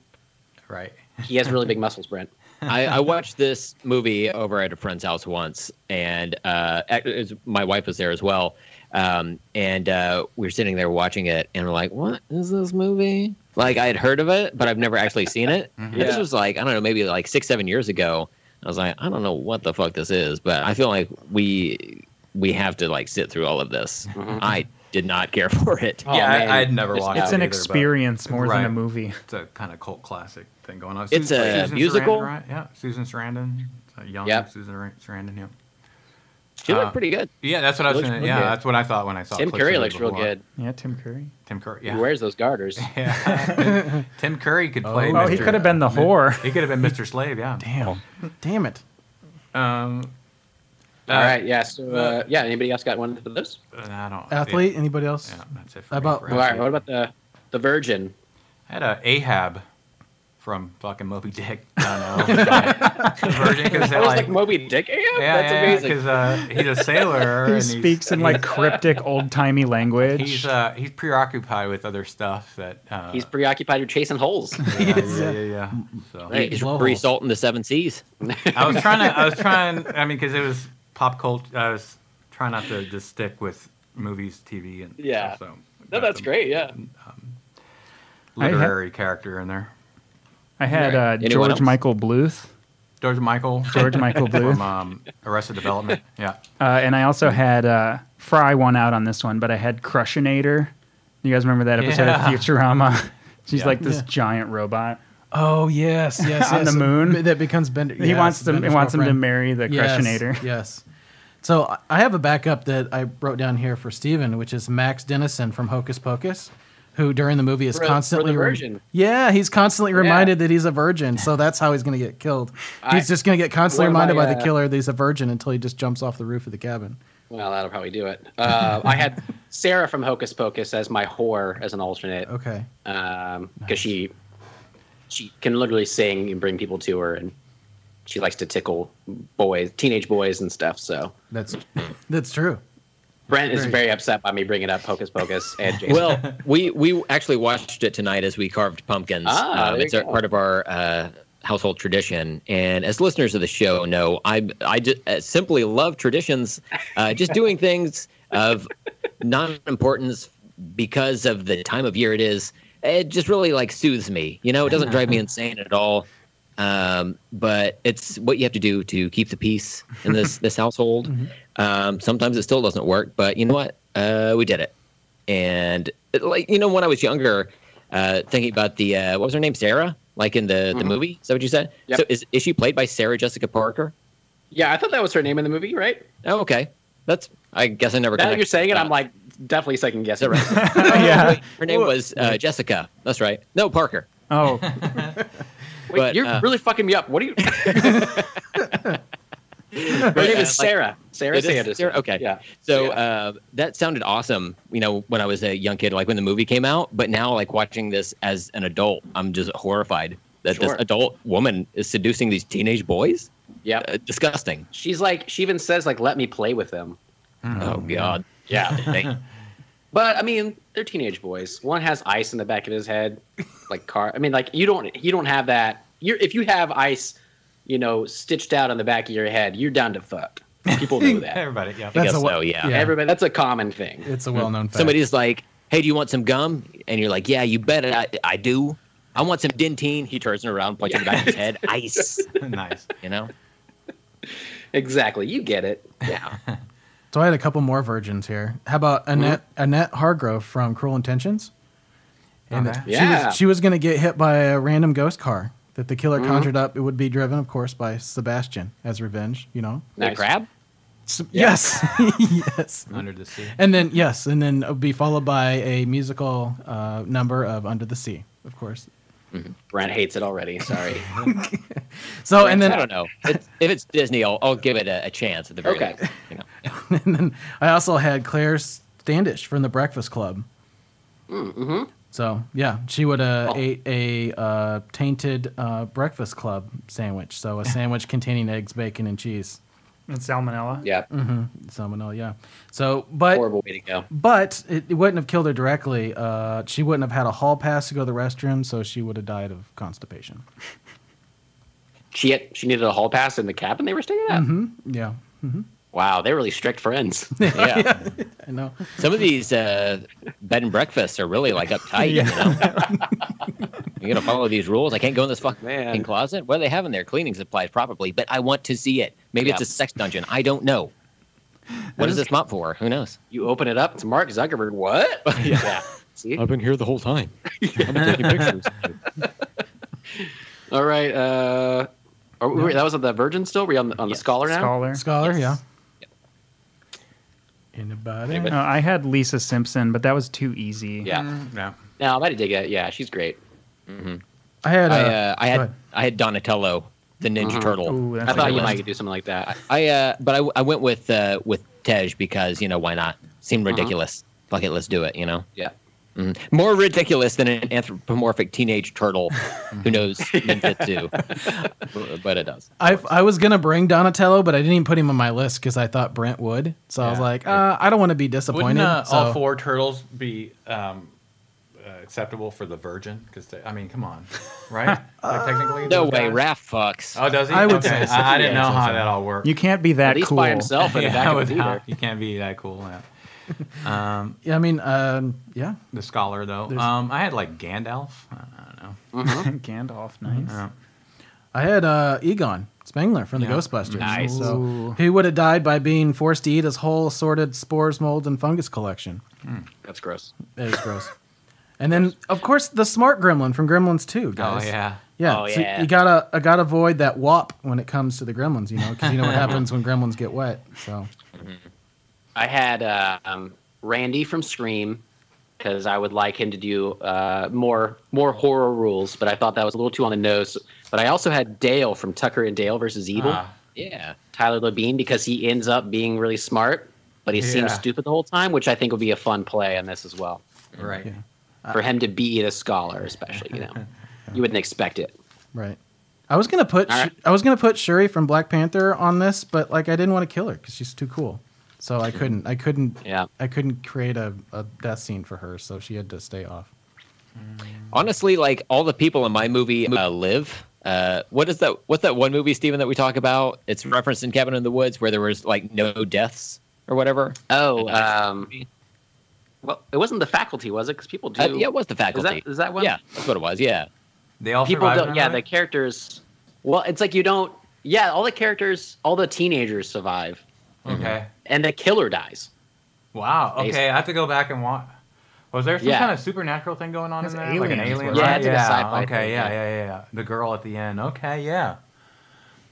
Speaker 4: right.
Speaker 1: He has really big muscles, Brent.
Speaker 2: I, I watched this movie over at a friend's house once, and uh, act- it was- my wife was there as well. Um, and uh, we were sitting there watching it, and we're like, "What is this movie?" Like I had heard of it, but I've never actually seen it.
Speaker 4: Mhm.
Speaker 2: And This
Speaker 1: Yeah.
Speaker 2: was like I don't know, maybe like six, seven years ago. I was like, I don't know what the fuck this is, but I feel like we we have to like sit through all of this. I did not care for it.
Speaker 1: Oh,
Speaker 4: yeah.
Speaker 1: man.
Speaker 4: I, I'd never
Speaker 2: It's
Speaker 4: watched.
Speaker 5: it's
Speaker 4: it
Speaker 5: an
Speaker 4: either, but
Speaker 5: experience more than a
Speaker 4: Right.
Speaker 5: movie.
Speaker 4: It's a kind of cult classic thing going on.
Speaker 2: It's a
Speaker 4: Sarandon,
Speaker 2: musical?
Speaker 4: right? Yeah. Susan Sarandon. A young
Speaker 1: Yep.
Speaker 4: Susan Ra- Sarandon. Yeah.
Speaker 2: She
Speaker 4: Uh,
Speaker 2: looked pretty good.
Speaker 4: Yeah, that's what I was
Speaker 1: Looks
Speaker 4: gonna.
Speaker 1: real
Speaker 4: Yeah,
Speaker 1: good.
Speaker 4: that's what I thought when I saw.
Speaker 1: Tim
Speaker 4: clips of
Speaker 1: Curry
Speaker 4: it
Speaker 1: looks real
Speaker 4: before.
Speaker 1: good.
Speaker 5: Yeah, Tim Curry.
Speaker 4: Tim Curry.
Speaker 1: He
Speaker 4: Yeah.
Speaker 1: wears those garters.
Speaker 4: Yeah. Tim Curry could play.
Speaker 3: Oh,
Speaker 5: Oh, he
Speaker 4: Mr.
Speaker 5: could have been the whore.
Speaker 4: He could have been Mr. Slave. Yeah.
Speaker 3: Damn, damn it.
Speaker 4: Um.
Speaker 1: all right, yeah. So, uh, yeah, anybody else got one of those?
Speaker 4: uh, I don't.
Speaker 3: Athlete? Anybody else?
Speaker 4: Yeah, yeah, that's it. For
Speaker 3: How about-
Speaker 4: me for
Speaker 1: All right,
Speaker 4: athlete.
Speaker 1: what about the the virgin?
Speaker 4: I had a Ahab from fucking Moby Dick. I don't know. Virgin, 'cause
Speaker 1: I
Speaker 4: they're
Speaker 1: was
Speaker 4: like,
Speaker 1: like, Moby Dick? Yeah,
Speaker 4: yeah,
Speaker 1: that's
Speaker 4: yeah,
Speaker 1: amazing.
Speaker 4: Because uh, he's a sailor.
Speaker 5: He
Speaker 4: and he's-
Speaker 5: speaks in like cryptic old timey language.
Speaker 4: He's uh, he's preoccupied with other stuff that. Uh,
Speaker 1: He's preoccupied with chasing holes.
Speaker 4: yeah, yeah, yeah, yeah. So.
Speaker 3: Right.
Speaker 2: He's
Speaker 3: blowholes.
Speaker 2: free salt in the seven seas.
Speaker 4: I was trying to. I was trying. I mean, because it was pop culture. I was trying not to just stick with movies, TV, and
Speaker 1: Yeah.
Speaker 4: stuff, so got
Speaker 1: no, that's
Speaker 4: some
Speaker 1: great, yeah.
Speaker 5: I had-
Speaker 4: Literary character in there.
Speaker 5: I had uh,
Speaker 2: Anyone
Speaker 5: George
Speaker 2: else?
Speaker 5: Michael Bluth,
Speaker 4: George Michael.
Speaker 5: George Michael
Speaker 4: from
Speaker 5: Bluth, uh,
Speaker 4: um, Arrested Development. Yeah.
Speaker 5: and I also had uh, Fry won out on this one, but I had Crushinator. You guys remember that episode
Speaker 4: Yeah.
Speaker 5: of Futurama? She's
Speaker 4: Yeah.
Speaker 5: like this
Speaker 3: Yeah.
Speaker 5: giant robot.
Speaker 3: Oh yes, yes,
Speaker 5: On
Speaker 3: yes.
Speaker 5: the moon?
Speaker 3: that becomes Bender.
Speaker 5: he
Speaker 3: yes,
Speaker 5: wants to he
Speaker 3: Bender's
Speaker 5: wants him to
Speaker 3: girlfriend.
Speaker 5: marry the
Speaker 3: Yes,
Speaker 5: Crushinator.
Speaker 3: Yes, So I- I have a backup that I wrote down here for Steven, which is Max Dennison from Hocus Pocus, who during the movie is
Speaker 1: For- for the
Speaker 3: constantly re-
Speaker 1: virgin.
Speaker 3: yeah, he's constantly reminded that he's a virgin, so that's how he's going to get killed.
Speaker 1: I-
Speaker 3: He's just going to get constantly
Speaker 1: one
Speaker 3: reminded
Speaker 1: of my,
Speaker 3: by the
Speaker 1: uh,
Speaker 3: killer that he's a virgin until he just jumps off the roof of the cabin.
Speaker 1: Well, that'll probably do it. Uh, I had Sarah from Hocus Pocus as my whore as an alternate because
Speaker 3: Okay.
Speaker 2: Oh,
Speaker 1: she she can literally sing and bring people to her, and she likes to tickle boys, teenage boys, and stuff. So
Speaker 3: That's that's true.
Speaker 1: Brent is very upset by me bringing up Hocus Pocus and Jason.
Speaker 2: Well, we we actually watched it tonight as we carved pumpkins.
Speaker 1: Ah,
Speaker 2: Um,
Speaker 1: there
Speaker 2: it's
Speaker 1: you
Speaker 2: a,
Speaker 1: go.
Speaker 2: part of our uh, household tradition, and as listeners of the show know, I I just, uh, simply love traditions. Uh, just doing things of non-importance because of the time of year it is. It just really like soothes me. You know, it doesn't drive me insane at all. Um, but it's what you have to do to keep the peace in this this household.
Speaker 1: Mm-hmm.
Speaker 2: Um, sometimes it still doesn't work, but you know what? Uh, we did it and it, like you know when i was younger uh thinking about the uh what was her name sarah like in the the
Speaker 1: Mhm.
Speaker 2: movie is that what you said
Speaker 1: Yep.
Speaker 2: so is, is she played by sarah jessica parker
Speaker 1: yeah, I thought that was her name in the movie, right?
Speaker 2: oh okay that's i guess i never
Speaker 1: Now that
Speaker 2: connected Uh,
Speaker 1: you're saying it,
Speaker 2: the
Speaker 1: I'm
Speaker 2: dots.
Speaker 1: like definitely second
Speaker 2: is that
Speaker 1: guessing.
Speaker 2: right
Speaker 5: yeah.
Speaker 2: her name was uh, jessica that's right no parker
Speaker 5: Oh,
Speaker 1: Wait,
Speaker 2: But,
Speaker 1: you're
Speaker 2: uh,
Speaker 1: really fucking me up. What are you? her
Speaker 2: But,
Speaker 1: name
Speaker 2: uh,
Speaker 1: is Sarah. Sarah
Speaker 2: It is
Speaker 1: Sanders.
Speaker 2: Sarah- okay.
Speaker 1: Yeah.
Speaker 2: So
Speaker 1: Yeah.
Speaker 2: uh, that sounded awesome, you know, when I was a young kid, like when the movie came out. But now, like watching this as an adult, I'm just horrified that
Speaker 1: Sure.
Speaker 2: this adult woman is seducing these teenage boys.
Speaker 1: Yep.
Speaker 2: Uh, disgusting.
Speaker 1: She's like, she even says like, "Let me play with them."
Speaker 2: Oh,
Speaker 4: Mm.
Speaker 2: God.
Speaker 1: Yeah.
Speaker 2: They-
Speaker 1: But I mean, they're teenage boys. One has ice in the back of his head, like car. I mean, like you don't you don't have that. You're if you have ice, you know, stitched out on the back of your head, you're down to fuck. People know that.
Speaker 4: Everybody, yeah.
Speaker 2: I
Speaker 3: That's
Speaker 2: guess
Speaker 3: a wa-
Speaker 2: so. Yeah.
Speaker 3: yeah.
Speaker 1: Everybody, that's a common thing.
Speaker 3: It's a well-known fact.
Speaker 2: Somebody's like, "Hey, do you want some gum?" And you're like, "Yeah, you bet I, I do. I want some dentine." He turns it around, punches it back in his head. Ice.
Speaker 4: nice.
Speaker 2: You know.
Speaker 1: Exactly. You get it.
Speaker 2: Yeah.
Speaker 3: So I had a couple more virgins here. How about Annette Annette Hargrove from Cruel Intentions? And
Speaker 4: Okay.
Speaker 3: she
Speaker 1: Yeah.
Speaker 3: was she was going to get hit by a random ghost car that the killer conjured up. It would be driven, of course, by Sebastian as revenge. You know.
Speaker 2: That
Speaker 1: Nice.
Speaker 2: crab.
Speaker 3: S- Yes. yes.
Speaker 4: Under the sea.
Speaker 3: And then yes, and then it would be followed by a musical uh, number of Under the Sea, of course.
Speaker 1: Brent hates it already. Sorry.
Speaker 3: So Oh, and
Speaker 2: I
Speaker 3: then
Speaker 2: don't know. It's, if it's Disney, I'll, I'll give it a, a chance at the very
Speaker 1: Okay.
Speaker 2: least. You know.
Speaker 3: and then I also had Claire Standish from The Breakfast Club.
Speaker 1: mm-hmm.
Speaker 3: So yeah, she would uh,
Speaker 1: Oh.
Speaker 3: ate a uh, tainted uh, breakfast club sandwich. So a sandwich containing eggs, bacon, and cheese.
Speaker 5: it's salmonella.
Speaker 1: Yeah.
Speaker 3: hmm Salmonella, yeah. So, but
Speaker 1: Horrible way to go.
Speaker 3: but it, it wouldn't have killed her directly. Uh, she wouldn't have had a hall pass to go to the restroom, so she would have died of constipation.
Speaker 1: She had, she needed a hall pass in the cabin they were staying at.
Speaker 3: hmm Yeah, hmm
Speaker 1: Wow, they're really strict friends.
Speaker 2: Yeah.
Speaker 3: I know.
Speaker 2: Some of these uh, bed and breakfasts are really like uptight. You know, you're gonna follow these rules. I can't go in this fucking
Speaker 1: Man.
Speaker 2: closet. What do they have in there? Cleaning supplies, probably. But I want to see it. Maybe it's
Speaker 1: Yeah.
Speaker 2: a sex dungeon. I don't know. What is this mop for? Who knows?
Speaker 1: You open it up, it's Mark Zuckerberg. What? yeah. See?
Speaker 8: I've been here the whole time. I've been taking pictures.
Speaker 1: All right. Uh, are we, wait, That was on the Virgin still? Were you on the, on the
Speaker 2: Yes.
Speaker 1: Scholar now?
Speaker 5: Scholar.
Speaker 3: Scholar,
Speaker 2: Yes.
Speaker 3: yeah. Anybody?
Speaker 5: Uh, I had Lisa Simpson, but that was too easy.
Speaker 1: Yeah.
Speaker 4: Mm,
Speaker 3: uh,
Speaker 4: yeah.
Speaker 1: No, I might dig it. Yeah, she's great.
Speaker 3: I had. Uh,
Speaker 2: I, uh, I
Speaker 3: go
Speaker 2: had
Speaker 3: ahead.
Speaker 2: I had Donatello, the Ninja
Speaker 1: Mhm.
Speaker 2: Turtle.
Speaker 5: Ooh, that's
Speaker 1: I
Speaker 5: a
Speaker 1: thought
Speaker 5: good
Speaker 1: you
Speaker 5: one.
Speaker 1: might do something like that.
Speaker 2: I uh, but I, I went with uh, with Tej because you know why not? Seemed
Speaker 1: Mm-hmm.
Speaker 2: ridiculous. Fuck it, let's do it. You know.
Speaker 1: Yeah.
Speaker 2: Mhm. More ridiculous than an anthropomorphic teenage turtle who knows ninjutsu, but it does.
Speaker 3: I, I was gonna bring Donatello, but I didn't even put him on my list because I thought Brent would. So I was
Speaker 4: Yeah.
Speaker 3: like, uh, I don't want to be
Speaker 4: Wouldn't
Speaker 3: disappointed.
Speaker 4: uh,
Speaker 3: so.
Speaker 4: all four turtles be um, uh, acceptable for the Virgin? Because I mean, come on, right? like, technically,
Speaker 2: No
Speaker 4: those
Speaker 2: way,
Speaker 4: guys-
Speaker 2: Raph fucks.
Speaker 4: Oh, does he?
Speaker 3: I would say so.
Speaker 4: I, I didn't
Speaker 3: Yeah,
Speaker 4: know
Speaker 3: I'd say
Speaker 4: how
Speaker 3: so.
Speaker 4: that all worked.
Speaker 5: You can't be
Speaker 1: At
Speaker 5: that
Speaker 1: least
Speaker 5: cool.
Speaker 1: by himself in the back
Speaker 4: I
Speaker 1: of
Speaker 4: would
Speaker 1: the
Speaker 4: not.
Speaker 1: theater.
Speaker 4: You can't be that cool. Yeah. Um,
Speaker 3: Yeah, I mean, um, yeah.
Speaker 4: the scholar though.
Speaker 5: There's-
Speaker 4: Um, I had like Gandalf. I don't know.
Speaker 5: Gandalf, nice.
Speaker 4: Yeah.
Speaker 3: I had uh, Egon Spengler from the
Speaker 4: Yeah.
Speaker 3: Ghostbusters.
Speaker 1: Nice.
Speaker 3: So
Speaker 5: Ooh.
Speaker 3: he would have died by being forced to eat his whole assorted spores, mold, and fungus collection.
Speaker 1: That's gross.
Speaker 3: That is gross. And then, of course, the smart gremlin from Gremlins 2,
Speaker 4: Oh
Speaker 3: guys.
Speaker 4: yeah.
Speaker 3: Yeah,
Speaker 1: Oh,
Speaker 3: so
Speaker 1: yeah.
Speaker 3: you gotta I gotta avoid that wop when it comes to the gremlins, you know, because you know what happens when gremlins get wet. So
Speaker 1: I had uh, um, Randy from Scream because I would like him to do uh, more more horror rules, but I thought that was a little too on the nose. But I also had Dale from Tucker and Dale versus Evil,
Speaker 4: Ah.
Speaker 2: Yeah.
Speaker 1: Tyler Labine, because he ends up being really smart, but he seems
Speaker 4: Yeah.
Speaker 1: stupid the whole time, which I think would be a fun play on this as well
Speaker 4: Right.
Speaker 3: Yeah.
Speaker 4: Ah.
Speaker 1: for him to be the scholar, especially. You know, you wouldn't expect it.
Speaker 3: right, I was gonna put
Speaker 1: All
Speaker 3: Shu-
Speaker 1: right.
Speaker 3: I was gonna put Shuri from Black Panther on this, but like I didn't want to kill her because she's too cool. So I couldn't I couldn't
Speaker 1: Yeah.
Speaker 3: I couldn't create a, a death scene for her, so she had to stay off.
Speaker 2: Honestly, like all the people in my movie uh, live. Uh, what is that? What's that one movie, Steven, that we talk about? It's referenced in Cabin in the Woods where there was like no deaths or whatever.
Speaker 1: Oh, um, well, it wasn't the faculty, was it? Because people do.
Speaker 2: Uh, yeah, it was the
Speaker 1: is
Speaker 2: faculty.
Speaker 1: that is that one?
Speaker 2: Yeah, that's what it was. Yeah.
Speaker 4: They all
Speaker 1: people
Speaker 4: survived
Speaker 1: don't
Speaker 4: that
Speaker 1: yeah the
Speaker 4: night?
Speaker 1: characters well it's like you don't yeah all the characters all the teenagers survive
Speaker 4: Okay.
Speaker 1: and the killer dies
Speaker 4: Wow.
Speaker 1: Based-
Speaker 4: Okay, I have to go back and watch. Was there some
Speaker 1: Yeah.
Speaker 4: kind of supernatural thing going on
Speaker 5: That's
Speaker 4: in there? Like an
Speaker 5: aliens,
Speaker 4: alien?
Speaker 1: wasn't it? Yeah,
Speaker 4: right?
Speaker 1: it's like a sci-fi
Speaker 4: Okay,
Speaker 1: thing,
Speaker 4: yeah,
Speaker 1: yeah.
Speaker 4: yeah, yeah, yeah. The girl at the end. Okay, yeah.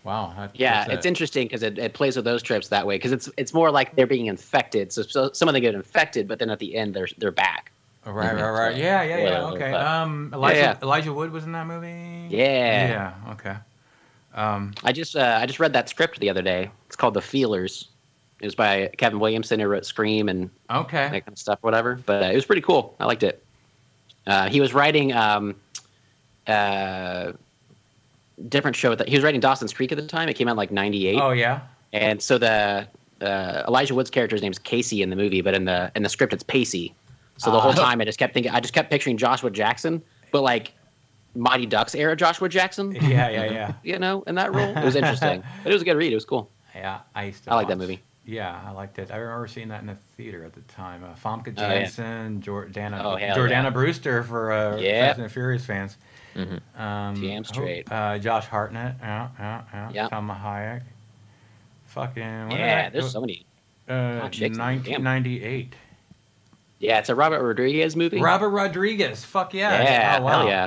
Speaker 4: Wow. that-
Speaker 1: yeah
Speaker 4: that's
Speaker 1: it's
Speaker 4: it.
Speaker 1: interesting because it, it plays with those tropes that way because it's it's more like they're being infected so, so some of them get infected but then at the end they're they're back
Speaker 4: Right, right,
Speaker 1: Mhm.
Speaker 4: right. Yeah, yeah,
Speaker 1: Yeah,
Speaker 4: yeah. Okay.
Speaker 1: but-
Speaker 4: Um, Elijah,
Speaker 1: yeah.
Speaker 4: Elijah Wood was in that movie.
Speaker 1: yeah,
Speaker 4: Yeah. Okay. Um,
Speaker 1: i just uh, i just read that script the other day it's called the feelers it was by kevin williamson who wrote scream and
Speaker 4: okay.
Speaker 1: that kind of stuff, whatever. But uh, it was pretty cool. I liked it. Uh, he was writing um, uh, different show that he was writing Dawson's Creek at the time. It came out in, like '98,
Speaker 4: oh yeah.
Speaker 1: and so the uh, Elijah Wood's character's name's Casey in the movie, but in the in the script it's Pacey. So
Speaker 4: Oh.
Speaker 1: the whole time I just kept thinking, I just kept picturing Joshua Jackson, but like Mighty Ducks era Joshua Jackson,
Speaker 4: Yeah, yeah, yeah.
Speaker 1: you know, in that role. It was interesting, but it was a good read. It was cool.
Speaker 4: Yeah, I used to.
Speaker 1: I like that
Speaker 4: watch-
Speaker 1: movie.
Speaker 4: Yeah, I liked it. I remember seeing that in the theater at the time. Uh, Famke
Speaker 1: Oh, yeah.
Speaker 4: Janssen, Jordana,
Speaker 1: Oh, hell
Speaker 4: Jordana
Speaker 1: yeah.
Speaker 4: Brewster for uh,
Speaker 1: Yeah. Mm-hmm.
Speaker 4: Fast and Furious fans. Um,
Speaker 1: Damn
Speaker 4: who-
Speaker 1: straight.
Speaker 4: uh, Josh Hartnett. Yeah, yeah, yeah.
Speaker 1: Yeah.
Speaker 4: Tom Hayek. Fucking. what
Speaker 1: Yeah,
Speaker 4: did I-
Speaker 1: there's so many.
Speaker 4: uh,
Speaker 1: hot chicks in there, damn.
Speaker 4: 1998.
Speaker 1: Yeah, it's a Robert Rodriguez movie.
Speaker 4: Robert Rodriguez. Fuck yeah.
Speaker 1: yeah,
Speaker 4: oh, wow.
Speaker 1: hell yeah.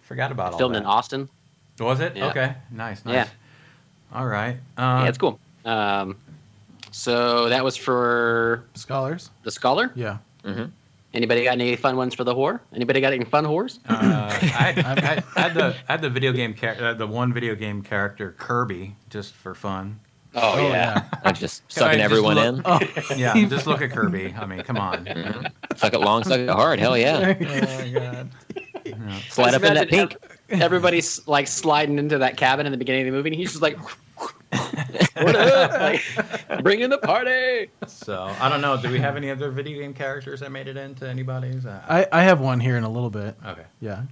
Speaker 4: Forgot about all
Speaker 1: Filmed
Speaker 4: that.
Speaker 1: in Austin.
Speaker 4: Was it?
Speaker 1: Yeah.
Speaker 4: Okay. Nice, nice.
Speaker 1: Yeah.
Speaker 4: All right. Um,
Speaker 1: yeah, it's cool. Um, so that was for
Speaker 3: Scholars,
Speaker 1: the scholar.
Speaker 3: yeah,
Speaker 1: Anybody got any fun ones for the whore? Anybody got any fun whores?
Speaker 4: Uh, I, had, I, had, I had the I had the video game char- uh, the one video game character Kirby just for fun.
Speaker 1: Oh,
Speaker 2: I'm just
Speaker 4: Can I
Speaker 2: sucking
Speaker 4: just
Speaker 2: everyone
Speaker 4: look-
Speaker 3: Oh.
Speaker 2: in.
Speaker 4: Yeah, just look at Kirby. I mean, come on.
Speaker 2: Suck it long, suck it hard. Hell yeah. Slide up in that pink.
Speaker 1: Everybody's like sliding into that cabin in the beginning of the movie, and he's just like, "What up? Like, bring in the party."
Speaker 4: So I don't know. Do we have any other video game characters that made it into anybody's? Uh,
Speaker 3: I, I have one here in a little bit.
Speaker 4: okay.
Speaker 3: Yeah,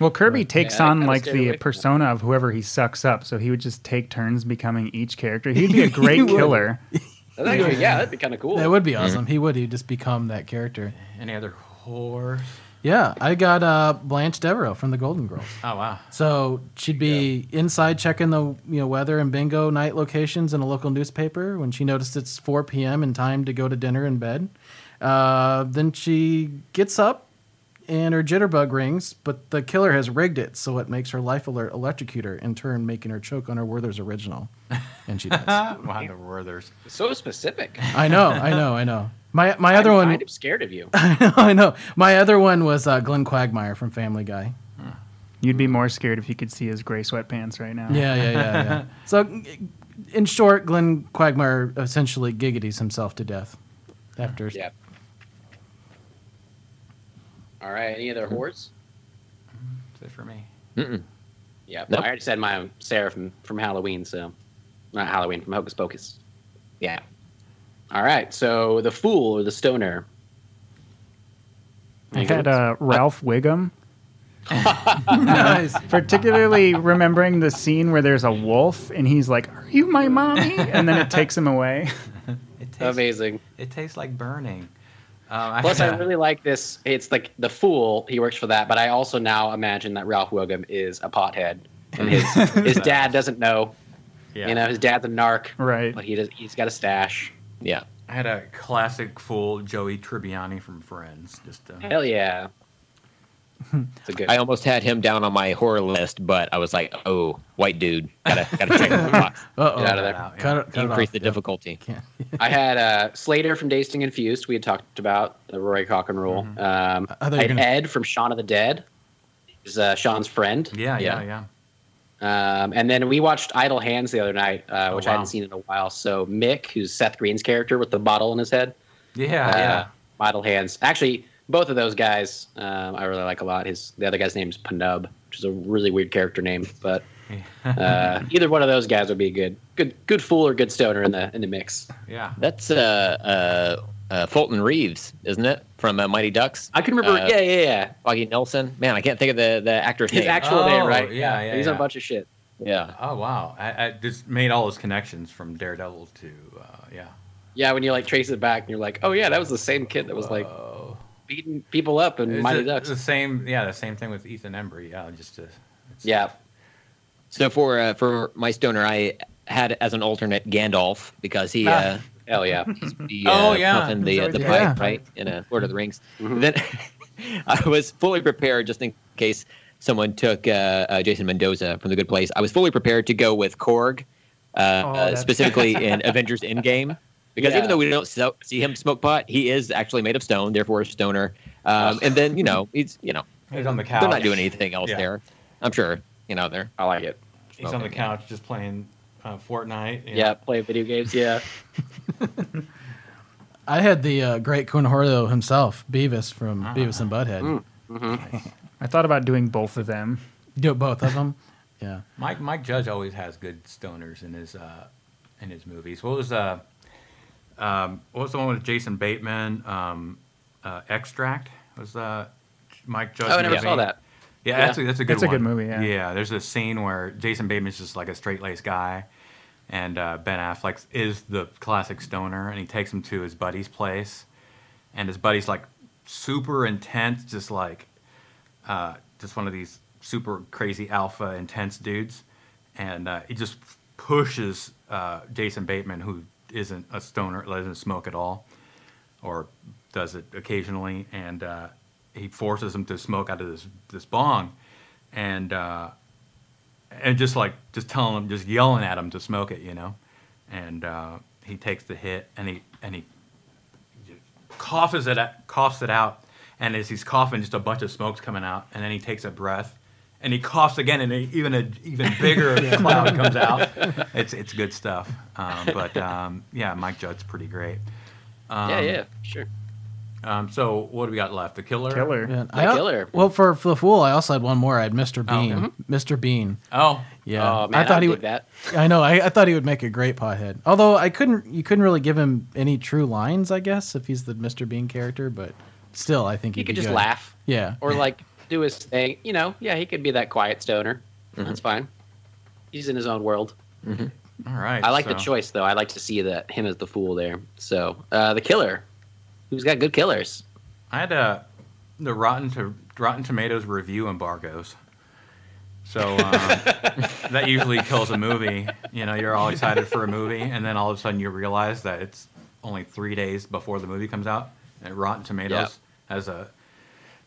Speaker 5: Well, Kirby takes
Speaker 1: Yeah, I
Speaker 5: on
Speaker 1: kinda
Speaker 5: like
Speaker 1: stayed
Speaker 5: the
Speaker 1: away from
Speaker 5: persona of whoever he sucks up, so he would just take turns becoming each character. He'd be a great killer.
Speaker 1: That's actually- yeah, that'd be kind of cool.
Speaker 3: that would be awesome. He would. He'd just become that character.
Speaker 4: Any other horror?
Speaker 3: Yeah, I got uh, Blanche Devereaux from The Golden Girls.
Speaker 4: Oh wow.
Speaker 3: So she'd be inside checking the you know weather and bingo night locations in a local newspaper when she noticed it's 4 p.m. and time to go to dinner and bed. Uh, then she gets up and her jitterbug rings, but the killer has rigged it so it makes her life alert electrocute her, in turn making her choke on her Werther's original, and she does.
Speaker 1: Uh,
Speaker 4: Wow, the Werthers.
Speaker 1: so specific.
Speaker 3: I know, I know, I know. My my
Speaker 1: I'm
Speaker 3: other one,
Speaker 1: kind of scared of you.
Speaker 3: I know, I know. My other one was uh, Glenn Quagmire from Family Guy.
Speaker 5: You'd be more scared if you could see his gray sweatpants right now.
Speaker 3: Yeah, yeah, yeah, yeah. so, g- in short, Glenn Quagmire essentially giggities himself to death after.
Speaker 1: Yeah. All right. Any other whores?
Speaker 4: That's it for me.
Speaker 2: Mm-mm.
Speaker 1: Yeah.
Speaker 2: Nope.
Speaker 1: I already said my own Sarah from, from Halloween, so not Halloween, from Hocus Pocus. Yeah. All right. So the fool or the stoner.
Speaker 5: I had uh, Ralph Wiggum,
Speaker 3: nice.
Speaker 5: particularly remembering the scene where there's a wolf and he's like, "Are you my mommy?" and then it takes him away.
Speaker 4: It tastes.
Speaker 1: Amazing.
Speaker 4: It tastes like burning. Um,
Speaker 1: Plus, I really like this. It's like the fool. He works for that, but I also now imagine that Ralph Wiggum is a pothead, and his his dad doesn't know.
Speaker 4: yeah.
Speaker 1: You know, his dad's a narc,
Speaker 5: Right.
Speaker 1: but he does, he's got a stash.
Speaker 2: Yeah.
Speaker 4: I had a classic fool Joey Tribbiani from Friends. Just uh,
Speaker 1: Hell yeah. It's a good.
Speaker 2: I almost had him down on my horror list, but I was like, oh, white dude, gotta gotta check the box,
Speaker 3: Uh oh.
Speaker 1: Get out of there.
Speaker 4: Out, yeah.
Speaker 3: Cut it. Cut it
Speaker 2: increase
Speaker 3: off.
Speaker 2: the difficulty.
Speaker 3: Can't-
Speaker 1: I had uh, Slater from Dazed and Confused. We had talked about the Roy Cock and Roll. Um, I,
Speaker 3: I thought you were
Speaker 1: had
Speaker 3: gonna-
Speaker 1: Ed from Shaun of the Dead. He's uh, Sean's friend.
Speaker 4: Yeah, yeah,
Speaker 2: Yeah.
Speaker 4: yeah.
Speaker 1: Um, and then we watched Idle Hands the other night, uh,
Speaker 4: Oh,
Speaker 1: which
Speaker 4: wow.
Speaker 1: I hadn't seen in a while. So Mick, who's Seth Green's character with the bottle in his head,
Speaker 4: Yeah,
Speaker 1: uh,
Speaker 4: Ah, yeah.
Speaker 1: Idle Hands. Actually, both of those guys um, I really like a lot. His the other guy's name is Panub, which is a really weird character name, but uh, either one of those guys would be a good, good, good fool or good stoner in the in the mix.
Speaker 4: yeah.
Speaker 2: That's uh, uh, uh, Fulton Reeves, isn't it, from uh, Mighty Ducks?
Speaker 1: I can remember.
Speaker 2: Uh,
Speaker 1: yeah, yeah, yeah.
Speaker 2: Foggy Nelson. Man, I can't think of the the actor's
Speaker 1: His
Speaker 2: name.
Speaker 1: actual
Speaker 4: Oh,
Speaker 1: name, right?
Speaker 4: yeah, yeah,
Speaker 1: He's on
Speaker 4: yeah.
Speaker 1: a bunch of shit.
Speaker 2: yeah,
Speaker 4: Oh wow! I, I just made all those connections from Daredevil to uh, yeah.
Speaker 1: Yeah, when you like trace it back, and you're like, oh yeah, that was the same kid that was like
Speaker 4: Whoa.
Speaker 1: beating people up in
Speaker 4: It's
Speaker 1: Mighty
Speaker 4: the-
Speaker 1: Ducks.
Speaker 4: The same, yeah, the same thing with Ethan Embry. Yeah, just to, it's-
Speaker 1: Yeah,
Speaker 2: So for uh, for my stoner, I had as an alternate Gandalf because he uh,
Speaker 1: hell yeah.
Speaker 2: the,
Speaker 4: Oh,
Speaker 2: uh,
Speaker 4: yeah.
Speaker 2: puffing the uh, the pipe
Speaker 5: Yeah.
Speaker 2: right in uh, Lord of the Rings. Then I was fully prepared just in case someone took uh, uh, Jason Mendoza from The Good Place. I was fully prepared to go with Korg, uh, uh,
Speaker 5: that's-
Speaker 2: specifically in Avengers Endgame. Because
Speaker 1: Yeah.
Speaker 2: even though we don't so- see him smoke pot, he is actually made of stone, therefore a stoner. Um, and then you know he's you know
Speaker 4: he's on the couch.
Speaker 2: they're not doing anything else
Speaker 4: Yeah.
Speaker 2: there. I'm sure you know they're
Speaker 1: I like it.
Speaker 4: He's on the couch just playing uh, Fortnite. you
Speaker 1: Yeah,
Speaker 4: know.
Speaker 1: play video games. Yeah.
Speaker 3: I had the uh, great Conhordo himself, Beavis from
Speaker 4: Ah.
Speaker 3: Beavis and Butthead.
Speaker 1: Mm.
Speaker 5: I thought about doing both of them.
Speaker 3: Do both of them. Yeah.
Speaker 4: Mike Mike Judge always has good stoners in his uh, in his movies. What was uh, um, what was the one with Jason Bateman? Um, uh, Extract was uh, Mike Judge.
Speaker 1: Oh, I never
Speaker 4: movie?
Speaker 1: saw that.
Speaker 4: Yeah,
Speaker 1: Yeah.
Speaker 4: that's a, that's a good.
Speaker 5: It's a
Speaker 4: one.
Speaker 5: good movie, yeah.
Speaker 4: Yeah, there's a scene where Jason Bateman's just like a straight laced guy, and uh, Ben Affleck is the classic stoner, and he takes him to his buddy's place, and his buddy's like super intense, just like uh, just one of these super crazy alpha intense dudes, and uh, he just pushes uh, Jason Bateman, who isn't a stoner, doesn't smoke at all, or does it occasionally, and uh, he forces him to smoke out of this this bong, and uh, and just like just telling him, just yelling at him to smoke it, you know, and uh, he takes the hit and he and he coughs it out, coughs it out, and as he's coughing, just a bunch of smoke's coming out, and then he takes a breath. And he coughs again, and an even a even bigger cloud comes out. It's it's good stuff. Um, but um, yeah, Mike Judd's pretty great. Um,
Speaker 1: yeah, yeah, sure.
Speaker 4: um, so what do we got left? The killer.
Speaker 5: Killer.
Speaker 3: And
Speaker 1: The killer. mm-hmm.
Speaker 3: Well, for, for the fool, I also had one more. I had Mr.
Speaker 4: Oh,
Speaker 3: Bean. Mr. Bean.
Speaker 4: Oh,
Speaker 3: Yeah.
Speaker 1: oh man,
Speaker 3: I thought he
Speaker 1: would
Speaker 3: would.
Speaker 1: that.
Speaker 3: I know. I, I thought he would make a great pothead. Although I couldn't. You couldn't really give him any true lines, I guess, if he's the Mr. Bean character. But still, I think
Speaker 1: He
Speaker 3: he'd
Speaker 1: could
Speaker 3: be
Speaker 1: just
Speaker 3: good.
Speaker 1: laugh
Speaker 3: Yeah.
Speaker 1: or like do his thing. You know, yeah, he could be that quiet stoner. That's fine. He's in his own world.
Speaker 4: all right.
Speaker 1: I like the
Speaker 4: so-
Speaker 1: choice though. I like to see that him as the fool there. So uh, the killer, who's got good killers.
Speaker 4: I had uh, the Rotten to Rotten Tomatoes review embargoes. So um, that usually kills a movie. You know, you're all excited for a movie, and then all of a sudden you realize that it's only three days before the movie comes out, and Rotten Tomatoes has a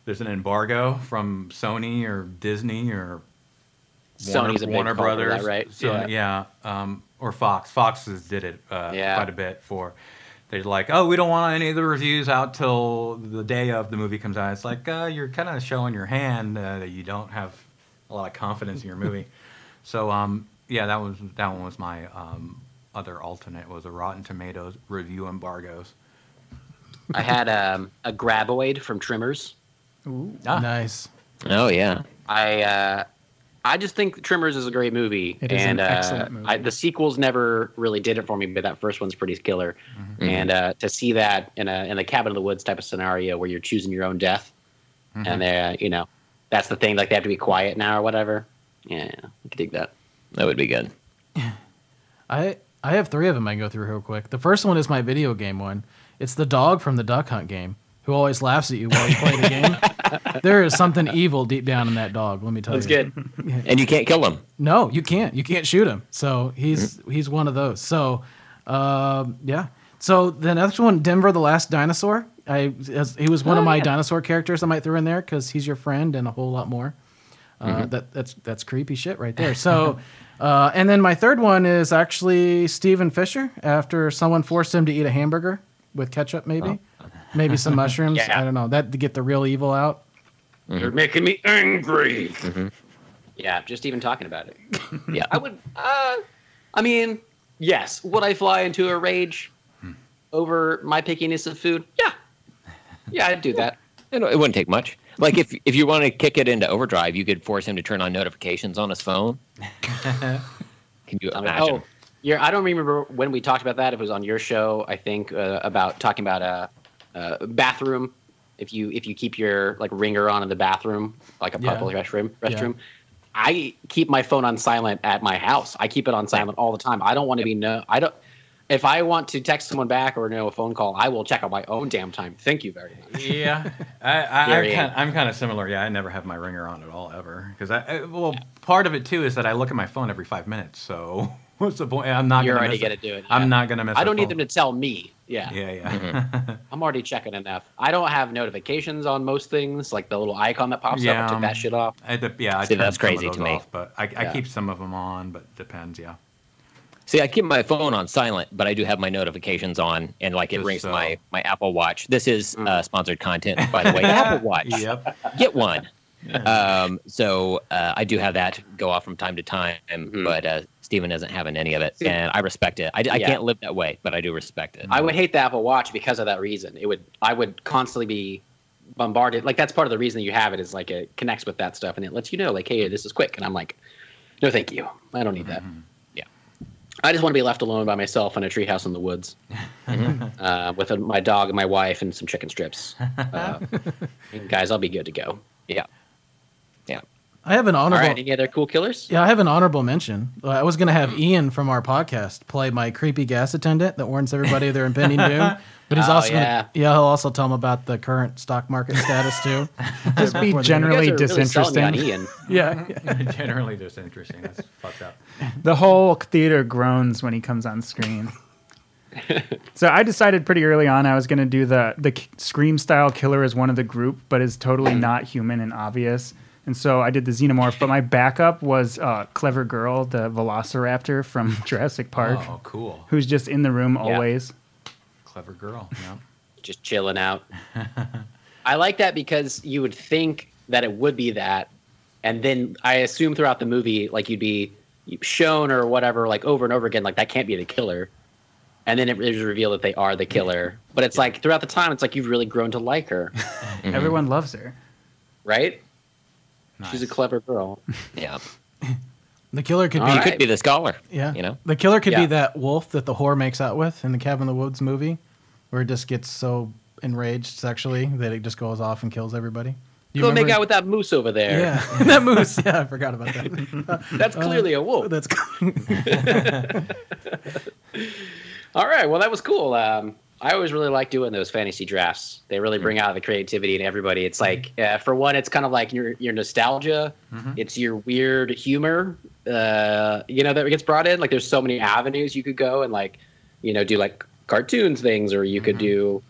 Speaker 4: there's an embargo from Sony or Disney or
Speaker 1: Sony's a big
Speaker 4: Warner
Speaker 1: culprit,
Speaker 4: Brothers,
Speaker 1: right?
Speaker 4: So,
Speaker 1: Yeah.
Speaker 4: yeah, um, or Fox. Foxes did it uh,
Speaker 1: Yeah.
Speaker 4: quite a bit for. They're like, oh, we don't want any of the reviews out till the day of the movie comes out. It's like uh, you're kind of showing your hand uh, that you don't have a lot of confidence in your movie. So um, yeah, that was that one was my um, other alternate was a Rotten Tomatoes review embargoes.
Speaker 1: I had um, a graboid from Trimmers.
Speaker 5: Ooh.
Speaker 4: Ah.
Speaker 3: Nice.
Speaker 2: oh yeah
Speaker 1: I uh, I just think Trimmers is a great movie,
Speaker 5: It is
Speaker 1: and
Speaker 5: an
Speaker 1: uh,
Speaker 5: excellent movie.
Speaker 1: I, the sequels never really did it for me, but that first one's pretty killer. And uh, to see that in a in a cabin in the woods type of scenario where you're choosing your own death, and they uh, you know that's the thing, like they have to be quiet now or whatever. Yeah, I could dig that.
Speaker 2: that would be good.
Speaker 3: I I have three of them I can go through real quick. The first one is my video game one. It's the dog from the Duck Hunt game who always laughs at you while you play the game. There is something evil deep down in that dog. Let me tell
Speaker 1: That's
Speaker 3: you.
Speaker 1: good.
Speaker 2: And you can't kill him.
Speaker 3: No, you can't. You can't shoot him. So he's
Speaker 1: Mm-hmm.
Speaker 3: he's one of those. So, um yeah. So the next one, Denver, the Last Dinosaur. I as, he was one
Speaker 1: Oh,
Speaker 3: of my dinosaur characters I might throw in there because he's your friend and a whole lot more. Uh,
Speaker 1: Mm-hmm.
Speaker 3: That that's that's creepy shit right there. So, uh, and then my third one is actually Steven Fisher after someone forced him to eat a hamburger with ketchup, maybe, maybe some mushrooms.
Speaker 1: Oh. Yeah.
Speaker 3: I don't know that to get the real evil out.
Speaker 1: You're making me angry. Yeah, just even talking about it. yeah, I would. Uh, I mean, yes. Would I fly into a rage over my pickiness of food? Yeah, yeah, I'd do that.
Speaker 2: You know, it wouldn't take much. Like if if you want to kick it into overdrive, you could force him to turn on notifications on his phone. Can you
Speaker 1: I mean,
Speaker 2: imagine?
Speaker 1: oh, yeah. I don't remember when we talked about that. If it was on your show, I think uh, about talking about a uh, uh, bathroom. If you if you keep your like ringer on in the bathroom, like a
Speaker 3: Yeah.
Speaker 1: public restroom,
Speaker 3: Yeah.
Speaker 1: restroom, I keep my phone on silent at my house. I keep it on silent all the time. I don't want to be no. I don't. If I want to text someone back or know a phone call, I will check on my own damn time. Thank you very much.
Speaker 4: yeah, I, I, I'm,
Speaker 1: Very
Speaker 4: kind of, I'm kind of similar. Yeah, I never have my ringer on at all ever because I, I- well, part of it too is that I look at my phone every five minutes. So what's the point? I'm not.
Speaker 1: You're
Speaker 4: gonna
Speaker 1: already
Speaker 4: miss
Speaker 1: gonna do it. yeah.
Speaker 4: I'm not gonna miss.
Speaker 1: I
Speaker 4: a
Speaker 1: don't need
Speaker 4: phone.
Speaker 1: them to Mm-hmm. tell me. Yeah.
Speaker 4: Yeah, yeah.
Speaker 1: I'm already checking enough. I don't have notifications on most things, like the little icon that pops
Speaker 4: Yeah,
Speaker 1: up. I took
Speaker 4: um,
Speaker 1: that shit off.
Speaker 4: I, dep- yeah, I
Speaker 2: See, that's
Speaker 4: turned some of
Speaker 2: crazy to
Speaker 4: those
Speaker 2: me.
Speaker 4: Off, but I, I
Speaker 1: Yeah.
Speaker 4: keep some of them on, but depends. Yeah.
Speaker 2: See, I keep my phone on silent, but I do have my notifications on, and like it
Speaker 4: Just
Speaker 2: rings
Speaker 4: so.
Speaker 2: my my Apple Watch. This is
Speaker 1: Mm.
Speaker 2: uh, sponsored content, by the way. Apple Watch,
Speaker 4: Yep.
Speaker 2: get one. Um, so uh, I do have that go off from time to time, but uh, Steven isn't having any of it,
Speaker 1: Mm-hmm. See-
Speaker 2: and I respect it. I, I
Speaker 1: Yeah.
Speaker 2: can't live that way, but I do respect it.
Speaker 1: I would hate the Apple Watch because of that reason. It would I would constantly be bombarded. Like that's part of the reason you have it is like it connects with that stuff and it lets you know like hey this is quick and I'm like no thank you I don't need that.
Speaker 5: Mm-hmm.
Speaker 4: Mm-hmm.
Speaker 1: Yeah, I just want to be left alone by myself in a treehouse in the woods
Speaker 5: Mm-hmm.
Speaker 1: uh, with uh my dog and my wife and some chicken strips. Uh, guys, I'll be good to go.
Speaker 2: yeah.
Speaker 3: I have an honorable.
Speaker 1: All right, any other cool killers?
Speaker 3: Yeah, I have an honorable mention. Uh, I was going to have Ian from our podcast play my creepy gas attendant that warns everybody of their impending doom, but he's
Speaker 1: Oh,
Speaker 3: also
Speaker 1: yeah.
Speaker 3: Gonna, yeah, he'll also tell them about the current stock market status too.
Speaker 5: Just be
Speaker 3: Before they-
Speaker 1: You guys
Speaker 5: generally
Speaker 1: are really selling me
Speaker 5: disinteresting.
Speaker 1: on E Ian.
Speaker 3: yeah,
Speaker 4: Generally, just interesting. That's fucked up.
Speaker 5: The whole theater groans when he comes on screen. so I decided pretty early on I was going to do the the k- scream style killer as one of the group, but is totally
Speaker 1: Mm.
Speaker 5: not human and obvious. And so I did the xenomorph, but my backup was uh, clever girl, the Velociraptor from Jurassic Park,
Speaker 4: Oh, cool.
Speaker 5: who's just in the room always.
Speaker 4: Clever girl. Yeah.
Speaker 1: just chilling out. I like that because you would think that it would be that, and then I assume throughout the movie, like you'd be shown or whatever, like over and over again, like that can't be the killer, and then it is revealed that they are the killer. But it's like throughout the time, it's like you've really grown to like her, Mm-hmm.
Speaker 5: Everyone loves her.
Speaker 1: right? She's a
Speaker 4: Nice.
Speaker 1: clever girl.
Speaker 2: Yeah,
Speaker 3: the killer could be.
Speaker 1: All
Speaker 2: he
Speaker 1: right.
Speaker 2: could be the scholar.
Speaker 3: Yeah,
Speaker 2: you know.
Speaker 3: the killer could
Speaker 1: Yeah.
Speaker 3: be that wolf that the whore makes out with in the Cabin in the Woods movie, where it just gets so enraged sexually that it just goes off and kills everybody. Do you
Speaker 1: Go make
Speaker 3: remember-
Speaker 1: out with that moose over there.
Speaker 3: Yeah, Oh. that moose. Yeah, I forgot about that.
Speaker 1: That's clearly a wolf.
Speaker 3: That's
Speaker 1: All right. Well, that was cool. Um, I always really like doing those fantasy drafts. They really bring
Speaker 4: Mm-hmm.
Speaker 1: out the creativity in everybody. It's like, uh, for one, it's kind of like your your nostalgia.
Speaker 4: Mm-hmm.
Speaker 1: It's your weird humor. Uh, you know that gets brought in. Like, there's so many avenues you could go and like, you know, do like cartoons things, or you could
Speaker 4: Mm-hmm.
Speaker 1: do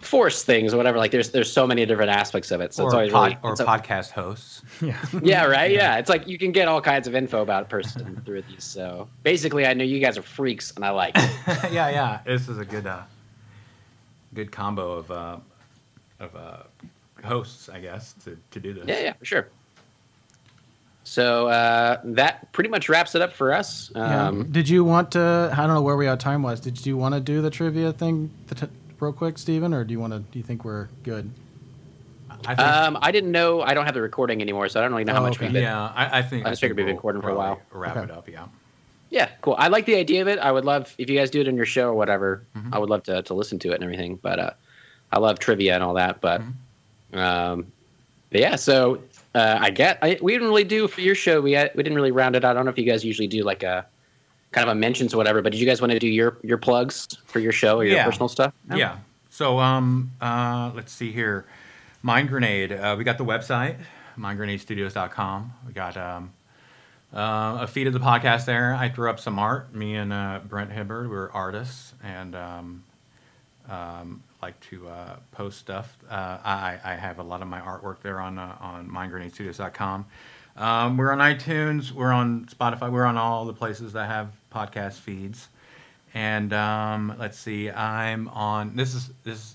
Speaker 1: force things or whatever. Like, there's there's so many different aspects of it. So
Speaker 4: or
Speaker 1: it's always
Speaker 4: pod-
Speaker 1: really
Speaker 4: or
Speaker 1: it's a-
Speaker 4: podcast hosts.
Speaker 5: Yeah.
Speaker 1: yeah, right. Yeah, it's like you can get all kinds of info about a person through these. So basically, I know you guys are freaks, and I like. It.
Speaker 4: yeah, yeah. This is a good, uh, good combo of uh, of uh, hosts, I guess, to, to do this.
Speaker 1: Yeah, yeah, for sure. So uh, that pretty much wraps it up for us.
Speaker 3: Yeah.
Speaker 1: Um,
Speaker 3: did you want to? I don't know where we are time wise. Did you want to do the trivia thing the t- real quick, Steven, or do you want to? Do you think we're good?
Speaker 4: I think,
Speaker 1: um, I didn't know. I don't have the recording anymore, so I don't really know how
Speaker 3: Oh,
Speaker 1: much
Speaker 3: okay.
Speaker 1: we did. Yeah.
Speaker 4: yeah, I, I think.
Speaker 1: I just figured
Speaker 4: think
Speaker 1: we've been recording for a
Speaker 4: probably
Speaker 1: while.
Speaker 4: Wrap
Speaker 3: Okay.
Speaker 4: it up. Yeah.
Speaker 1: cool. I like the idea of it. I would love if you guys do it in your show or whatever.
Speaker 3: Mm-hmm.
Speaker 1: I would love to, to listen to it and everything. But uh, I love trivia and all that. But,
Speaker 3: Mm-hmm.
Speaker 1: um, but yeah, so uh, I get. I, we didn't really do for your show. We had, we didn't really round it out. I don't know if you guys usually do like a kind of a mentions or whatever. But did you guys want to do your your plugs for your show or your
Speaker 4: Yeah.
Speaker 1: personal stuff?
Speaker 4: Yeah. So um, uh, let's see here. Mind Grenade. Uh, we got the website, mindgrenadestudios.com. We got um, uh, a feed of the podcast there. I threw up some art. Me and uh, Brent Hibbard, we were artists, and um, um, like to uh, post stuff. Uh, I, I have a lot of my artwork there on uh, on mindgrenadestudios.com. Um, we're on iTunes. We're on Spotify. We're on all the places that have podcast feeds. And um, let's see. I'm on. This is this.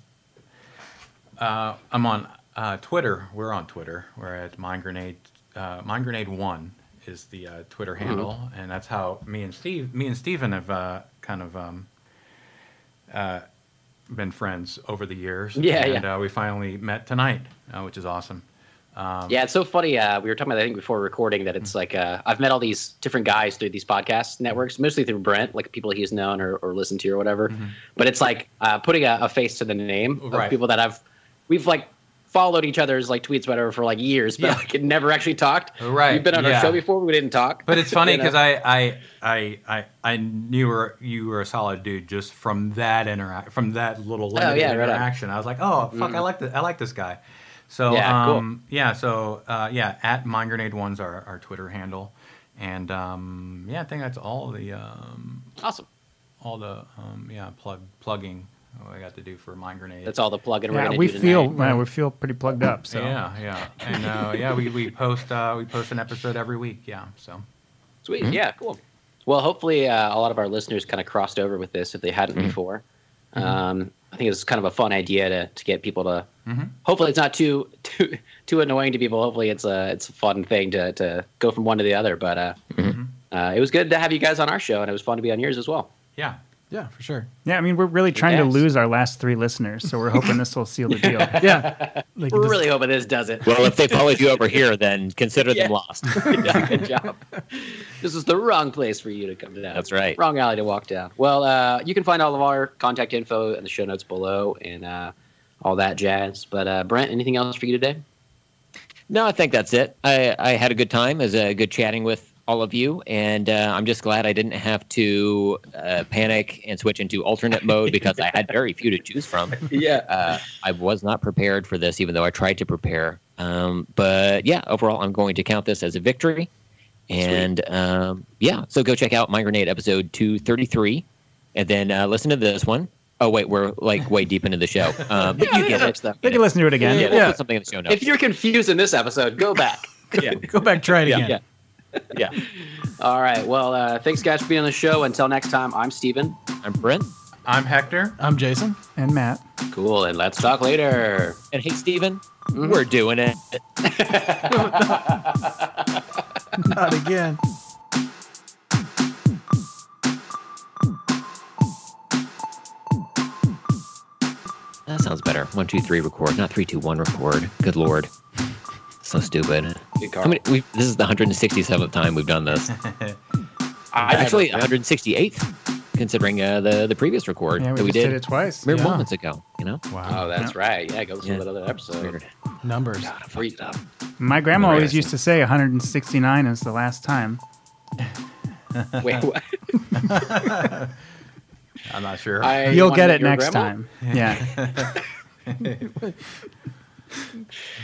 Speaker 4: Uh, I'm on uh, Twitter. We're on Twitter. We're at Mind Grenade. Uh, Mind Grenade One is the uh, Twitter handle, and that's how me and Steve, me and Steven have uh, kind of um, uh, been friends over the years.
Speaker 1: Yeah,
Speaker 4: and,
Speaker 1: yeah.
Speaker 4: Uh, we finally met tonight, uh, which is awesome.
Speaker 1: yeah, it's so funny. Uh, we were talking about that, I think before recording that
Speaker 4: Mm-hmm.
Speaker 1: it's like uh, I've met all these different guys through these podcast networks, mostly through Brent, like people he's known or, or listened to or whatever. But it's like uh, putting a, a face to the name of
Speaker 4: Mm-hmm. Right.
Speaker 1: people that I've we've like followed each other's like tweets whatever for like years, but
Speaker 4: Yeah.
Speaker 1: like never actually talked.
Speaker 4: Right,
Speaker 1: we've been on
Speaker 4: yeah.
Speaker 1: our show before, we didn't talk.
Speaker 4: But it's funny
Speaker 1: You know?
Speaker 4: because I, I I I I knew her- you were a solid dude just from that interact from that little limited
Speaker 1: Oh, yeah, right on.
Speaker 4: interaction. I was like, oh fuck, I like this, I like this guy. So
Speaker 1: Yeah, cool.
Speaker 4: um, yeah, so uh, yeah, at Mind Grenade One's our, our Twitter handle, and um, yeah, I think that's all the um,
Speaker 1: awesome.
Speaker 4: all the um, yeah plug plugging I got to do for Mind Grenade.
Speaker 1: That's all the plug in we're
Speaker 5: Yeah,
Speaker 1: gonna
Speaker 5: we
Speaker 1: do tonight.
Speaker 5: feel man, we feel pretty plugged up. So
Speaker 4: Yeah, yeah, and uh, yeah, we, we post uh, we post an episode every week. Yeah, so
Speaker 1: Sweet. Yeah, cool. Well, hopefully, uh, a lot of our listeners kind of crossed over with this if they hadn't before. Um, I think it's kind of a fun idea to, to get people to.
Speaker 4: Mhm.
Speaker 1: Hopefully, it's not too too too annoying to people. Hopefully, it's a it's a fun thing to to go from one to the other. But uh, uh, it was good to have you guys on our show, and it was fun to be on yours as well.
Speaker 4: yeah,
Speaker 3: Yeah, for sure.
Speaker 5: Yeah, I mean, we're really trying to
Speaker 1: Yes.
Speaker 5: lose our last three listeners, so we're hoping this will seal the deal.
Speaker 3: Yeah, like
Speaker 1: We're
Speaker 3: just-
Speaker 1: really hoping this does it.
Speaker 2: Well, if they followed you over here, then consider
Speaker 1: Yeah.
Speaker 2: them lost.
Speaker 1: good job. This is the wrong place for you to come down.
Speaker 2: That's right.
Speaker 1: Wrong alley to walk down. Well, uh, you can find all of our contact info in the show notes below and uh, all that jazz. But uh, Brent, anything else for you today?
Speaker 2: No, I think that's it. I, I had a good time. It was a good chatting with all of you, and uh, I'm just glad I didn't have to uh, panic and switch into alternate mode because I had very few to choose from.
Speaker 1: Yeah.
Speaker 2: Uh, I was not prepared for this, even though I tried to prepare. Um, but yeah, overall, I'm going to count this as a victory. And um, yeah, so go check out My Grenade episode 233, and then uh, listen to this one. Oh wait, we're like way deep into the show. Um, but you get it.
Speaker 5: They can listen to it again.
Speaker 2: Yeah,
Speaker 5: Yeah,
Speaker 2: we'll put something in the show notes.
Speaker 1: If you're confused in this episode, go back.
Speaker 3: go back try it again.
Speaker 2: yeah, yeah.
Speaker 1: all right. Well, uh, thanks, guys, for being on the show. Until next time, I'm Steven.
Speaker 2: I'm Brent.
Speaker 4: I'm Hector.
Speaker 3: I'm Jason.
Speaker 5: And Matt.
Speaker 1: Cool, and let's talk later.
Speaker 2: And hey, Steven, we're doing it.
Speaker 3: Not again.
Speaker 2: That sounds better. One, two, three, record. Not three, two, one, record. Good lord. So stupid.
Speaker 1: Good call.
Speaker 2: How many, we this is the 167th time we've done this. Actually, 168th, considering uh, the, the previous record
Speaker 5: Yeah,
Speaker 2: that
Speaker 5: we just
Speaker 2: we
Speaker 5: did.
Speaker 2: did,
Speaker 5: it twice.
Speaker 2: mere
Speaker 5: Yeah.
Speaker 2: moments ago, you know?
Speaker 1: Oh, that's right. Yeah, go listen
Speaker 2: Yeah.
Speaker 1: to that other episode.
Speaker 2: Weird.
Speaker 3: Numbers.
Speaker 2: God, I
Speaker 1: Freeze
Speaker 2: fucked
Speaker 1: up.
Speaker 2: up.
Speaker 5: My grandma always
Speaker 2: Right.
Speaker 5: used to say 169 is the last time.
Speaker 1: Wait, what?
Speaker 4: I'm not sure.
Speaker 1: I
Speaker 5: You'll
Speaker 1: wanted
Speaker 5: get it
Speaker 1: your
Speaker 5: next
Speaker 1: grandma?
Speaker 5: time. Yeah.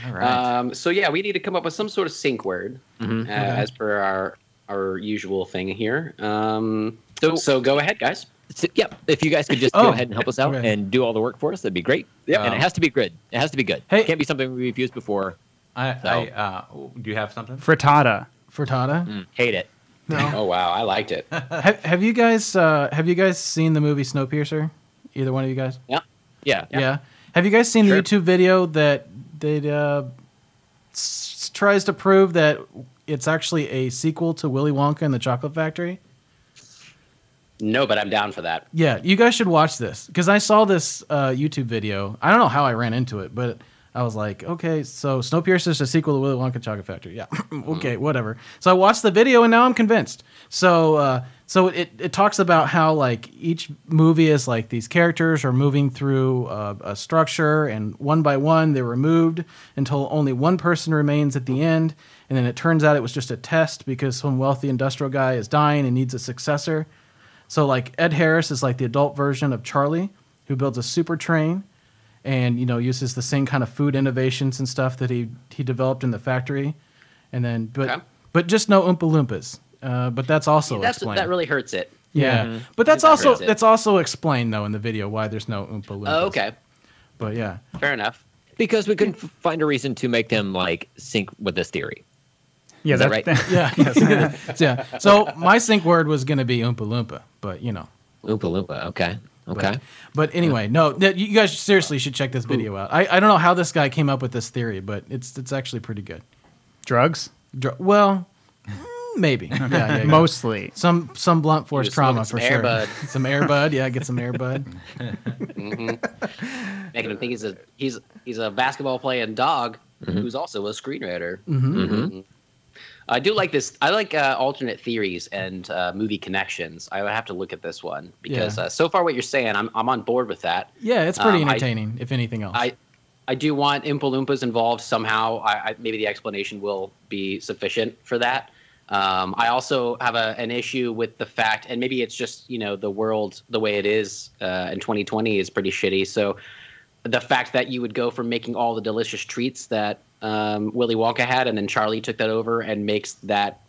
Speaker 4: All right.
Speaker 1: Um, so yeah, we need to come up with some sort of sync word
Speaker 2: Mhm.
Speaker 3: Mm-hmm.
Speaker 1: uh, as per our our usual thing here. Um, so, so go ahead, guys.
Speaker 2: So, yep. If you guys could just
Speaker 3: Oh.
Speaker 2: go ahead and help us out
Speaker 3: Okay.
Speaker 2: and do all the work for us, that'd be great.
Speaker 1: Yep.
Speaker 2: And it has to be good. It has to be good.
Speaker 3: Hey.
Speaker 2: It can't be something we've used before.
Speaker 4: I,
Speaker 2: So-
Speaker 4: I uh, do you have something?
Speaker 5: Frittata.
Speaker 3: Frittata.
Speaker 2: Hate it.
Speaker 1: Oh wow, I liked it.
Speaker 3: Have, have you guys uh, have you guys seen the movie Snowpiercer? Either one of you guys?
Speaker 2: Yeah.
Speaker 3: Yeah. Have you guys seen
Speaker 1: Sure.
Speaker 3: the YouTube video that that uh, s- tries to prove that it's actually a sequel to Willy Wonka and the Chocolate Factory?
Speaker 1: No, but I'm down for that.
Speaker 3: Yeah, you guys should watch this because I saw this uh, YouTube video. I don't know how I ran into it, but I was like, okay, so Snowpiercer is a sequel to Willy Wonka and Chocolate Factory. Yeah, okay, whatever. So I watched the video and now I'm convinced. So uh, so it, it talks about how like each movie is like these characters are moving through a, a structure and one by one they're removed until only one person remains at the end. And then it turns out it was just a test because some wealthy industrial guy is dying and needs a successor. So like Ed Harris is like the adult version of Charlie, who builds a super train, and you know uses the same kind of food innovations and stuff that he he developed in the factory, and then but
Speaker 1: Okay.
Speaker 3: but just no Oompa Loompas. Uh, but that's also
Speaker 1: That's
Speaker 3: explained.
Speaker 1: that really Mm-hmm. hurts it.
Speaker 3: yeah, but that's
Speaker 1: That
Speaker 3: also
Speaker 1: hurts it.
Speaker 3: that's also explained though in the video why there's no Oompa Loompas.
Speaker 1: Oh, okay.
Speaker 3: But yeah,
Speaker 1: Fair enough.
Speaker 2: because we couldn't f- find a reason to make them like sync with this theory.
Speaker 5: Yeah,
Speaker 2: Is that
Speaker 5: that's-
Speaker 2: right?
Speaker 3: yeah, yes. yeah. So my sync word was going to be Oompa Loompa, but you know.
Speaker 2: Oompa Loompa. Okay.
Speaker 3: But-
Speaker 2: Okay.
Speaker 3: But anyway, no, th- you guys seriously should check this video out. I, I don't know how this guy came up with this theory, but it's it's actually pretty good.
Speaker 5: drugs
Speaker 3: Dr- well, mm, maybe. Yeah, yeah, yeah.
Speaker 5: mostly.
Speaker 3: some some blunt force
Speaker 1: You're smoking
Speaker 3: trauma for
Speaker 1: some
Speaker 3: sure.
Speaker 1: Air
Speaker 3: Some Airbud, yeah, get some Airbud.
Speaker 1: Mhm. Making him think he's a he's he's a basketball playing dog who's also a screenwriter.
Speaker 3: Mm-hmm.
Speaker 1: Mhm. I do like this. I like uh, alternate theories and uh, movie connections. I would have to look at this one because
Speaker 3: Yeah.
Speaker 1: uh, so far what you're saying, I'm I'm on board with that.
Speaker 3: Yeah, it's pretty
Speaker 1: Um, I-
Speaker 3: entertaining, if anything else.
Speaker 1: I I do want Impa Loompas involved somehow. I, I maybe the explanation will be sufficient for that. Um, I also have a, an issue with the fact, and maybe it's just you know the world the way it is uh, in 2020 is pretty shitty. So the fact that you would go from making all the delicious treats that um, Willy Wonka had, and then Charlie took that over and makes that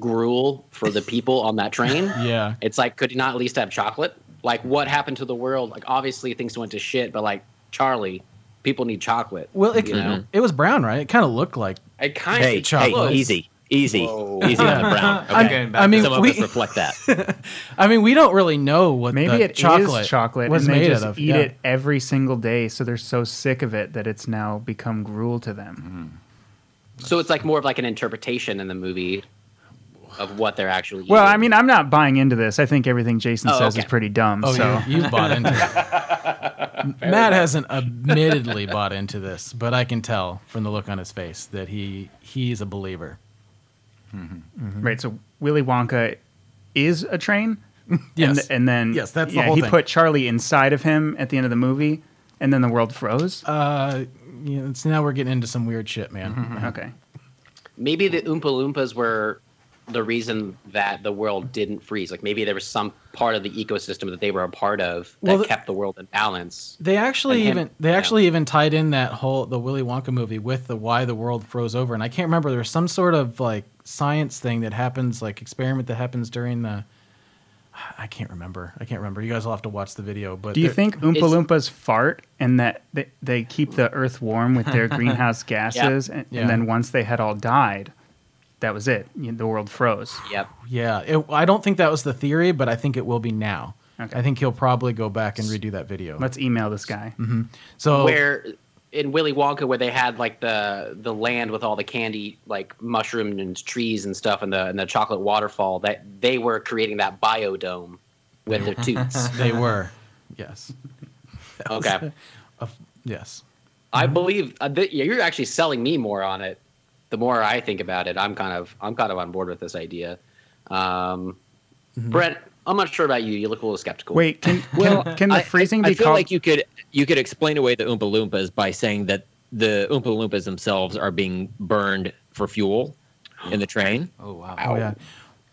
Speaker 1: gruel for the people on that train.
Speaker 3: yeah,
Speaker 1: It's like, could you not at least have chocolate? Like, what happened to the world? Like, obviously things went to shit, but like, Charlie, people need chocolate.
Speaker 3: Well, it,
Speaker 1: you know,
Speaker 3: it was brown, right? It kind of looked like.
Speaker 1: I kind
Speaker 2: Hey,
Speaker 1: of
Speaker 2: hey,
Speaker 3: chocolate.
Speaker 2: easy, easy,
Speaker 1: Whoa.
Speaker 2: easy on the brown. Okay.
Speaker 4: I'm getting back
Speaker 3: I mean,
Speaker 2: Some of
Speaker 3: we,
Speaker 2: us reflect that.
Speaker 3: I mean, we don't really know what
Speaker 5: Maybe
Speaker 3: the
Speaker 5: it is
Speaker 3: chocolate
Speaker 5: chocolate,
Speaker 3: was
Speaker 5: and they
Speaker 3: made
Speaker 5: just
Speaker 3: out of.
Speaker 5: eat
Speaker 3: yeah.
Speaker 5: it every single day, so they're so sick of it that it's now become gruel to them.
Speaker 1: So it's like more of like an interpretation in the movie of what they're actually.
Speaker 5: Well,
Speaker 1: eating.
Speaker 5: I mean, I'm not buying into this. I think everything Jason
Speaker 1: Oh,
Speaker 5: says
Speaker 1: okay.
Speaker 5: is pretty dumb.
Speaker 3: Oh,
Speaker 5: so
Speaker 3: you, you bought into it. Matt hasn't admittedly bought into this, but I can tell from the look on his face that he he's a believer.
Speaker 5: right, so Willy Wonka is a train.
Speaker 3: Yes.
Speaker 5: and, and then
Speaker 3: Yes, that's the
Speaker 5: yeah,
Speaker 3: whole
Speaker 5: he
Speaker 3: thing.
Speaker 5: put Charlie inside of him at the end of the movie, and then the world froze.
Speaker 3: uh, you know, so now we're getting into some weird shit, man.
Speaker 5: okay,
Speaker 1: maybe the Oompa Loompas were the reason that the world didn't freeze. Like maybe there was some part of the ecosystem that they were a part of that
Speaker 3: Well, the-
Speaker 1: kept the world in balance.
Speaker 3: They actually
Speaker 1: And him-
Speaker 3: even they
Speaker 1: yeah.
Speaker 3: actually even tied in that whole the Willy Wonka movie with the why the world froze over, and I can't remember. There's some sort of like science thing that happens, like experiment that happens during the. I can't remember. I can't remember. You guys will have to watch the video. But
Speaker 5: do you
Speaker 3: there-
Speaker 5: think Oompa
Speaker 1: It's-
Speaker 5: Loompas fart and that they, they keep the Earth warm with their greenhouse gases, And,
Speaker 3: Yeah.
Speaker 5: and then once they had all died, that was it. You- the world froze.
Speaker 1: Yep.
Speaker 3: Yeah, it, I don't think that was the theory, but I think it will be now.
Speaker 5: Okay.
Speaker 3: I think he'll probably go back and redo that video.
Speaker 5: Let's email this guy. Oh.
Speaker 3: so
Speaker 1: where in Willy Wonka where they had like the the land with all the candy like mushroom and trees and stuff and the and the chocolate waterfall that they were creating that biodome with their toots.
Speaker 3: they were, yes,
Speaker 1: Okay.
Speaker 3: yes.
Speaker 1: I believe uh, th- yeah, you're actually selling me more on it. The more I think about it, I'm kind of I'm kind of on board with this idea. Um, Brent, I'm not sure about you. You look a little skeptical.
Speaker 5: Mm-hmm. Wait, can well, can, the
Speaker 2: I-
Speaker 5: freezing
Speaker 2: I, I
Speaker 5: be
Speaker 2: feel
Speaker 5: called?
Speaker 2: like you could you could explain away the Oompa Loompas by saying that the Oompa Loompas themselves are being burned for fuel in the train.
Speaker 4: Oh wow.
Speaker 3: Oh yeah.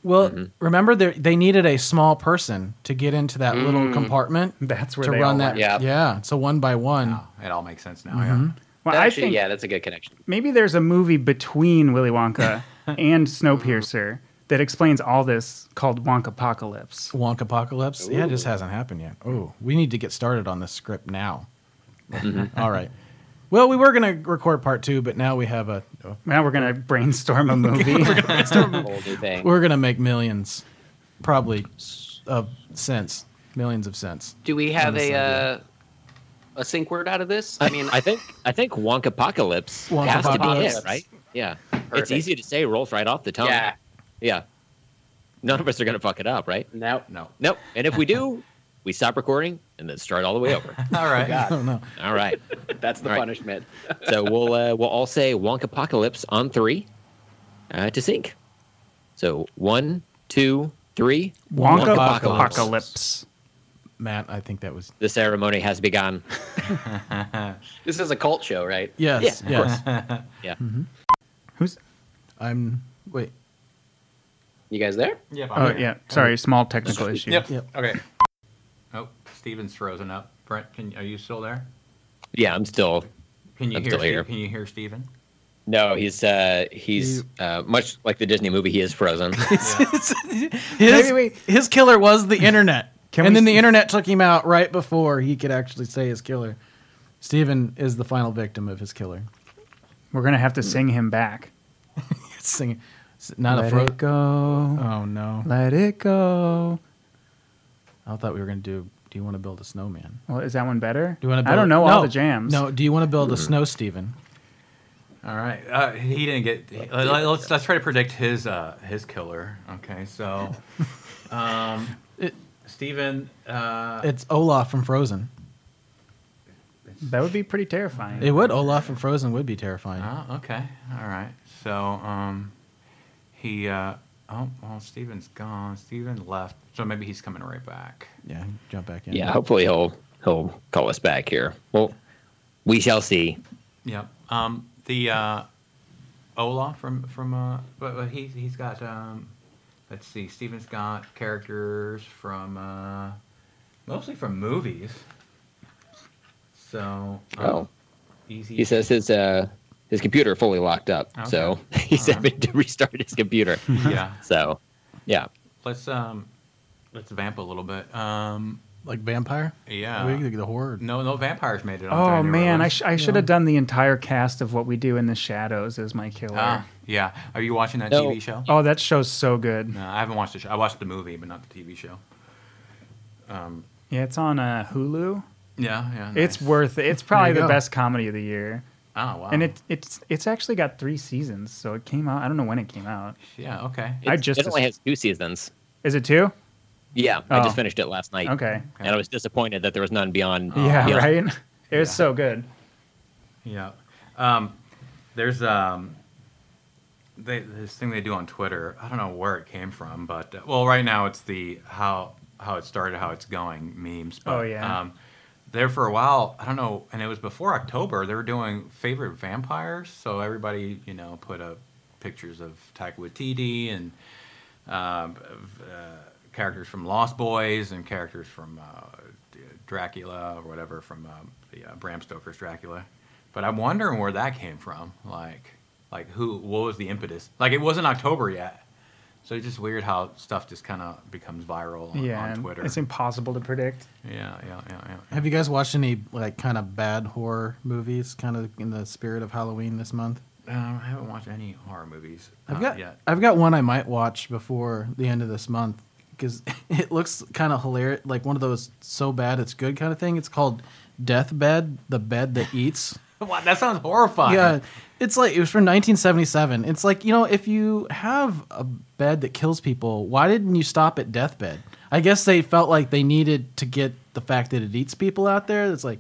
Speaker 3: Well, remember they they needed a small person to get into that little compartment
Speaker 5: That's where
Speaker 3: to
Speaker 5: they
Speaker 3: run
Speaker 5: all
Speaker 3: that.
Speaker 5: went.
Speaker 1: Yeah.
Speaker 3: yeah. So one by one.
Speaker 4: Wow, Oh, It all makes sense now.
Speaker 5: Well,
Speaker 1: actually,
Speaker 5: I think
Speaker 1: yeah, that's a good connection.
Speaker 5: maybe there's a movie between Willy Wonka and Snowpiercer that explains all this called Wonka Apocalypse.
Speaker 3: Wonk apocalypse. Yeah, it just hasn't happened yet. Oh, we need to get started on this script now. All right. Well, we were gonna record part two, but now we have a.
Speaker 5: Now we're gonna brainstorm a movie.
Speaker 1: Whole new thing.
Speaker 3: We're gonna make millions, probably, of cents, millions of cents.
Speaker 1: Do we have
Speaker 3: this
Speaker 1: a
Speaker 3: idea.
Speaker 1: uh, a sync word out of this? I mean,
Speaker 2: I think I think Wonk Apocalypse
Speaker 3: Wonk
Speaker 2: has to
Speaker 3: Apocalypse.
Speaker 2: be it, right? Yeah,
Speaker 1: Perfect.
Speaker 2: it's easy to say, rolls right off the tongue.
Speaker 1: yeah,
Speaker 2: yeah. None of us are gonna fuck it up, right?
Speaker 1: no,
Speaker 4: No.
Speaker 2: Nope. And if we do, we stop recording and then start all the way over.
Speaker 4: All right.
Speaker 3: I don't know.
Speaker 2: All right.
Speaker 1: that's the
Speaker 2: All right.
Speaker 1: punishment.
Speaker 2: So we'll uh, we'll all say Wonk Apocalypse on three uh, to sync. So one, two, three.
Speaker 5: Wonka
Speaker 3: Wonkapocalypse.
Speaker 5: Apocalypse.
Speaker 3: Matt, I think that was
Speaker 2: The ceremony has begun.
Speaker 1: This is a cult show, right?
Speaker 3: yes,
Speaker 2: Yeah,
Speaker 3: yes. Mm-hmm.
Speaker 2: Yeah.
Speaker 5: Who's?
Speaker 3: I'm wait.
Speaker 1: You guys there?
Speaker 4: Yep, I'm
Speaker 5: Oh
Speaker 4: here.
Speaker 5: yeah, sorry, small technical issue.
Speaker 4: Yep.
Speaker 3: Yep.
Speaker 4: Okay. Oh, Steven's frozen up. Brent, can are you still there?
Speaker 2: Yeah, I'm still.
Speaker 4: Can you
Speaker 2: I'm
Speaker 4: hear?
Speaker 2: still
Speaker 4: Ste-
Speaker 2: here.
Speaker 4: Can you hear Steven?
Speaker 2: No, he's uh, he's uh, much like the Disney movie. He is frozen.
Speaker 3: His,
Speaker 5: Maybe we-
Speaker 3: his killer was the internet.
Speaker 5: Can
Speaker 3: and
Speaker 5: we
Speaker 3: then the
Speaker 5: s-
Speaker 3: internet took him out right before he could actually say his killer. Stephen is the final victim of his killer.
Speaker 5: We're gonna have to sing him back.
Speaker 3: It's singing, it's not
Speaker 5: let
Speaker 3: a throat.
Speaker 5: it go.
Speaker 3: Oh no!
Speaker 5: Let it go.
Speaker 3: I thought we were gonna do. Do you want to build a snowman?
Speaker 5: Well, is that one better?
Speaker 3: Do you want to?
Speaker 5: I don't know all the jams.
Speaker 3: No. Do you want to build a snow, Stephen?
Speaker 4: All right. Uh, he didn't get. he- let- let's let's try to predict his uh, his killer. Okay, so, um,
Speaker 3: It-
Speaker 4: Stephen. Uh,
Speaker 3: It's Olaf from Frozen.
Speaker 5: that would be pretty terrifying.
Speaker 3: It would Olaf from Frozen would be terrifying.
Speaker 4: oh, okay. All right. So, um, he. Uh, oh, well, Stephen's gone. Stephen left. So maybe he's coming right back.
Speaker 3: Yeah, jump back in.
Speaker 2: Yeah, hopefully he'll he'll call us back here. Well, we shall see.
Speaker 4: Yep. Um, the uh, Olaf from from uh, but, but he's he's got um, let's see, Steven's got characters from uh, mostly from movies. So um,
Speaker 2: Oh,
Speaker 4: easy.
Speaker 2: he says his uh his computer fully locked up, so he's having to restart his computer.
Speaker 4: yeah.
Speaker 2: So, yeah,
Speaker 4: Let's um, let's vamp a little bit. Um,
Speaker 3: Like vampire.
Speaker 4: yeah.
Speaker 3: we could the horror.
Speaker 4: no, no vampires made it. on
Speaker 5: Oh
Speaker 4: Thirty
Speaker 5: man, I,
Speaker 4: Roads.
Speaker 5: sh- I should have done the entire cast of what we do in the shadows as my killer.
Speaker 4: Ah, yeah. Are you watching that
Speaker 2: No.
Speaker 4: TV show?
Speaker 5: Oh, that show's so good.
Speaker 4: No, I haven't watched the show. I watched the movie, but not the TV show.
Speaker 5: Yeah, it's on uh, Hulu.
Speaker 4: Yeah, yeah.
Speaker 5: It's
Speaker 4: nice.
Speaker 5: worth it. It's probably
Speaker 3: you
Speaker 5: the
Speaker 3: go.
Speaker 5: best comedy of the year,
Speaker 4: Oh wow.
Speaker 5: and it it's it's actually got three seasons, so it came out. I don't know when it came out.
Speaker 4: yeah. Okay.
Speaker 5: I
Speaker 2: It's-
Speaker 5: just
Speaker 2: it only has two seasons.
Speaker 5: Is it two?
Speaker 2: Yeah, I
Speaker 5: Oh.
Speaker 2: just finished it last night.
Speaker 5: Okay.
Speaker 2: and I was disappointed that there was none beyond.
Speaker 5: yeah,
Speaker 2: yeah.
Speaker 5: right. It was
Speaker 4: Yeah.
Speaker 5: so good.
Speaker 4: Yeah. Um, there's um, they, this thing they do on Twitter. I don't know where it came from, but uh, well, right now it's the how how it started, how it's going memes. But,
Speaker 5: Oh, yeah.
Speaker 4: Um, there for a while, I don't know, and it was before October. They were doing favorite vampires, so everybody you know put up pictures of Taika Waititi and um, of, uh, characters from Lost Boys and characters from uh, D- Dracula or whatever from um, the uh, Bram Stoker's Dracula. But I'm wondering where that came from. Like, like who? What was the impetus? Like, it wasn't October yet, so it's just weird how stuff just kind of becomes viral on,
Speaker 5: yeah,
Speaker 4: on
Speaker 5: and
Speaker 4: Twitter.
Speaker 5: it's impossible to predict.
Speaker 4: yeah, yeah, yeah, yeah.
Speaker 3: Have you guys watched any like kind of bad horror movies, kind of in the spirit of Halloween this month?
Speaker 4: Um, I haven't watched any horror movies
Speaker 3: I've
Speaker 4: uh,
Speaker 3: got
Speaker 4: yet.
Speaker 3: I've got one I might watch before the end of this month because it looks kind of hilarious, like one of those so bad it's good kind of thing. It's called Deathbed, the bed that eats.
Speaker 4: Wow, that sounds horrifying.
Speaker 3: yeah, it's like it was from 1977. It's like you know if you have a bed that kills people, why didn't you stop at deathbed? I guess they felt like they needed to get the fact that it eats people out there. It's like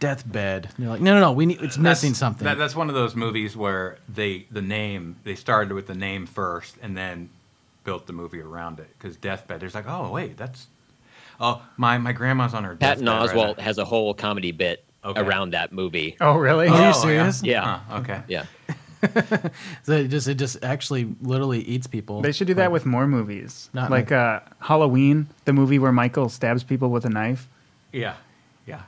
Speaker 3: deathbed. And you're like, no, no, no, we need. It's
Speaker 4: That's-
Speaker 3: missing something.
Speaker 4: That, that's one of those movies where they the name they started with the name first and then built the movie around it because Deathbed. There's like, oh wait, that's oh my my grandma's on her.
Speaker 2: Patton
Speaker 4: deathbed right
Speaker 2: Oswalt has a whole comedy bit
Speaker 4: Okay.
Speaker 2: around that movie.
Speaker 5: Oh, really?
Speaker 4: now.
Speaker 3: Are you
Speaker 4: Oh,
Speaker 3: serious?
Speaker 4: Yeah.
Speaker 2: Yeah.
Speaker 4: Huh, okay.
Speaker 2: Yeah,
Speaker 3: So it just it just actually literally eats people.
Speaker 5: They should do that with more movies,
Speaker 3: Not
Speaker 5: like uh, Halloween, the movie where Michael stabs people with a knife.
Speaker 4: Yeah. Yeah.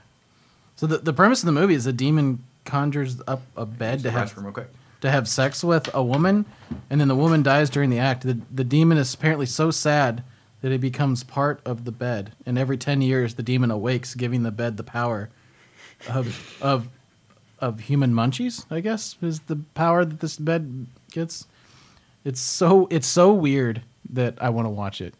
Speaker 3: So the, the premise of the movie is a demon conjures up a bed
Speaker 4: Just
Speaker 3: to
Speaker 4: the
Speaker 3: have
Speaker 4: restroom real quick.
Speaker 3: to have sex with a woman, and then the woman dies during the act. The the demon is apparently so sad that it becomes part of the bed, and every ten years the demon awakes, giving the bed the power of of of human munchies. I guess is the power that this bed gets. It's so it's so weird that I want to watch it.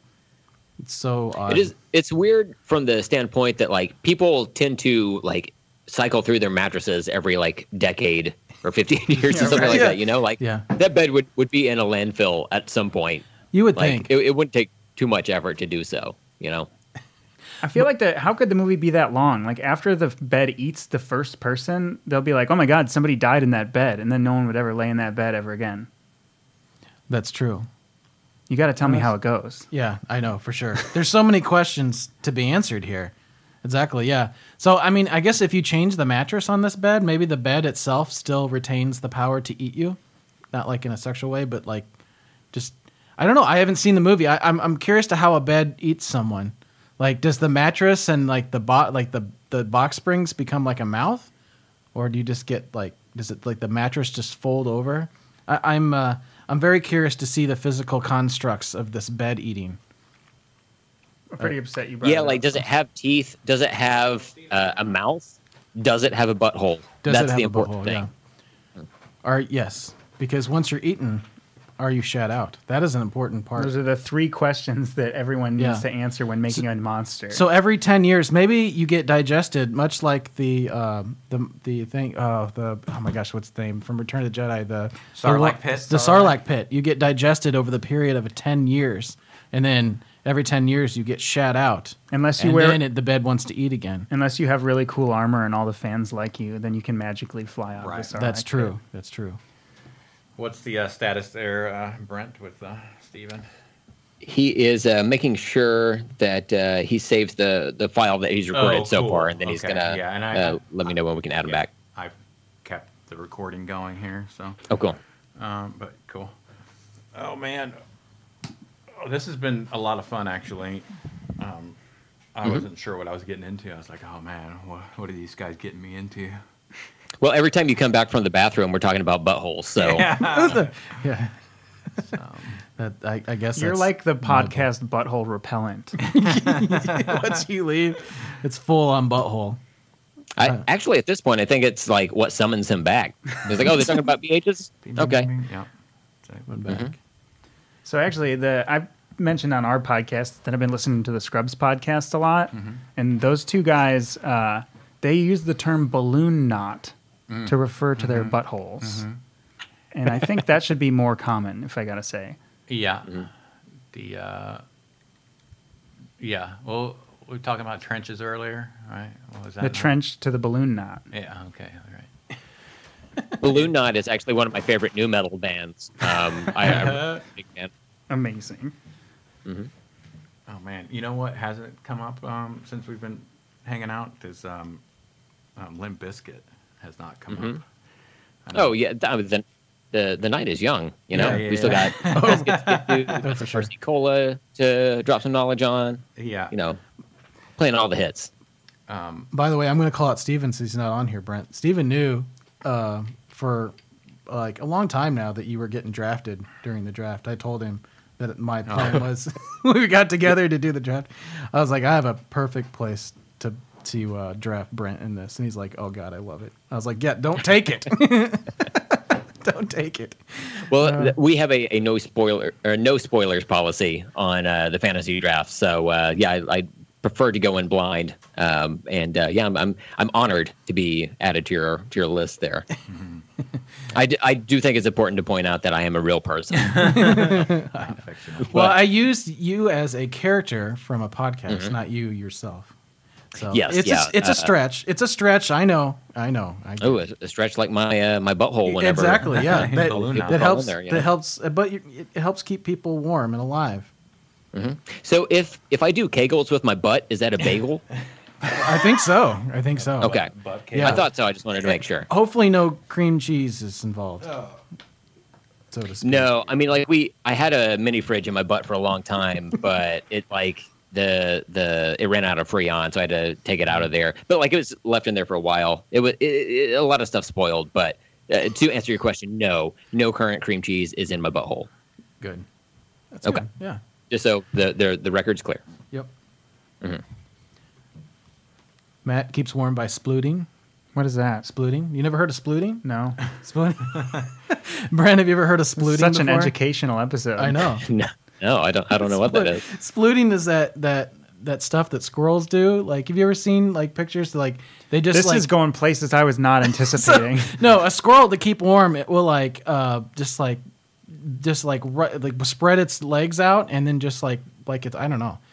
Speaker 3: It's so odd.
Speaker 2: it is. It's weird from the standpoint that like people tend to like cycle through their mattresses every like decade or 15 years or
Speaker 5: Yeah,
Speaker 2: something
Speaker 5: right.
Speaker 2: like
Speaker 3: Yeah.
Speaker 2: that. You know, like
Speaker 3: Yeah.
Speaker 2: that bed would would be in a landfill at some point.
Speaker 3: You would
Speaker 2: Like
Speaker 3: think.
Speaker 2: it, it wouldn't take too much effort to do so. You know.
Speaker 5: I feel like that. How could the movie be that long? Like after the bed eats the first person, they'll be like, "Oh my god, somebody died in that bed," and then no one would ever lay in that bed ever again.
Speaker 3: That's true.
Speaker 5: You got to tell me how it goes.
Speaker 3: Yeah, I know for sure. There's so many questions to be answered here. Exactly. Yeah. So I mean, I guess if you change the mattress on this bed, maybe the bed itself still retains the power to eat you, not like in a sexual way, but like just I don't know. I haven't seen the movie. I, I'm I'm curious to how a bed eats someone. Like, does the mattress and like the bot like the the box springs become like a mouth, or do you just get like does it like the mattress just fold over? I, I'm uh, I'm very curious to see the physical constructs of this bed eating.
Speaker 5: I'm pretty upset you brought.
Speaker 2: Yeah,
Speaker 5: it
Speaker 2: like
Speaker 5: up.
Speaker 2: does it have teeth? Does it have uh, a mouth? does it have a butthole?
Speaker 3: Does
Speaker 2: That's
Speaker 3: it have
Speaker 2: the
Speaker 3: a
Speaker 2: important
Speaker 3: butthole?
Speaker 2: thing.
Speaker 3: Yeah. Are yes, because once you're eaten, are you shat out? That is an important part.
Speaker 5: Those are the three questions that everyone needs
Speaker 3: Yeah.
Speaker 5: to answer when making a monster.
Speaker 3: So every ten years, maybe you get digested, much like the uh, the the thing. Uh, the oh my gosh, what's the name from Return of the Jedi? The
Speaker 4: Sarlacc
Speaker 3: the-
Speaker 4: pit,
Speaker 3: The
Speaker 4: Sarlacc.
Speaker 3: Sarlacc pit. You get digested over the period of ten years, and then every ten years you get shat out.
Speaker 5: unless you
Speaker 3: and
Speaker 5: wear
Speaker 3: then it, the bed wants to eat again.
Speaker 5: unless you have really cool armor and all the fans like you, then you can magically fly out.
Speaker 4: Right.
Speaker 5: Of the Sarlacc
Speaker 3: That's
Speaker 5: pit.
Speaker 3: true. That's true.
Speaker 4: What's the uh, status there, uh, Brent, with uh, Steven?
Speaker 2: He is uh, making sure that uh, he saves the, the file that he's recorded
Speaker 4: Oh,
Speaker 2: so
Speaker 4: cool.
Speaker 2: far, and then he's
Speaker 4: Okay,
Speaker 2: gonna
Speaker 4: yeah, and I-
Speaker 2: uh, let me know when we can add him back.
Speaker 4: I've kept the recording going here, so.
Speaker 2: Oh, cool.
Speaker 4: Um, but cool. Oh man, oh, this has been a lot of fun actually. Um, I wasn't sure what I was getting into. I was like, oh man, what, what are these guys getting me into?
Speaker 2: Well, every time you come back from the bathroom, we're talking about buttholes. So
Speaker 3: Yeah. that, I, I guess
Speaker 5: You're
Speaker 3: that's-
Speaker 5: like the podcast butthole repellent.
Speaker 3: once you leave, it's full on butthole.
Speaker 2: I, actually, at this point, I think it's like what summons him back. It's like, oh, they're talking about BHs? Okay.
Speaker 4: Yeah. So,
Speaker 3: Went back.
Speaker 5: So actually, the I've mentioned on our podcast that I've been listening to the Scrubs podcast a lot,
Speaker 3: Mm-hmm.
Speaker 5: and those two guys uh, they use the term balloon knot
Speaker 3: Mm.
Speaker 5: to refer to
Speaker 3: Mm-hmm.
Speaker 5: their buttholes, and I think that should be more common. If I gotta say,
Speaker 4: yeah. The uh, yeah. Well, we were talking about trenches earlier, right? What was that?
Speaker 5: the
Speaker 4: about?
Speaker 5: trench to the balloon knot.
Speaker 4: Yeah. Okay. All right.
Speaker 2: Balloon Knot is actually one of my favorite new metal bands. Um, I, I'm
Speaker 4: Uh,
Speaker 2: a big fan.
Speaker 5: Amazing.
Speaker 4: Oh man, you know what hasn't come up um, since we've been hanging out is um, um, Limp Biscuit has not come up.
Speaker 2: Oh, yeah. th- The, the, the night is young, you know?
Speaker 4: Um, Yeah, yeah,
Speaker 2: we still
Speaker 4: yeah.
Speaker 2: got Biscuits to get to,
Speaker 3: for sure.
Speaker 2: Percy Cola to drop some knowledge on,
Speaker 4: Yeah.
Speaker 2: you know, playing all the hits.
Speaker 4: Um,
Speaker 3: By the way, I'm going to call out Steven since he's not on here, Brent. Steven knew uh, for like a long time now that you were getting drafted during the draft. I told him that my plan was when we got together to do the draft. I was like, I have a perfect place to to uh, draft Brent in this, and he's like, Oh God, I love it. I was like, Yeah, don't take it. don't take it.
Speaker 2: Well, th- we have a, a no spoiler or no spoilers policy on uh, the fantasy draft. So uh, yeah, I, I prefer to go in blind. Um, and uh, yeah, I'm, I'm I'm honored to be added to your to your list there. I, d- I do think it's important to point out that I am a real person.
Speaker 4: fictional.
Speaker 3: Well,
Speaker 2: But- Mm-hmm.
Speaker 3: I used you as a character from a podcast, not you yourself. So
Speaker 2: Yes,
Speaker 3: it's
Speaker 2: yeah,
Speaker 3: a, it's
Speaker 2: uh,
Speaker 3: a stretch. It's a stretch. I know. I know. I
Speaker 2: oh, a, a stretch like my uh, my
Speaker 4: E,
Speaker 2: butthole. Whenever
Speaker 3: exactly, yeah.
Speaker 4: Balloon knot.
Speaker 3: That, that
Speaker 4: Balloon
Speaker 3: helps.
Speaker 2: there, yeah.
Speaker 3: That helps. But you, it helps keep people warm and alive.
Speaker 2: So if if I do kegels with my butt, is that a bagel?
Speaker 3: I think so. I think so.
Speaker 2: Okay,
Speaker 4: Butt
Speaker 3: Yeah.
Speaker 2: I thought so. I just wanted to make sure.
Speaker 3: Hopefully, no cream cheese is involved. So to speak.
Speaker 2: No, I mean like we I had a mini fridge in my butt for a long time, but it like the the it ran out of Freon, so I had to take it out of there. But like it was left in there for a while. It was it, it, a lot of stuff spoiled, but uh, to answer your question, no, no current cream cheese is in my butthole.
Speaker 3: Good. That's
Speaker 2: Okay.
Speaker 3: Good. Yeah.
Speaker 2: Just so the the the record's clear.
Speaker 3: Yep.
Speaker 2: Mm-hmm.
Speaker 3: Matt keeps warm by splooting.
Speaker 5: What is that?
Speaker 3: Splooting. You never heard of splooting?
Speaker 5: No,
Speaker 3: Splooting. Brent, have you ever heard of splooting?
Speaker 5: such an
Speaker 3: before?
Speaker 5: educational episode.
Speaker 3: I know.
Speaker 2: No, no, I don't I don't know what that is.
Speaker 3: Splooting is that that that stuff that squirrels do. Like, have you ever seen like pictures? Like, they just
Speaker 5: This
Speaker 3: like,
Speaker 5: is going places I was not anticipating.
Speaker 3: no a squirrel to keep warm. It will like uh just like just like ru- like spread its legs out and then just like like it's I don't know.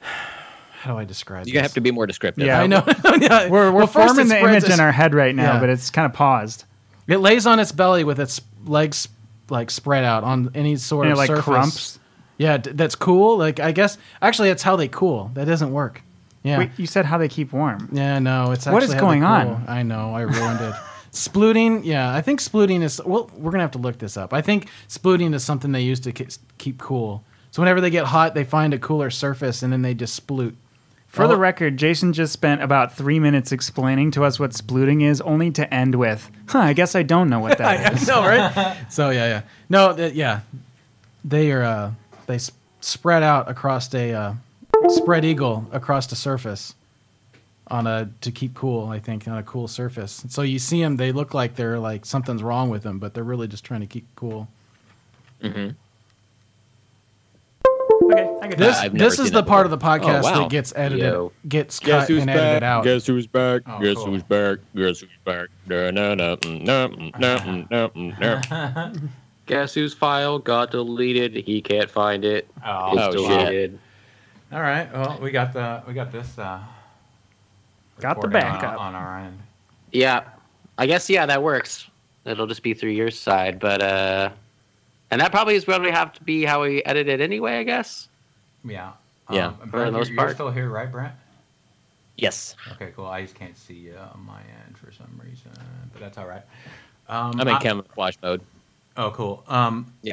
Speaker 3: How do I describe?
Speaker 2: You're gonna
Speaker 3: this?
Speaker 2: have to be more descriptive.
Speaker 5: Yeah.
Speaker 3: I know. yeah.
Speaker 5: we're we're
Speaker 3: Well, first
Speaker 5: forming
Speaker 3: it
Speaker 5: the
Speaker 3: spreads
Speaker 5: image in
Speaker 3: its-
Speaker 5: our head right now,
Speaker 3: Yeah.
Speaker 5: but it's kind of paused.
Speaker 3: It lays on its belly with its legs like spread out on any sort
Speaker 5: And it
Speaker 3: of
Speaker 5: like
Speaker 3: surface.
Speaker 5: crumps.
Speaker 3: Yeah, d- that's cool. Like I guess actually that's how they cool. That doesn't work. Yeah.
Speaker 5: Wait, you said how they keep warm.
Speaker 3: Yeah, no, it's actually
Speaker 5: What is
Speaker 3: how they
Speaker 5: going on?
Speaker 3: cool. I know, I ruined it. splooting, yeah, I think splooting is. Well, we're gonna have to look this up. I think splooting is something they use to ke- keep cool. So whenever they get hot, they find a cooler surface and then they just sploot.
Speaker 5: For the
Speaker 3: Well-
Speaker 5: record, Jason just spent about three minutes explaining to us what splooting is, only to end with, "Huh, I guess I don't know what that is."
Speaker 3: no, right? so yeah, yeah, no, th- yeah, they are. Uh, they s- spread out across a uh, spread eagle across the surface on a to keep cool. I think on a cool surface. So you see them; they look like they're like something's wrong with them, but they're really just trying to keep cool.
Speaker 5: Okay, I get
Speaker 3: This
Speaker 5: that.
Speaker 2: Uh, I've never
Speaker 3: this is
Speaker 2: seen
Speaker 3: the
Speaker 2: that
Speaker 3: part
Speaker 2: before.
Speaker 3: of the podcast
Speaker 2: Oh, wow.
Speaker 3: that gets edited,
Speaker 1: Yo.
Speaker 3: gets
Speaker 8: Guess
Speaker 3: cut
Speaker 8: who's
Speaker 3: and edited
Speaker 8: back?
Speaker 3: out.
Speaker 8: Guess who's back?
Speaker 4: Oh,
Speaker 8: Guess
Speaker 4: cool.
Speaker 8: who's back? Guess who's back? No, no, no, no, no, no, no.
Speaker 1: Guess whose file got deleted? He can't find it.
Speaker 4: Oh,
Speaker 1: It's
Speaker 8: Oh, shit.
Speaker 1: deleted.
Speaker 4: All right. Well, we got the we got this. Uh,
Speaker 5: Got the
Speaker 4: recorded
Speaker 5: backup.
Speaker 4: on, on our end.
Speaker 1: Yeah, I guess yeah, that works. It'll just be through your side, but uh, and that probably is what we have to be how we edit it anyway. I guess.
Speaker 4: Yeah.
Speaker 2: Yeah.
Speaker 4: Um,
Speaker 1: For the
Speaker 4: Brent,
Speaker 1: most
Speaker 4: you're, you're
Speaker 1: part.
Speaker 4: still here, right, Brent?
Speaker 2: Yes.
Speaker 4: Okay, cool. I just can't see you on my end for some reason, but that's all right. Um,
Speaker 2: I'm in
Speaker 4: I-
Speaker 2: camouflage mode.
Speaker 4: Oh, cool. Um,
Speaker 2: Yeah.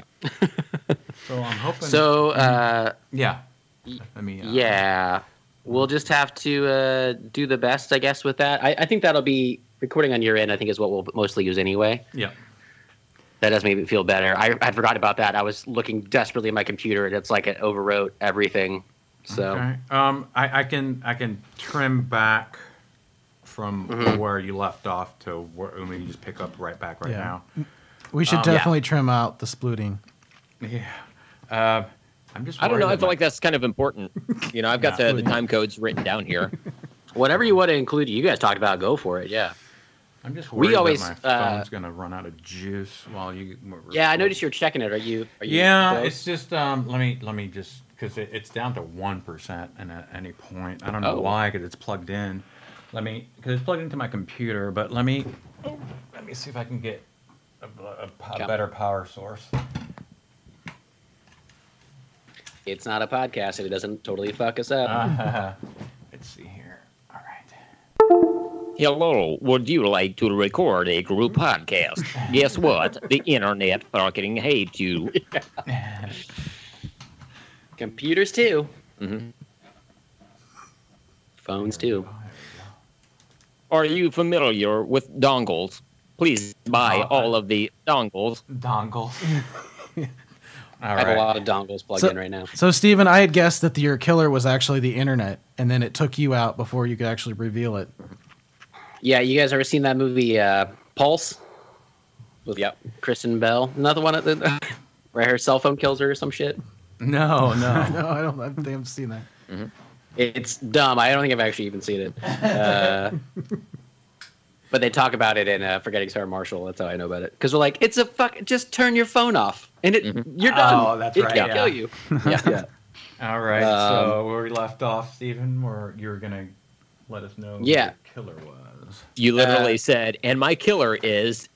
Speaker 4: so I'm hoping.
Speaker 1: So uh,
Speaker 4: yeah.
Speaker 1: Y-
Speaker 4: Let me. Uh,
Speaker 1: yeah, we'll just have to uh, do the best, I guess, with that. I, I think that'll be recording on your end. I think is what we'll mostly use anyway.
Speaker 4: Yeah.
Speaker 1: That does make me feel better. I I forgot about that. I was looking desperately at my computer, and it's like it overwrote everything. So
Speaker 4: Okay. Um, I, I can I can trim back from
Speaker 1: Mhm.
Speaker 4: where you left off to where and we can just pick up right back right
Speaker 3: Yeah.
Speaker 4: now.
Speaker 3: We should
Speaker 4: Um, yeah.
Speaker 3: definitely trim out the splooting.
Speaker 4: Yeah. Uh, I'm just.
Speaker 2: I don't know.
Speaker 4: worried
Speaker 2: I feel
Speaker 4: about-
Speaker 2: like that's kind of important. You know, I've got
Speaker 4: Yeah.
Speaker 2: the, the time codes written down here.
Speaker 1: whatever you want to include, you guys talked about. Go for it. Yeah.
Speaker 4: I'm just
Speaker 1: we
Speaker 4: worried that
Speaker 1: always,
Speaker 4: my
Speaker 1: uh,
Speaker 4: phone's gonna run out of juice while you.
Speaker 1: Yeah, I noticed you're checking it. Are you? Are you
Speaker 4: yeah,
Speaker 1: close?
Speaker 4: it's just um, let me let me just because it, it's down to one percent and at any point I don't know
Speaker 2: Oh.
Speaker 4: why because it's plugged in. Let me because it's plugged into my computer, but let me oh, let me see if I can get a, a, a
Speaker 2: Yeah.
Speaker 4: better power source.
Speaker 1: It's not a podcast if it doesn't totally fuck us up.
Speaker 4: Uh, let's see here. All right.
Speaker 2: Hello, would you like to record a group podcast? Guess what? The internet fucking hates you.
Speaker 1: Computers too.
Speaker 2: Mhm.
Speaker 1: Phones too.
Speaker 4: Oh, there we go.
Speaker 2: Are you familiar with dongles? Please buy
Speaker 4: Uh,
Speaker 2: all of the dongles.
Speaker 4: Dongles. All
Speaker 1: I have a
Speaker 4: right.
Speaker 1: lot of dongles plugged
Speaker 3: So-
Speaker 1: in right now.
Speaker 3: So, Steven, I had guessed that the, your killer was actually the internet, and then it took you out before you could actually reveal it.
Speaker 1: Yeah, you guys ever seen that movie uh, Pulse with
Speaker 2: Yep.
Speaker 1: Kristen Bell? Another one of the where her cell phone kills her or some shit.
Speaker 4: No, no.
Speaker 3: no, I don't. I don't think I've seen that.
Speaker 1: It's dumb. I don't think I've actually even seen it. Uh, but they talk about it in uh, Forgetting Sarah Marshall. That's how I know about it. Because we're like, it's a fuck. Just turn your phone off, and it you're done.
Speaker 4: Oh, that's
Speaker 1: it
Speaker 4: right,
Speaker 1: can
Speaker 4: yeah.
Speaker 1: kill you.
Speaker 2: Yeah.
Speaker 4: All right.
Speaker 1: Um,
Speaker 4: so where we left off, Stephen, where you were gonna let us know
Speaker 1: Yeah.
Speaker 4: who the killer was.
Speaker 2: You literally said, and my killer is.